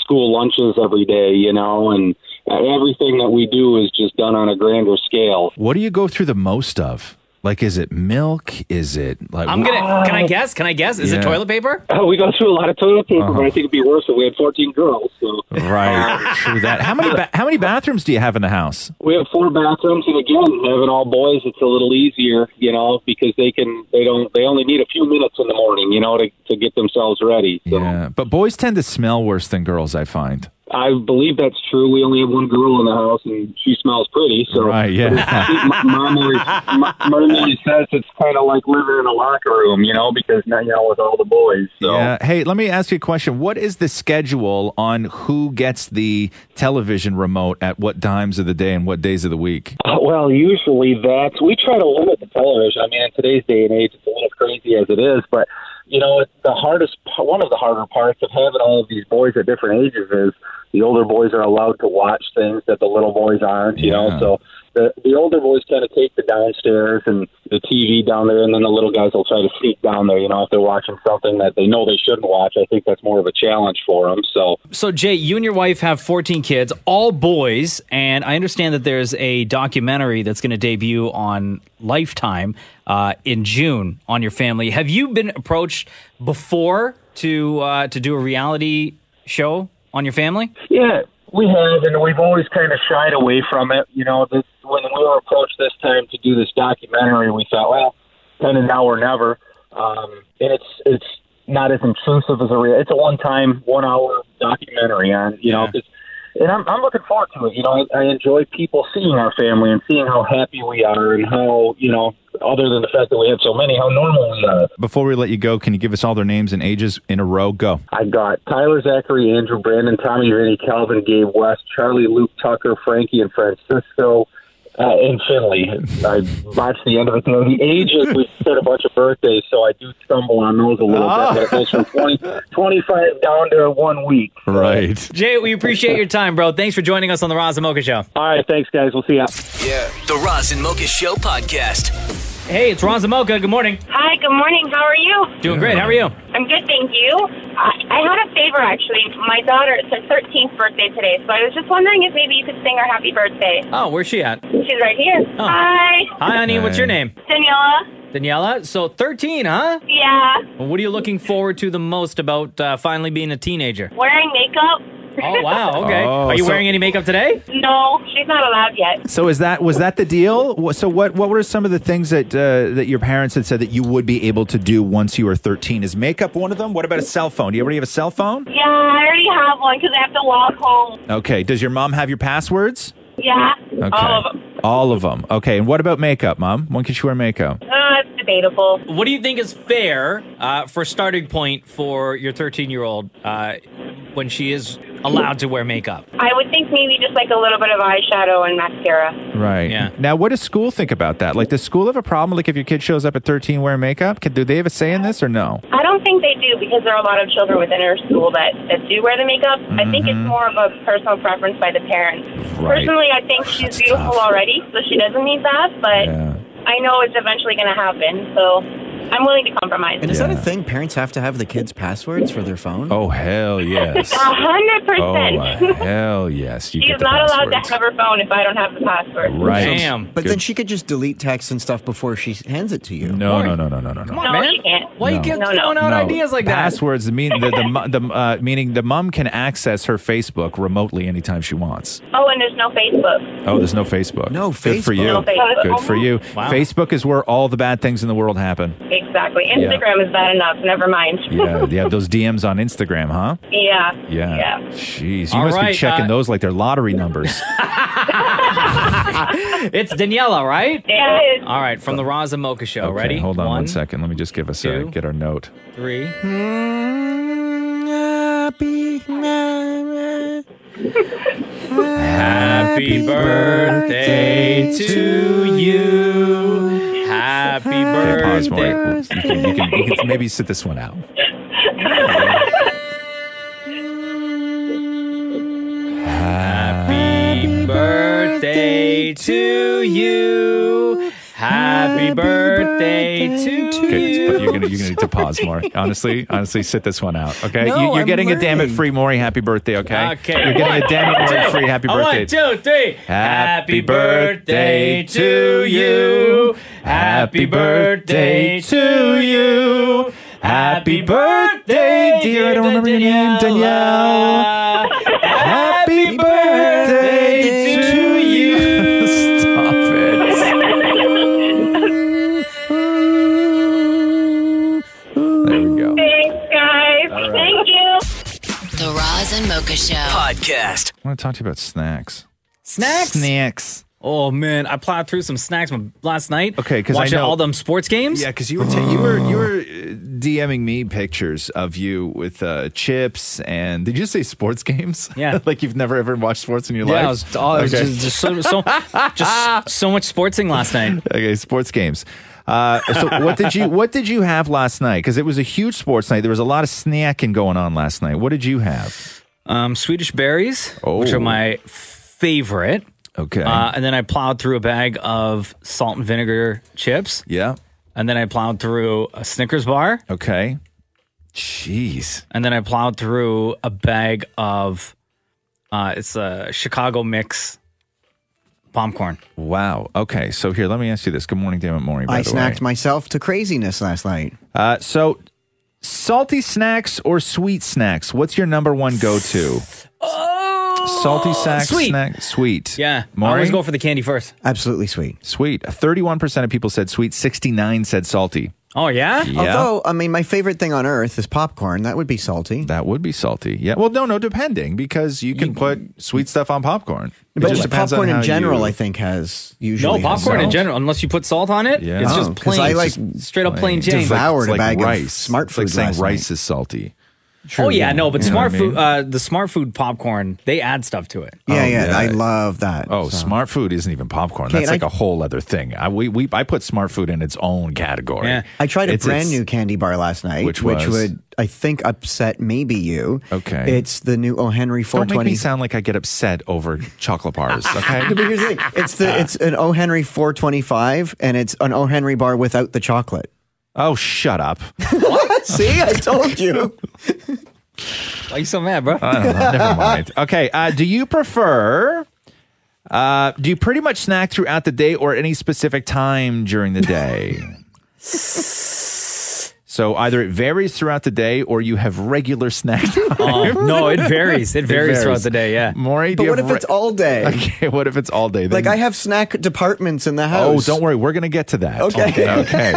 school lunches every day. You know, and everything that we do is just done on a grander scale.
What do you go through the most of? Like, is it milk? Is it like?
I'm gonna. Can I guess? Can I guess? Is
Yeah.
it toilet paper? Oh,
Uh, (laughs) we go through a lot of toilet
Uh-huh.
paper, but I think it'd be worse if we had fourteen girls. So
(laughs) Right, true that. How many ba- how many bathrooms do you have in the house?
We have four bathrooms, and again, having all boys, it's a little easier, you know, because they can they don't they only need a few minutes in the morning, you know, to to get themselves ready.
Yeah, but boys tend to smell worse than girls. I find.
I believe that's true. We only have one girl in the house, and she smells pretty. So
Right, yeah.
(laughs) My- Mom always, my- mom always says it's kind of like living in a locker room, you know, because now you know with all the boys. So
Yeah. Hey, let me ask you a question. What is the schedule on who gets the television remote at what times of the day and what days of the week?
Uh, (laughs) well, usually that's we try to limit the television. I mean, in today's day and age, it's a little crazy as it is, but you know, it's the hardest p- one of the harder parts of having all of these boys at different ages is the older boys are allowed to watch things that the little boys aren't. You know,
Yeah.
so the the older boys kind of take the downstairs and the TV down there, and then the little guys will try to sneak down there. You know, if they're watching something that they know they shouldn't watch, I think that's more of a challenge for them. So
So Jay, you and your wife have 14 kids, all boys, and I understand that there's a documentary that's going to debut on Lifetime uh, in June on your family. Have you been approached before to uh, to do a reality show on your family?
Yeah, we have, and we've always kind of shied away from it. You know, this when we were approached this time to do this documentary, we thought, well, kind of now or never. Um, and it's it's not as intrusive as a real. It's a one time, one hour documentary on you know 'cause and I'm, I'm looking forward to it. You know, I, I enjoy people seeing our family and seeing how happy we are and how, you know, other than the fact that we have so many, how normal we are.
Before we let you go, can you give us all their names and ages in a row? Go.
I got Tyler Zachary, Andrew Brandon, Tommy Vinny, Calvin Gabe West, Charlie Luke Tucker, Frankie and Francisco, uh, and Finley. I watched the end of it. You know, the ages, we (laughs) said a bunch of birthdays, so I do stumble on those a little
Ah.
bit. But it goes from 20, 25 down to one week.
Right.
Jay, we appreciate your time, bro. Thanks for joining us on the Roz and Mocha Show.
All right, thanks, guys. We'll see ya.
Yeah. The Roz and Mocha Show podcast.
Hey, it's Roz and Mocha. Good morning.
Hi, good morning. How are you?
Doing great. How are you?
I'm good, thank you. I, I had a favor, actually. My daughter, it's her 13th birthday today, so I was just wondering if maybe you could sing her happy birthday.
Oh, where's she at?
She's right here. Hi.
Oh. Hi, honey. What's your name?
Daniela.
Daniela. So 13, huh?
Yeah.
Well, what are you looking forward to the most about uh, finally being a teenager?
Wearing makeup.
Oh, wow. Okay.
Oh,
are you
so-
wearing any makeup today?
(laughs) No, she's not allowed yet.
So is that was that the deal? Wha- So what what were some of the things that uh, that your parents had said that you would be able to do once you were 13? Is makeup one of them? What about a cell phone? Do you already have a cell phone?
Yeah, I already have one because I have to walk home.
Okay. Does your mom have your passwords?
Yeah. Um,
Okay.
All of them.
All of them. Okay. And what about makeup, mom? When can she wear makeup?
Uh, it's debatable.
What do you think is fair uh, for starting point for your 13 year old uh, when she is allowed to wear
(laughs)
makeup?
I would think maybe just like a little bit of eyeshadow and mascara.
Right. Yeah. Now, what does school think about that? Like, does school have a problem? Like, if your kid shows up at 13 wearing makeup, can, do they have a say in this or no?
I don't think they do because there are a lot of children within our school that, that do wear the makeup. I think it's more of a personal preference by the parents.
Mm-hmm. Right.
Personally, I think she's beautiful already, so she doesn't need that, but I know it's eventually going to happen, so I'm willing to compromise.
And is that a thing? Parents have to have the kids' passwords for their phone?
Oh hell yes! Oh,
A hundred percent.
hell yes!
She's not allowed to have her phone if I don't have the password.
But then she could just delete text and stuff before she hands it to you.
No, no, no, no, no, no, no.
No, she can't.
Why you keep throwing out ideas like that?
Passwords that. mean the, the, mu- the uh, meaning the mom can access her Facebook remotely anytime she wants.
Oh, and there's no Facebook.
Oh, there's no Facebook. No Good for
Facebook.
you.
No Facebook.
Good for you.
Wow.
Facebook is where all the bad things in the world happen.
Exactly.
Yeah.
Instagram is bad enough. Never mind.
Yeah, yeah. Those DMs on Instagram, huh?
(laughs) yeah.
Yeah.
Yeah.
Jeez, you
All
must
right,
be checking
uh,
those like they're
(laughs)
lottery numbers.
it's Daniela, right?
It is.
All right, from the Roz and Mocha Show.
Okay,
Ready?
Hold on one second. Let me just give us a
two,
get our note.
Three. Happy birthday to you. Happy
Okay, pause, Maury.
birthday.
You can, you can- you can maybe sit this one out.
Happy birthday to you. Happy birthday to
Okay,
you.
but you're gonna you're gonna need to pause, Maury. Honestly, honestly, sit this one out. Okay,
No,
you, are
I'm
getting a damn it free Maury happy birthday. Okay,
Okay.
you're getting
(laughs)
a
One,
damn it Maury
two.
free happy
Uh,
birthday.
One, two, three.
Happy birthday to you. Happy birthday to you. Happy birthday, dear. I don't remember your name, Danielle. Happy birthday to you. Stop it. There we go.
Thanks, guys.
All right.
Thank you.
The Roz and Mocha Show podcast.
I want to talk to you about snacks.
Snacks.
Snacks.
Oh man, I plowed through some snacks m- last night.
Okay, 'cause I
watching
know-
all them sports games.
Yeah, because you were ta- you were you were uh, DMing me pictures of you with uh, chips and did you say sports games? Yeah, (laughs) like you've never ever watched sports in your
Yeah,
life.
I was, oh, I was
Okay.
just, just so,
(laughs)
so just so much sportsing last night.
okay, sports games. Uh, so what did you what did you have last night? Because it was a huge sports night. There was a lot of snacking going on last night. What did you have?
(laughs) Um, Swedish berries, which are my favorite.
Oh. Okay,
uh, and then I plowed through a bag of salt and vinegar chips.
Yeah,
and then I plowed through a Snickers bar.
Okay, jeez.
And then I plowed through a bag of uh, it's a Chicago mix popcorn.
Wow. Okay. So here, let me ask you this. Good morning, damn it, Maury. By
I
the
snacked
Way.
myself to craziness last night.
Uh, so salty snacks or sweet snacks? What's your number one go to? Oh, salty snacks,
sweet.
snack, sweet.
Yeah, I
Maury?
always go for the candy first.
Absolutely sweet.
Sweet. Thirty-one percent of people said sweet. Sixty-nine said salty.
Oh yeah?
Although, I mean, my favorite thing on earth is popcorn. That would be salty.
That would be salty. Yeah. Well, no, no, depending because you can put sweet stuff on popcorn. It
But
just depends on
popcorn
how
in general,
you-
I think, has
No
usually.
popcorn in general, unless you put salt on it.
Yeah.
It's just
Oh, 'cause
plain.
I
it's
like
just straight up plain Jane.
It's like rice. It's like saying rice is salty.
oh yeah, no, but
You know
smart
what I mean?
food, uh, the smart food popcorn, they add stuff to it.
Oh,
love that.
Oh, smart food isn't even popcorn.
Kate,
That's like
I-
a whole other thing. I we, we I put smart food in its own category.
I tried a
It's-
brand
it's-
new candy bar last night,
Which
which,
was?
would, I think, upset maybe you.
Okay.
It's the new O. Henry
Don't make
420.
me sound like I get upset over
(laughs)
chocolate bars. Okay.
No, but here's the thing. It's the it's an O Henry 425, and it's an O Henry bar without the chocolate.
Oh, shut up!
what? See, I told you.
Why you so mad, bro?
I don't know. Never
(laughs)
mind. Okay. Uh, do you prefer? Uh, do you pretty much snack throughout the day or at any specific time during
(laughs)
the day? so either it varies throughout the day or you have regular snack
(laughs)
time.
Oh, no, it varies. It varies throughout the day, yeah.
Maury, do
But
you
what
have
if
re-
it's all day?
Okay, what if it's all day?
Like I have snack departments in the
Oh,
house.
don't worry. We're going to get to that.
Okay. (laughs)
Okay. okay.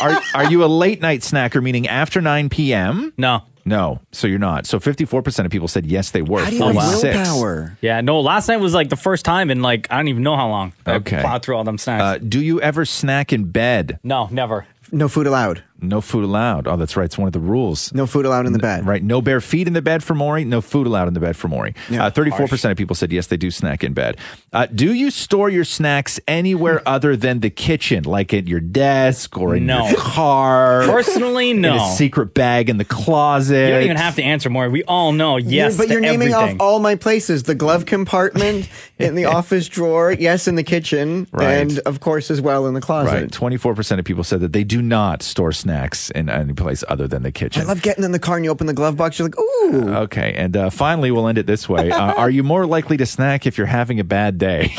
Are, are you a late night snacker, meaning after 9 p.m.?
No.
No. So you're not. So 54% of people said yes, they were.
How do you have
46.
willpower? Yeah, no, last night was like the first time in like I don't even know how long.
Okay.
I plowed through all them snacks.
Uh, do you ever snack in bed?
No, never.
No food allowed.
No food allowed. Oh, that's right. It's one of the rules.
No food allowed in the bed.
Right. No bare feet in the bed for Maury. No food allowed in the bed for Maury.
Yeah.
Uh, 34% of people said yes, they do snack in bed. Uh, do you store your snacks
(laughs)
anywhere other than the kitchen, like at your desk or in
No.
your car?
Personally,
In a
no.
secret bag in the closet.
you don't even have to answer more. We all know yes.
You- but
to
you're naming
everything.
off all my places: the glove
(laughs)
compartment, in the office drawer, yes, in the kitchen,
Right.
and of course as well in the closet.
Right. 24% of people said that they do not store snacks in any place other than the kitchen.
I love getting in the car and you open the glove box. You're like, ooh.
Okay, and uh, finally, we'll end it this
(laughs)
way. Uh, are you more likely to snack if you're having a bad day?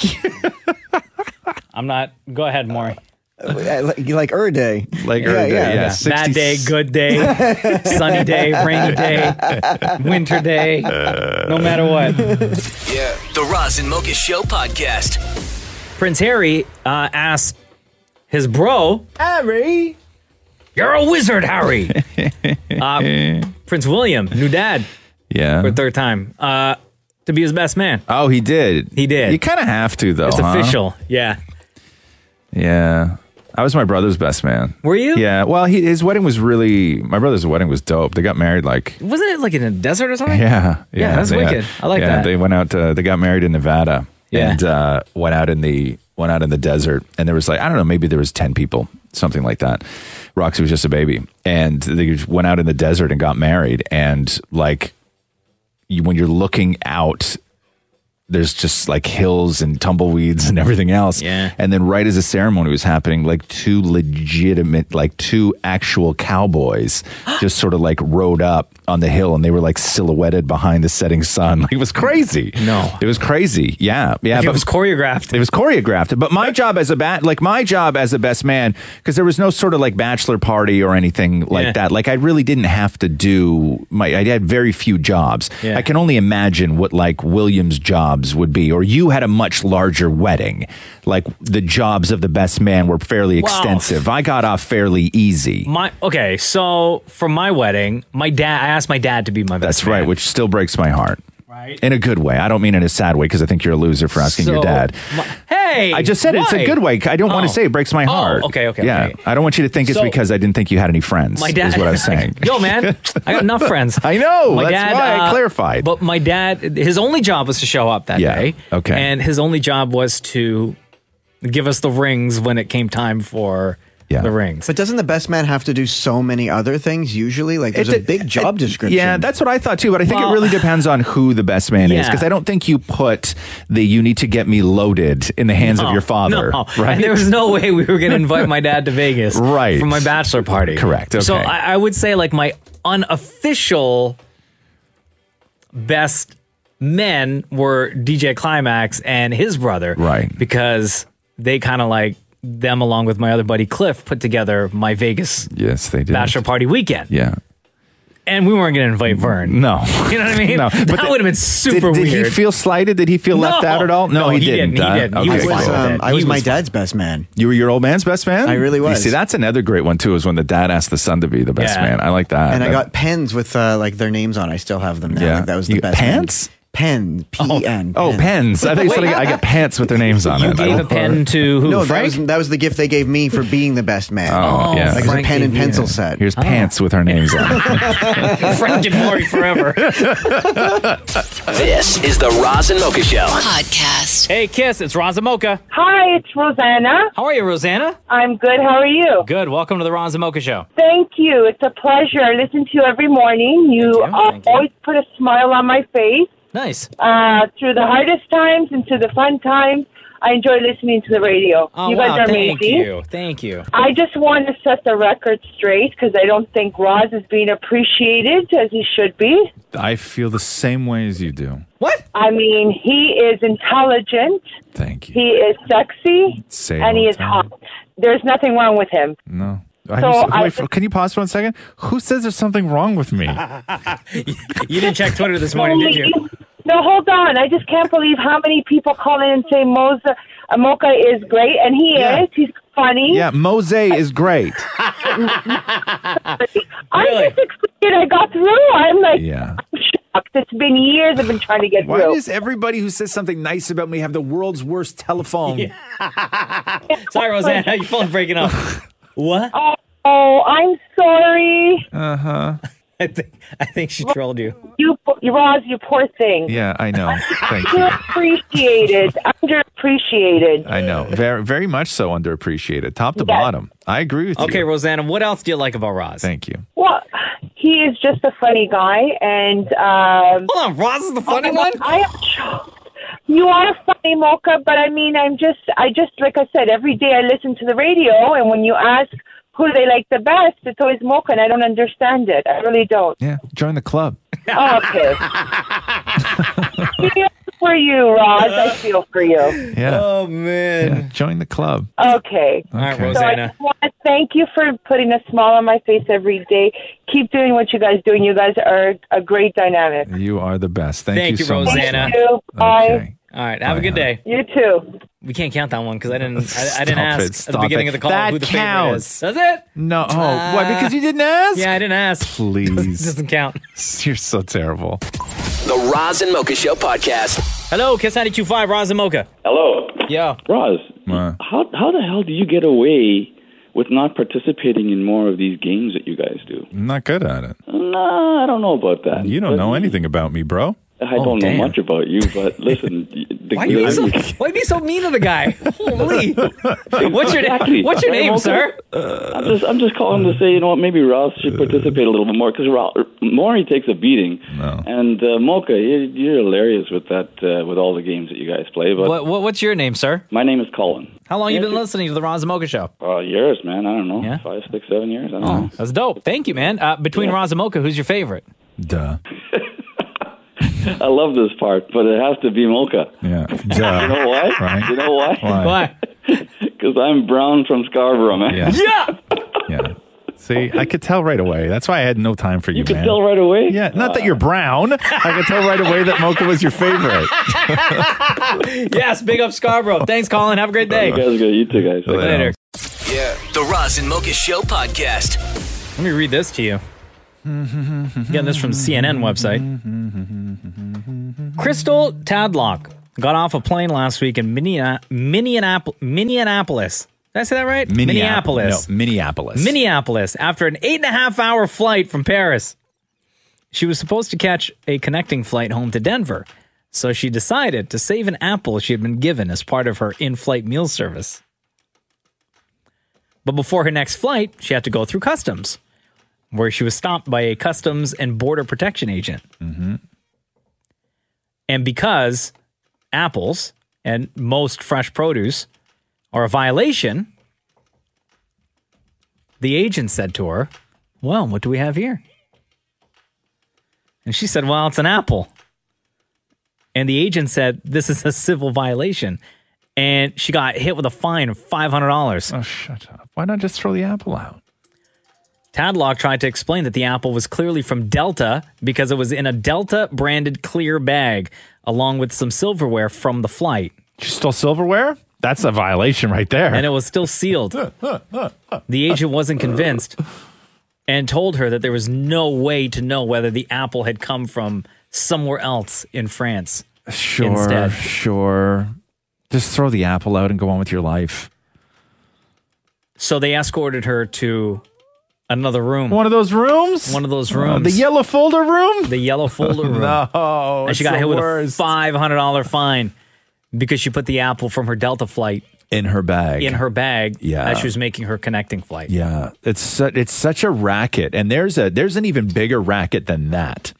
I'm not go ahead, Maury.
Uh, like, like Ur Day.
Like Ur Day, yeah, 60
Bad day, good
(laughs)
day, sunny day, rainy day, winter day, no matter what.
Yeah. The Roz and Mocha Show podcast.
Prince Harry uh, asked his bro, Harry, you're a wizard,
(laughs)
Harry. uh, Prince William, new dad,
yeah.
for a third time, uh, to be his best man.
Oh, he did.
He did.
You kind of have to, though.
It's
huh?
official. Yeah.
Yeah. I was my brother's best man.
Were you?
Yeah. Well, he, his wedding was really. My brother's wedding was dope. They got married like.
Wasn't it like in a desert or something?
Yeah.
Yeah, that's
they-
wicked. I like
yeah,
that.
They went out. To, they got married in Nevada.
Yeah.
And uh, went out in the went out in the desert, and there was like I don't know, maybe there was ten people, something like that. Roxy was just a baby, and they just went out in the desert and got married, and like you, when you're looking out there's just like hills and tumbleweeds and everything else. Yeah. And then right as the ceremony was happening, like two legitimate, like two actual cowboys just sort of like rode up on the hill and they were like silhouetted behind the setting sun. (laughs) Like it was crazy. No. It was crazy. Yeah. Yeah.
Like, it
but-
was choreographed.
It was choreographed. But my job as a bat, like my job as a best man, because there was no sort of like bachelor party or anything like
Yeah.
that. Like I really didn't have to do my. I had very few jobs.
Yeah.
I can only imagine what like William's jobs would be, or you had a much larger wedding. Like the jobs of the best man were fairly
Wow.
extensive. I got off fairly easy.
My okay, so for my wedding, my dad I asked my dad to be my best
That's right, which still breaks my heart.
Right.
In a good way. I don't mean in a sad way because I think you're a loser for asking your
So,
dad.
my- hey,
I just said it's a
why?
good way. I don't want
Oh.
to say it breaks my
Oh,
heart.
okay, okay,
Yeah,
okay.
I don't want you to think it's
So-
because I didn't think you had any friends.
My dad
is what
(laughs)
I'm saying.
Yo, man, I got enough friends.
(laughs) I know.
My
that's
dad
why I
uh,
clarified.
But my dad, his only job was to show up that
Yeah,
day.
okay.
and his only job was to give us the rings when it came time for the rings.
But doesn't the best man have to do so many other things usually? Like there's
It
a
de-
big job description.
Yeah, that's what I thought too. But I think
Well-
it really depends on who the best man is
Yeah.
because I don't think you put the "you need to get me loaded" in the hands of
No,
your father.
no.
Right?
And there
(laughs)
was no way we were going to invite my dad to Vegas,
Right.
for my bachelor party.
Correct. Okay.
So I, I would say like my unofficial best men were DJ Climax and his brother, right? Because they kind of like them along with my other buddy Cliff put together my Vegas
yes they did
bachelor party weekend.
Yeah.
and we weren't going to invite Vern.
No,
(laughs) you know what I mean.
(laughs) No,
that would have been super
did, did
weird.
he feel slighted? Did he feel left
No.
out at all? No,
No,
he,
he
didn't.
didn't. He
Uh,
didn't. He was
okay.
fine with
Um, I was my dad's best man.
You were your old man's best man.
I really was.
You see, that's another great one too. Is when the dad asked the son to be the best
Yeah.
man. I like that.
and I
That-
got pens with uh, like their names on. I still have them now.
Yeah.
Like, that was the
You got
best. man.
pants?
Pen. P N.
Oh, pens. I thought you said I got- I got pants with their names on
You
it. I
gave
love
a pen
that.
to who,
No,
Frank?
that was that was the gift they gave me for being the best man.
Oh, yeah.
like it was a pen and pencil set.
Here's pants with her names on. it.
(laughs) Frank and Maury forever.
(laughs) This is the Roz and Mocha Show.
Podcast.
Hey, Kiss, it's Roz and Mocha.
Hi, it's Rosanna.
How are you, Rosanna?
I'm good. How are you?
Good. Welcome to the Roz and Mocha Show.
Thank you. It's a pleasure. I listen to you every morning. You, uh, always put a smile on my face.
Nice.
Uh, through the hardest times and through the fun times, I enjoy listening to the radio.
Oh,
you guys
wow.
are
Thank
amazing. Uh,
you. Thank you.
I just want to set the record straight because I don't think Roz is being appreciated as he should be.
(laughs) I feel the same way as you do.
What?
I mean, he is intelligent.
Thank you.
He is sexy.
Say it
and
all
he
the
is hot. There's nothing wrong with him.
No. I
So
just-
I
wait, for- can you pause for one second? Who says there's something wrong with me?
(laughs) You didn't check Twitter this
(laughs)
morning, did you?
No, hold on. I just can't believe how many people call in and say Moza, uh, Mocha is great, and he is. He's funny.
yeah,
(laughs)
Mose is great. (laughs)
I'm just excited I got through. I'm like,
Yeah.
I'm shocked. It's been years I've been trying to get
Why
through.
does everybody who says something nice about me have the world's worst telephone?
Sorry, Rosanna. (laughs) Your phone's breaking up. What?
Oh, oh, I'm sorry.
Uh huh.
(laughs) I think I think she trolled you.
You, you, Roz, you poor thing.
Yeah, I know. Thank you.
You're
(laughs)
appreciated, underappreciated.
I know. Very, very much so underappreciated, top to
Yes.
bottom. I agree with
Okay,
you.
Rosanna, what else do you like about Roz?
Thank you.
Well, he is just a funny guy, and um,
hold on, Roz is the funny
one. I am shocked. You are funny, Mocha, but I mean, I'm just, I just, like I said, every day I listen to the radio, and when you ask who they like the best, it's always Mocha, and I don't understand it. I really don't. Oh,
Yeah, join the club.
(laughs) Okay. feel for you, Roz. I feel for you.
Yeah.
Oh man.
join the club.
Okay.
All right,
So I
Rosanna.
just want to thank you for putting a smile on my face every day. Keep doing what you guys do, and you guys are a great dynamic.
You are the best. Thank,
(laughs) Thank
you
you,
so
Rosanna.
much.
Thank
you. Bye.
All right, have a good day.
You too.
We can't count that one because I didn't. I, I didn't
Stop it,
ask at the
stop
beginning
it.
of the call
That
who the favorite
counts.
is. Does it? Uh,
No. Oh, why? Because you didn't ask?
Yeah, I didn't ask. (laughs)
Please.
Doesn't count.
(laughs) You're so terrible.
The Roz and Mocha Show podcast.
Hello, Kiss 925, Roz and Mocha.
Hello.
Yeah.
Roz, how how the hell do you get away with not participating in more of these games that you guys do?
I'm not good at it.
Nah, I don't know about that.
You don't know anything about me, bro.
I don't know much about you, but (laughs) listen, the
Why be so (laughs) Why be so mean to the guy?
(laughs)
Holy. What's your
Exactly.
name? What's your
I'm
name,
okay.
sir? Uh,
I'm just I'm just calling to say, you know what? Maybe Ross should participate a little bit more because Maury takes a beating, and uh, Mocha, you're, you're hilarious with that uh, with all the games that you guys play. But
What, what What's your name, sir?
my name is Colin.
How long you
Yeah,
been
sure.
listening to the Roz and Mocha show?
Uh, years, man. I don't know, five, six, seven years. I don't know.
That's dope. Thank you, man. Uh, between Roz and Mocha, who's your (laughs) favorite?
Duh.
I love this part, but it has to be Mocha. (laughs)
Yeah.
uh,
You know why? You know why? (laughs)
Why?
Because I'm brown from Scarborough, man.
Yeah. Yeah. See, I could tell right away. That's why I had no time for you,
could
man.
tell right away?
Yeah, not that you're brown. I could tell right away that Mocha was your favorite. (laughs)
yes, big up Scarborough. Thanks, Colin. Have a great day.
guys go. You too, guys.
Later.
Yeah. The Roz and Mocha Show podcast.
Let me read this to you. Getting this from the CNN website. Crystal Tadlock got off a plane last week in Minneap- Minneap- Minneapolis. Did I say that right? Minneapolis.
No, Minneapolis.
Minneapolis after an eight and a half hour flight from Paris. She was supposed to catch a connecting flight home to Denver, so she decided to save an apple she had been given as part of her in flight meal service. But before her next flight, she had to go through customs, where she was stopped by a customs and border protection agent.
Mhm.
And because apples and most fresh produce are a violation, the agent said to her, Well, what do we have here? And she said, Well, it's an apple. And the agent said, This is a civil violation. And she got hit with a fine of $500.
Oh, shut up. Why not just throw the apple out?
Tadlock tried to explain that the apple was clearly from Delta because it was in a Delta branded clear bag along with some silverware from the flight.
Still silverware? That's a violation right there.
And it was still
(laughs)
sealed. the agent wasn't convinced and told her that there was no way to know whether the apple had come from somewhere else in France.
Sure,
Instead.
sure. Just throw the apple out and go on with your life.
So they escorted her to another room.
One of those rooms? Uh,
One of those rooms.
the yellow folder room?
The
(laughs)
yellow folder room.
no.
and she
it's
got
the
hit with
worst.
a $500 fine because she put the apple from her Delta flight
in her bag.
in her bag
Yeah.
as she was making her connecting flight.
Yeah, Uh, it's su- it's such a racket, and there's a there's an even bigger racket than that,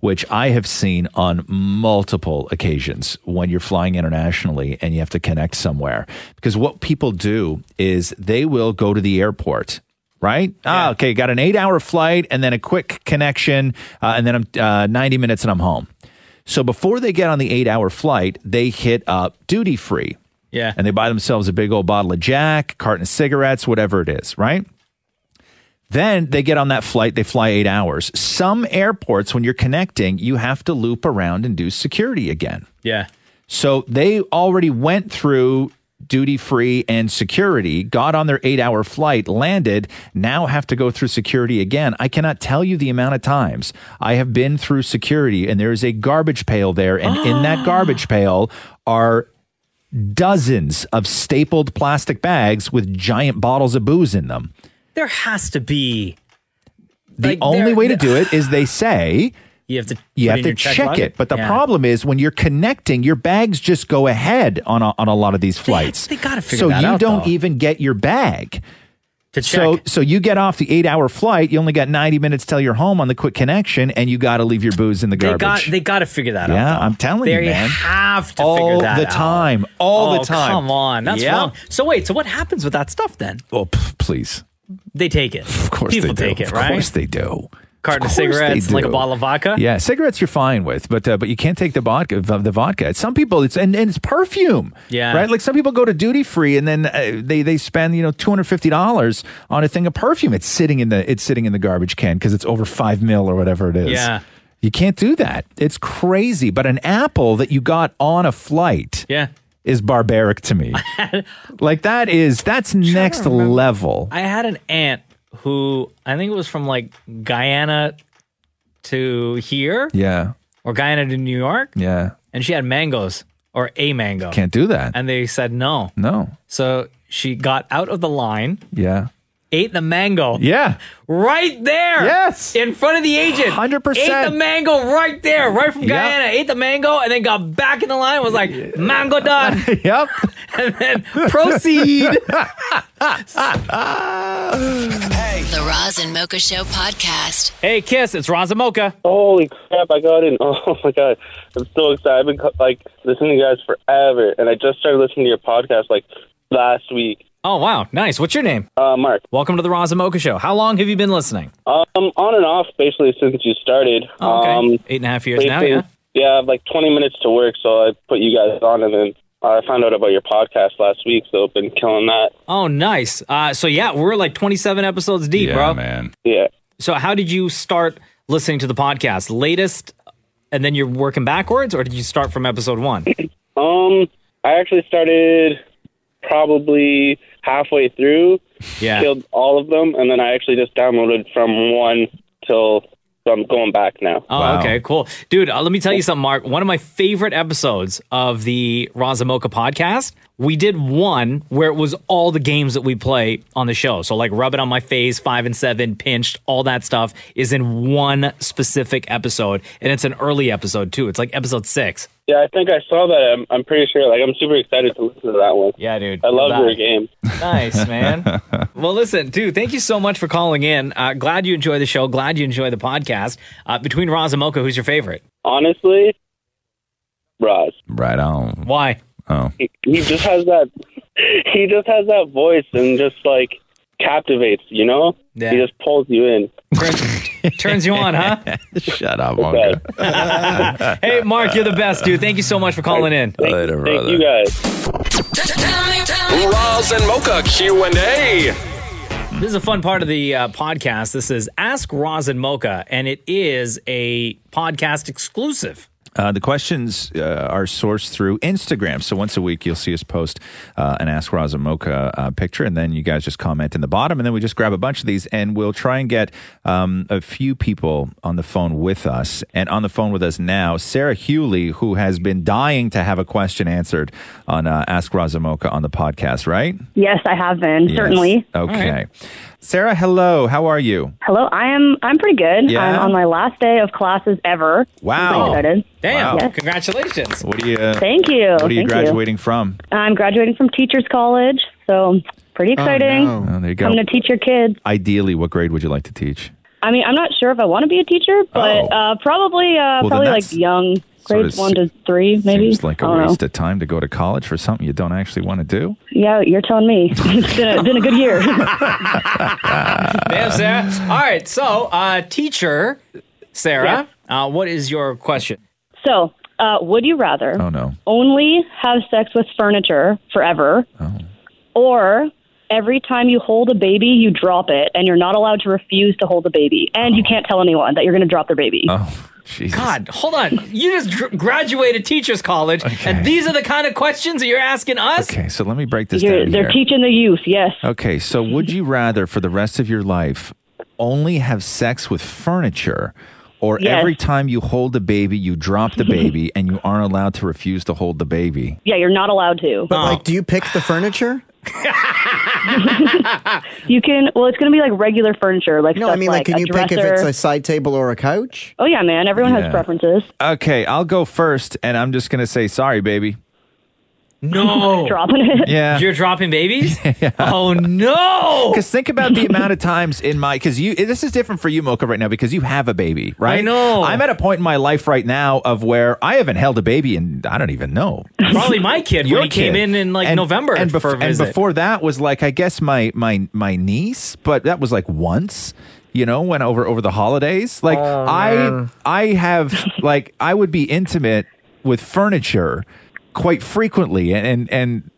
which I have seen on multiple occasions when you're flying internationally and you have to connect somewhere. Because what people do is they will go to the airport. Right? Ah, okay. Got an eight hour flight and then a quick connection, uh, and then I'm uh, 90 minutes and I'm home. So before they get on the eight hour flight, they hit up duty free.
Yeah.
And they buy themselves a big old bottle of Jack, carton of cigarettes, whatever it is, right? Then they get on that flight, they fly eight hours. Some airports, when you're connecting, you have to loop around and do security again.
Yeah.
So they already went through duty free and security, got on their eight hour flight, landed, now have to go through security again. I cannot tell you the amount of times I have been through security and there is a garbage pail there. And in that garbage pail are dozens of stapled plastic bags with giant bottles of booze in them.
There has to be.
The
Like,
only
there-
way to do it is they say,
You have to
you
put
have
in
to
your
check
log.
it. But the
Yeah.
problem is when you're connecting, your bags just go ahead on a, on a lot of these flights.
they gotta figure
so
that
you
out,
don't
though.
even get your bag.
To
So so you get off the eight hour flight. You only got ninety minutes till you're home on the quick connection, and you got to leave your booze in the
They
garbage.
got they got to figure that out.
yeah, I'm telling
They
you, man.
have to
all
figure that
the
out.
time, all
Oh,
the time.
Come on, that's
Yeah.
wrong. So wait, so what happens with that stuff then?
Oh, pff, please.
They take it. Of
course
people
they do.
take it,
Of
right?
course they do.
Carton of,
course they
cigarettes, like a
do.
bottle of vodka.
(laughs) Yeah, cigarettes you're fine with, but uh, but you can't take the vodka. The the vodka. Some people it's and, and it's perfume.
Yeah.
right. Like some people go to duty free and then uh, they they spend you know two hundred fifty dollars on a thing of perfume. It's sitting in the it's sitting in the garbage can because it's over five mil or whatever it is.
Yeah.
you can't do that. It's crazy. But an apple that you got on a flight.
Yeah.
Is barbaric
(laughs)
to me. like that is that's next level.
I had an aunt who I think it was from like Guyana to here
Yeah.
or Guyana to New York,
Yeah.
and she had mangoes or a mango.
Can't do that.
And they said no.
No.
So she got out of the line,
Yeah.
ate the mango.
Yeah.
Right there. Yes. In front of the agent. 100%. Ate the mango right there, right from
Yep.
Guyana. Ate the mango and then got back in the line and was like, mango done.
(laughs) yep.
(laughs) And then
(laughs)
proceed.
Ah.
The Roz and Mocha Show podcast.
Hey, Kiss, it's Raza Mocha.
Holy crap, I got in. (laughs) Oh my god. I'm so excited. I've been co- like listening to you guys forever and I just started listening to your podcast like last week.
Oh, wow. Nice. What's your name?
Uh, Mark.
Welcome to the Raza Mocha Show. How long have you been listening?
Um on and off basically since you started.
Oh, okay.
Um
Eight and a half years now,
basically-
yeah?
Yeah, I have like 20 minutes to work so I put you guys on and then I found out about your podcast last week so I've been killing that.
Oh, nice. Uh, so, yeah, we're like 27 episodes deep,
Yeah,
bro.
man.
Yeah.
So, how did you start listening to the podcast? Latest, and then you're working backwards, or did you start from episode one?
Um I actually started probably halfway through.
Yeah.
Killed all of them and then I actually just downloaded from 1 till so I'm going back now.
Oh, okay, cool. Dude, uh, let me tell you something, Mark. One of my favorite episodes of the Razamoka podcast, we did one where it was all the games that we play on the show. So, like, Rub It On My Face, Five and Seven, Pinched, all that stuff is in one specific episode. And it's an early episode, too. It's like episode six.
Yeah, I think I saw that. I'm, I'm pretty sure. Like, I'm super excited to listen to that one.
Yeah, dude.
I love
Love
your
it.
game. (laughs)
(laughs)
Nice, man. well, listen, dude, thank you so much for calling in. Uh, glad you enjoy the show. Glad you enjoy the podcast. Uh, between Razamoka, who's your favorite?
Honestly, Roz.
Right on.
Why?
Oh.
He, he just has that. (laughs) He just has that voice and just like captivates. You know,
Yeah.
he just pulls you in.
Turns you on, huh?
(laughs) Shut up,
Monka.
(laughs) hey, Mark, you're the best, dude. Thank you so much for calling in.
Later,
Thank you guys.
Roz and Mocha Q&A.
This is a fun part of the uh, podcast. This is Ask Roz and Mocha, and it is a podcast exclusive.
Uh, the questions uh, are sourced through Instagram. So once a week, you'll see us post uh, an Ask Roz and Mocha uh, picture, and then you guys just comment in the bottom, and then we just grab a bunch of these, and we'll try and get um, a few people on the phone with us. And on the phone with us now, Sarah Hewley, who has been dying to have a question answered on uh, Ask Roz and Mocha on the podcast, right?
Yes, I have been
Yes.
Mm-hmm. certainly.
Okay. Sarah, hello. How are you?
Hello, I am. I'm pretty good.
Yeah?
I'm on my last day of classes ever.
Wow.
I'm pretty excited.
Wow.
Yes.
Congratulations.
What are you? uh,
Thank you.
What are you
Thank
graduating from?
I'm graduating from teachers college, so pretty exciting.
Oh, there you go.
I'm going to teach your kids.
Ideally, what grade would you like to teach?
I mean, I'm not sure if I want to be a teacher, but uh, probably uh,
Oh. then
probably like
that's
young grades
of
one to three, maybe.
Seems like a
I don't
waste
know.
of time to go to college for something you don't actually want to do.
Yeah, you're telling me. (laughs) it's been a, been a good year.
(laughs) Um,
Damn, Sarah. All right. So, uh, teacher Sarah, uh, what is your question?
so, uh, would you rather?
Oh, no.
only have sex with furniture forever,
Oh.
or every time you hold a baby, you drop it, and you're not allowed to refuse to hold the baby, and you can't tell anyone that you're going to drop their baby.
Oh, Jesus.
God, hold on. You just dr- graduated teachers college, and these are the kind of questions that you're asking us?
Okay, so let me break this
You're-
down
they're
here.
teaching the youth, yes.
okay, so would you rather for the rest of your life only have sex with furniture? Or
Yes.
every time you hold the baby, you drop
(laughs)
the baby and you aren't allowed to refuse to hold the baby.
Yeah, you're not allowed to.
But, like,
Do you pick the furniture?
you can. Well, it's going to be like regular furniture, like
No,
stuff
I mean, like,
like
can
a
you
dresser.
pick if it's a side table or a couch?
oh yeah, man. Everyone
Yeah.
has preferences.
Okay, I'll go first and I'm just going to say, sorry, baby.
(laughs)
No.
Dropping it.
Yeah.
You're dropping
(laughs)
babies? Oh, no.
Because think about the amount of times in my because you this is different for you, Mocha, right now because you have a baby,
I
right?
know.
I'm at a point in my life right now of where I haven't held a baby, and I don't even know.
Probably my kid
Your
when he came
kid.
in in like
And-
November
and, bef-
for a
and
visit.
before that was like I guess my my my niece, but that was like once. You know, went over over the holidays. Like
Oh,
I
man.
I have like I would be intimate with furniture quite frequently, and and. and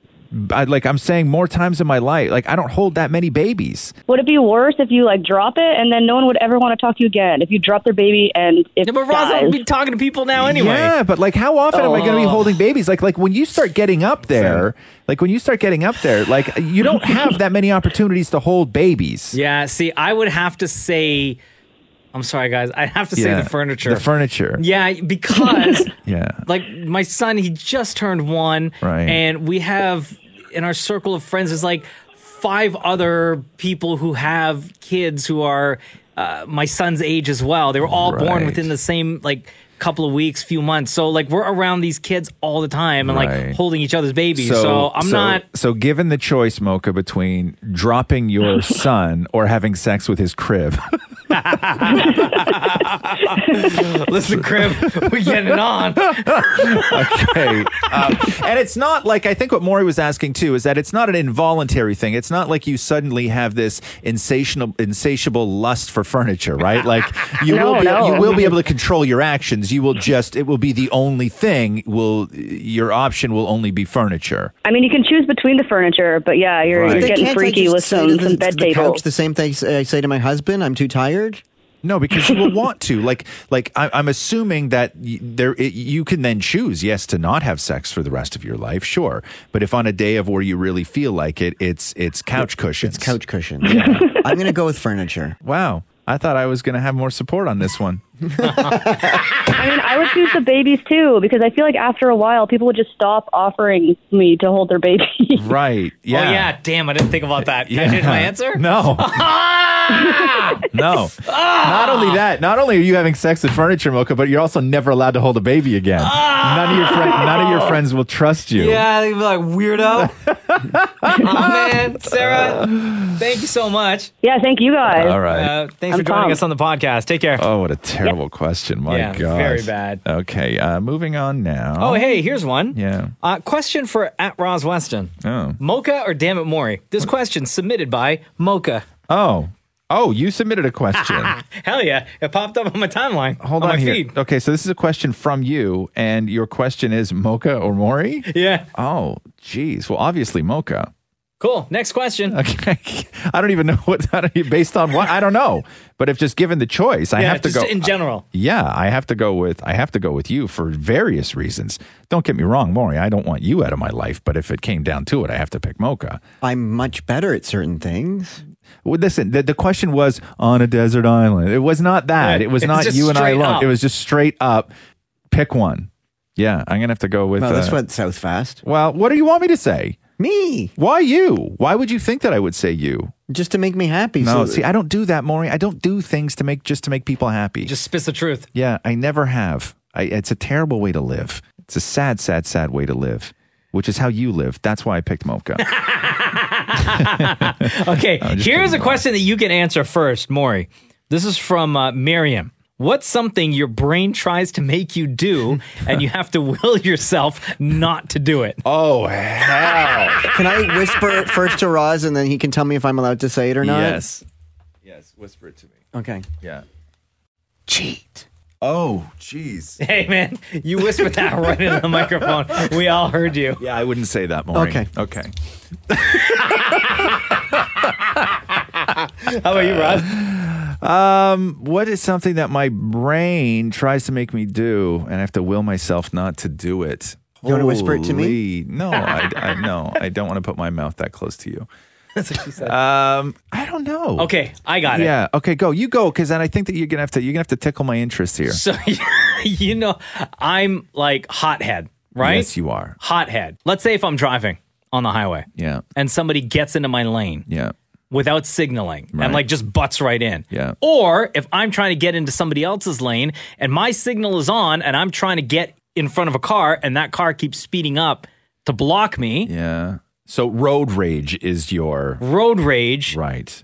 I, like I'm saying, more times in my life, like I don't hold that many babies.
Would it be worse if you like drop it and then no one would ever want to talk to you again? If you drop their baby and it
But Roz,
dies?
I'll be talking to people now anyway.
Yeah, but like, how often am I going to be
Oh.
holding babies? Like, like when you start getting up there, like when you start getting up there, like you don't have that many opportunities to hold babies.
Yeah, see, I would have to say, I'm sorry, guys. I have to say
Yeah,
the furniture.
The furniture.
Yeah, because
Yeah.
like my son, he just turned one,
Right.
And we have in our circle of friends is like five other people who have kids who are uh, my son's age as well. They were all born
Right.
within the same like couple of weeks, few months. So like we're around these kids all the time and
Right.
like holding each other's babies. So, I'm not.
So, given the choice, Mocha, between dropping
(laughs)
your son or having sex with his crib,
Listen, crib, (laughs) we're getting it
(laughs)
on. Uh-huh.
okay. Um, and it's not like I think what Maury was asking too is that it's not an involuntary thing. It's not like you suddenly have this insatiable, insatiable lust for
(laughs)
furniture, right? Like you
No,
will be,
no.
you will be able to control your actions. You will just it will be the only thing. Will your option will only be furniture?
I mean, you can choose between the furniture, but yeah, you're,
Right.
you're
They
getting
can't,
Can't I
freaky
just
with
say
some,
to the,
some bed
to the
tables.
couch the same thing I say to my husband? I'm too tired.
No, because you will want to. Like, like I, I'm assuming that y- there it, you can then choose yes to not have sex for the rest of your life, sure. But if on a day of where you really feel like it, it's it's couch cushions. It's couch
cushions.
Yeah.
I'm going to go with furniture.
Wow, I thought I was going to have more support on this one.
I mean, I would choose the babies too because I feel like after a while, people would just stop offering me to hold their baby.
Right? Yeah.
Oh yeah, damn! I didn't think about that. Can I change my answer? (laughs) Ah!
No. no. Not only that, not only are you having sex with furniture, Mocha, but you're also never allowed to hold a baby again. None of your friend, none of your friends will trust you.
Ah! Yeah, they'd be like weirdo. oh man, Sarah, thank you so much.
Yeah, thank you guys.
All right.
Uh, thanks
I'm
for joining
pumped.
us on the podcast. Take care.
Oh, what a terrible question! My
Yeah,
God,
very bad.
Okay, uh, moving on now.
Oh, hey, here's one.
Yeah.
Uh, question for at Roz Weston.
Oh.
Mocha or damn it, Maury? This question submitted by Mocha.
Oh. Oh, you submitted a question.
(laughs) Hell yeah! It popped up on my timeline.
Hold
on,
on
my
here.
feed.
Okay, so this is a question from you, and your question is Mocha or Maury?
Yeah.
Oh, geez. Well, obviously Mocha.
Cool. Next question.
(laughs) Okay. I don't even know what I don't, based on what I don't know. But if just given the choice, I
Yeah,
have to
just
go
in general.
yeah, I have to go with I have to go with you for various reasons. Don't get me wrong, Maury. I don't want you out of my life, but if it came down to it, I have to pick Mocha.
I'm much better at certain things.
Well, listen, the, the question was on a desert island. It was not that.
Right.
It was
It's
not
just
you and I
straight
alone.
up.
It was just straight up. Pick one. Yeah, I'm gonna have to go with.
Well, this
went
south fast.
Well, what do you want me to say?
Me?
Why you? Why would you think that I would say you?
Just to make me happy.
No,
so-
see, I don't do that, Maury. I don't do things to make just to make people happy.
Just spits the truth.
Yeah, I never have. I, it's a terrible way to live. It's a sad, sad, sad way to live, which is how you live. That's why I
(laughs)
picked Mocha.
Okay. Here's a question that you can answer first, Maury. This is from uh, Miriam. What's something your brain tries to make you
(laughs)
do and you have to will yourself not to do it?
Oh, hell.
Can I whisper it first to Roz and then he can tell me if I'm allowed to say it or not?
Yes. Yes. Whisper it to me.
Okay.
Yeah. Cheat. Oh, jeez.
Hey, man, you whispered that right into
(laughs)
the microphone. We all heard you.
Yeah, I wouldn't say that, Maury.
Okay.
Okay.
(laughs) How about you, Roz?
Um, what is something that my brain tries to make me do, and I have to will myself not to do it?
You wanna whisper it to me?
Holy- No, I, I no, I don't want to put my mouth that close to you.
That's what she said.
Um, I don't know.
Okay, I got it.
Yeah. Okay, go. You go, because then I think that you're gonna have to you're gonna have to tickle my interest here.
So, (laughs) you know, I'm like hothead, right?
Yes, you are.
Hothead. Let's say if I'm driving on the highway
Yeah.
and somebody gets into my lane
Yeah.
without signaling
Right.
and like just butts right in.
Yeah.
Or if I'm trying to get into somebody else's lane and my signal is on and I'm trying to get in front of a car and that car keeps speeding up to block me.
Yeah. So road rage is your
road rage.
Right.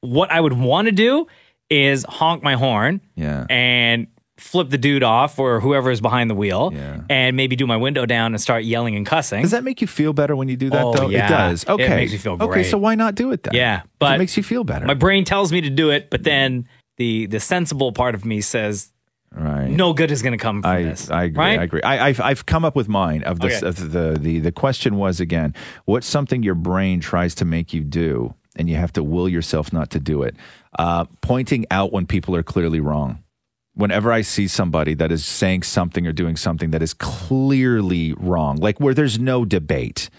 What I would want to do is honk my horn.
Yeah.
And flip the dude off or whoever is behind the wheel and maybe do my window down and start yelling and cussing.
Does that make you feel better when you do that
Oh,
though?
yeah.
It does.
It
Okay.
makes me feel
Okay,
great.
so why not do it then?
Yeah, but
it makes you feel better.
My brain tells me to do it, but then the the sensible part of me says,
right.
no good is going to come from
I,
this.
I agree.
Right?
I agree. I, I've I've come up with mine of this.
Okay.
Of the the the question was again, what's something your brain tries to make you do, and you have to will yourself not to do it. Uh, pointing out when people are clearly wrong. Whenever I see somebody that is saying something or doing something that is clearly wrong, like where there's no debate,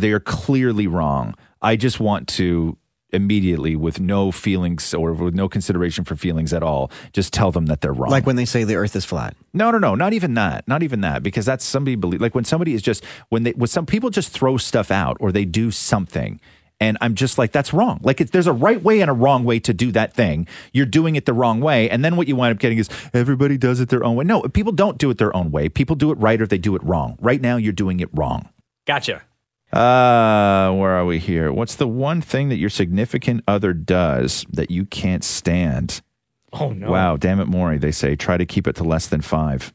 (laughs)
they are clearly wrong, I just want to immediately, with no feelings or with no consideration for feelings at all, just tell them that they're wrong.
Like when they say the earth is flat.
No, no, no, not even that. Not even that, because that's somebody believe. Like when somebody is just when they when some people just throw stuff out or they do something, and I'm just like that's wrong. Like it, there's a right way and a wrong way to do that thing. You're doing it the wrong way, and then what you wind up getting is everybody does it their own way. No, people don't do it their own way. People do it right or they do it wrong. Right now, you're doing it wrong.
Gotcha.
Uh, where are we here? What's the one thing that your significant other does that you can't stand?
Oh no.
Wow, damn it, Maury. They say try to keep it to less than five.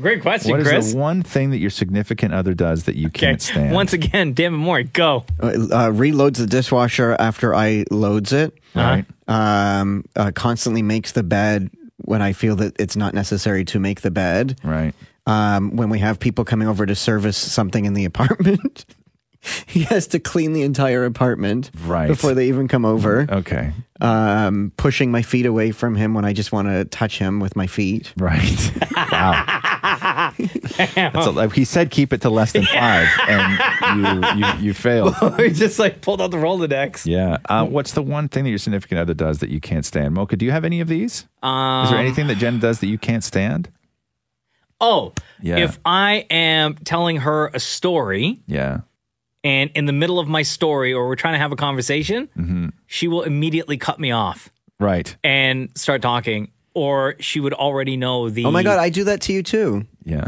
Great question,
What is
Chris.
the one thing that your significant other does that you can't stand?
Once again, damn it, more. Go.
Uh, uh, reloads the dishwasher after I loads it.
Right.
Um, uh, constantly makes the bed when I feel that it's not necessary to make the bed.
Right.
Um, when we have people coming over to service something in the apartment, (laughs) he has to clean the entire apartment
Right.
before they even come over.
Okay.
Um, pushing my feet away from him when I just want to touch him with my feet. (laughs)
Right. wow. That's a, he said keep it to less
(laughs)
than five, and you, you, you failed.
we just like pulled out the Rolodex.
Yeah. Uh, what's the one thing that your significant other does that you can't stand? Mocha, do you have any of these?
Um,
Is there anything that Jen does that you can't stand?
Oh,
Yeah.
if I am telling her a story
Yeah.
and in the middle of my story or we're trying to have a conversation,
Mm-hmm.
she will immediately cut me off
Right.
and start talking, or she would already know the.
Oh my God, I do that to you too.
Yeah.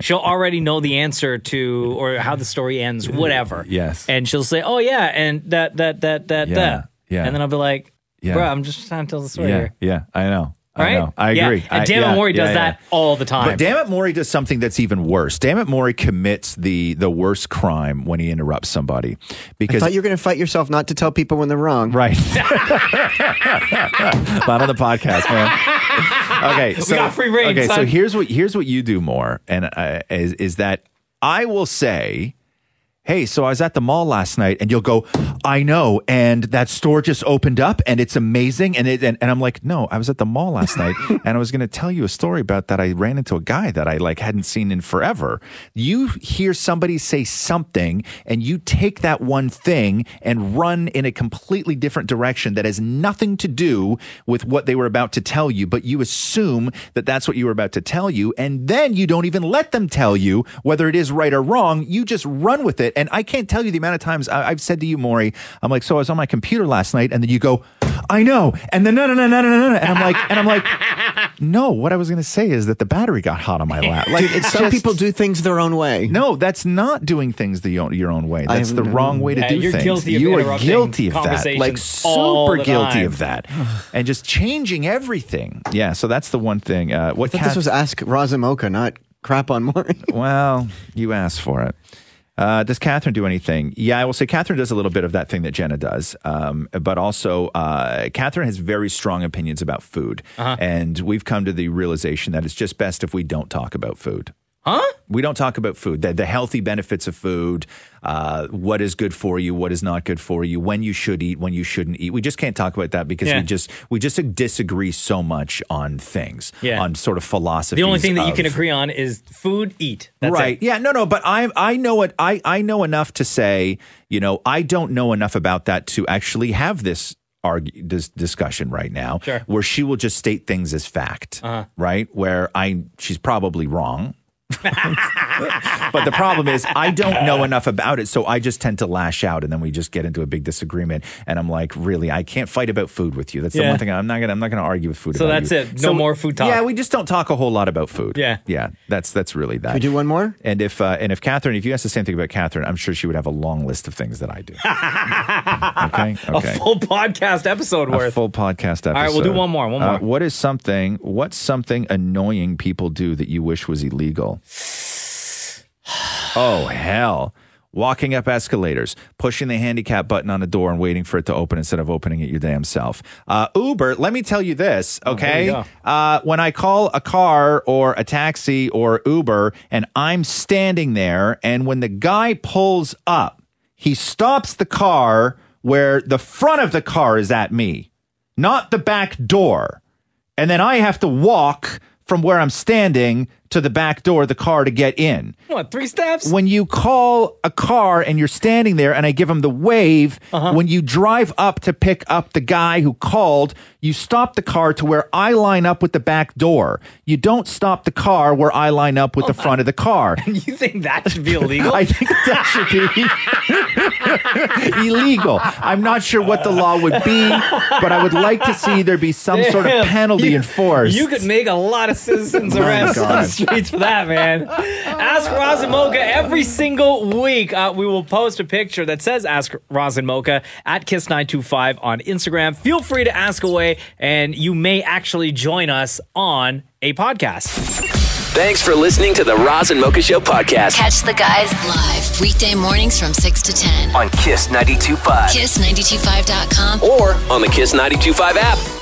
she'll already know the answer to or how the story ends, whatever.
Yes.
And she'll say, "Oh yeah, and that that that that
Yeah,
that."
yeah.
And then I'll be like,
Yeah.
"Bro, I'm just trying to tell the story
yeah.
here."
Yeah. I know. I,
Right?
know. I
Yeah.
agree.
And
I-
Damon
yeah,
Mori does
yeah,
that
yeah.
all the time.
But Dammit Mori does something that's even worse. Dammit Mori commits the the worst crime when he interrupts somebody
I
because
thought you were going to fight yourself not to tell people when they're wrong. (laughs)
Right. (laughs) not on the podcast, man. Okay,
(laughs) We
so
got free reign,
Okay, so
son.
here's what here's what you do more, and uh, is is that I will say. Hey, so I was at the mall last night, and you'll go, I know, and that store just opened up, and it's amazing. And it, and, and I'm like, no, I was at the mall
(laughs)
last night, and I was going to tell you a story about that. I ran into a guy that I like hadn't seen in forever. You hear somebody say something, and you take that one thing and run in a completely different direction that has nothing to do with what they were about to tell you, but you assume that that's what you were about to tell you. And then you don't even let them tell you whether it is right or wrong. You just run with it. And I can't tell you the amount of times I- I've said to you, Maury, I'm like, so I was on my computer last night. And then you go, I know. And then no, no, no, no, no, no, no. And I'm like, and I'm like, no, what I was going to say is that the battery got hot on my lap. Like
Dude,
it's
some people
do things their own way. No, that's not doing things the own, your own way.
I
That's the
know.
wrong way to
Yeah,
do
you're
things.
guilty of
you are
interrupting
guilty of that.
conversations
Like
all
super
the
guilty
time.
of that. and just changing everything. Yeah, so that's the one thing. Uh, what
I thought
Kath-
this was Ask Razamoka, not crap on Maury.
(laughs) well, you asked for it. Uh, does Catherine do anything? Yeah, I will say Catherine does a little bit of that thing that Jenna does, um, but also uh, Catherine has very strong opinions about food,
Uh-huh.
and we've come to the realization that it's just best if we don't talk about food. Huh? We don't talk about food. The, the healthy benefits of food, uh, what is good for you, what is not good for you, when you should eat, when you shouldn't eat. We just can't talk about that because
Yeah.
we just we just disagree so much on things,
Yeah.
on sort of philosophy.
the only thing that you can agree on is food, eat. That's
right.
(laughs)
It.
Yeah. No. No. But I I know it. I I know enough to say. You know, I don't know enough about that to actually have this argue this discussion right now.
Sure.
Where she will just state things as fact.
(laughs)
Uh-huh.
Right. Where I she's probably wrong. but the problem is I don't know enough about it, so I just tend to lash out, and then we just get into a big disagreement. And I'm like, really, I can't fight about food with you. That's the
Yeah.
one thing I'm not gonna I'm not gonna argue with food.
So
about
that's
you.
it. No more food talk.
Yeah, we just don't talk a whole lot about food.
Yeah.
yeah, that's that's really that.
we do one more?
And if uh, and if Catherine, if you asked the same thing about Catherine, I'm sure she would have a long list of things that I do. okay, okay.
A full podcast episode
A
worth.
full podcast episode.
All right, we'll do one more, one
Uh,
more.
what is something? What's something annoying people do that you wish was illegal? Oh hell! Walking up escalators, pushing the handicap button on a door and waiting for it to open instead of opening it your damn self. Uh, Uber, let me tell you this, okay?
you go.
uh, when I call a car or a taxi or Uber and I'm standing there, and when the guy pulls up, he stops the car where the front of the car is at me, not the back door. And then I have to walk from where I'm standing to the back door of the car to get in.
What, three steps?
When you call a car and you're standing there and I give him the wave,
Uh-huh.
when you drive up to pick up the guy who called, you stop the car to where I line up with the back door. You don't stop the car where I line
Oh
up with the front of
(laughs)
the car.
You think that should be illegal?
I think that should
(laughs)
be illegal. I'm not sure what the law would be, but I would like to see there be some sort of
Damn.
penalty
You-
enforced.
You could make a lot of citizens
Oh (laughs) my
arrests on the
God.
streets for that, man. Ask Roz and Mocha every single week. Uh, we will post a picture that says Ask Roz and Mocha at Kiss925 on Instagram. Feel free to ask away, and you may actually join us on a podcast.
Thanks for listening to the Roz and Mocha Show podcast
Catch the guys live weekday mornings from 6 to 10.
on Kiss 92.5
Kiss925.com
or on the Kiss 92.5 app.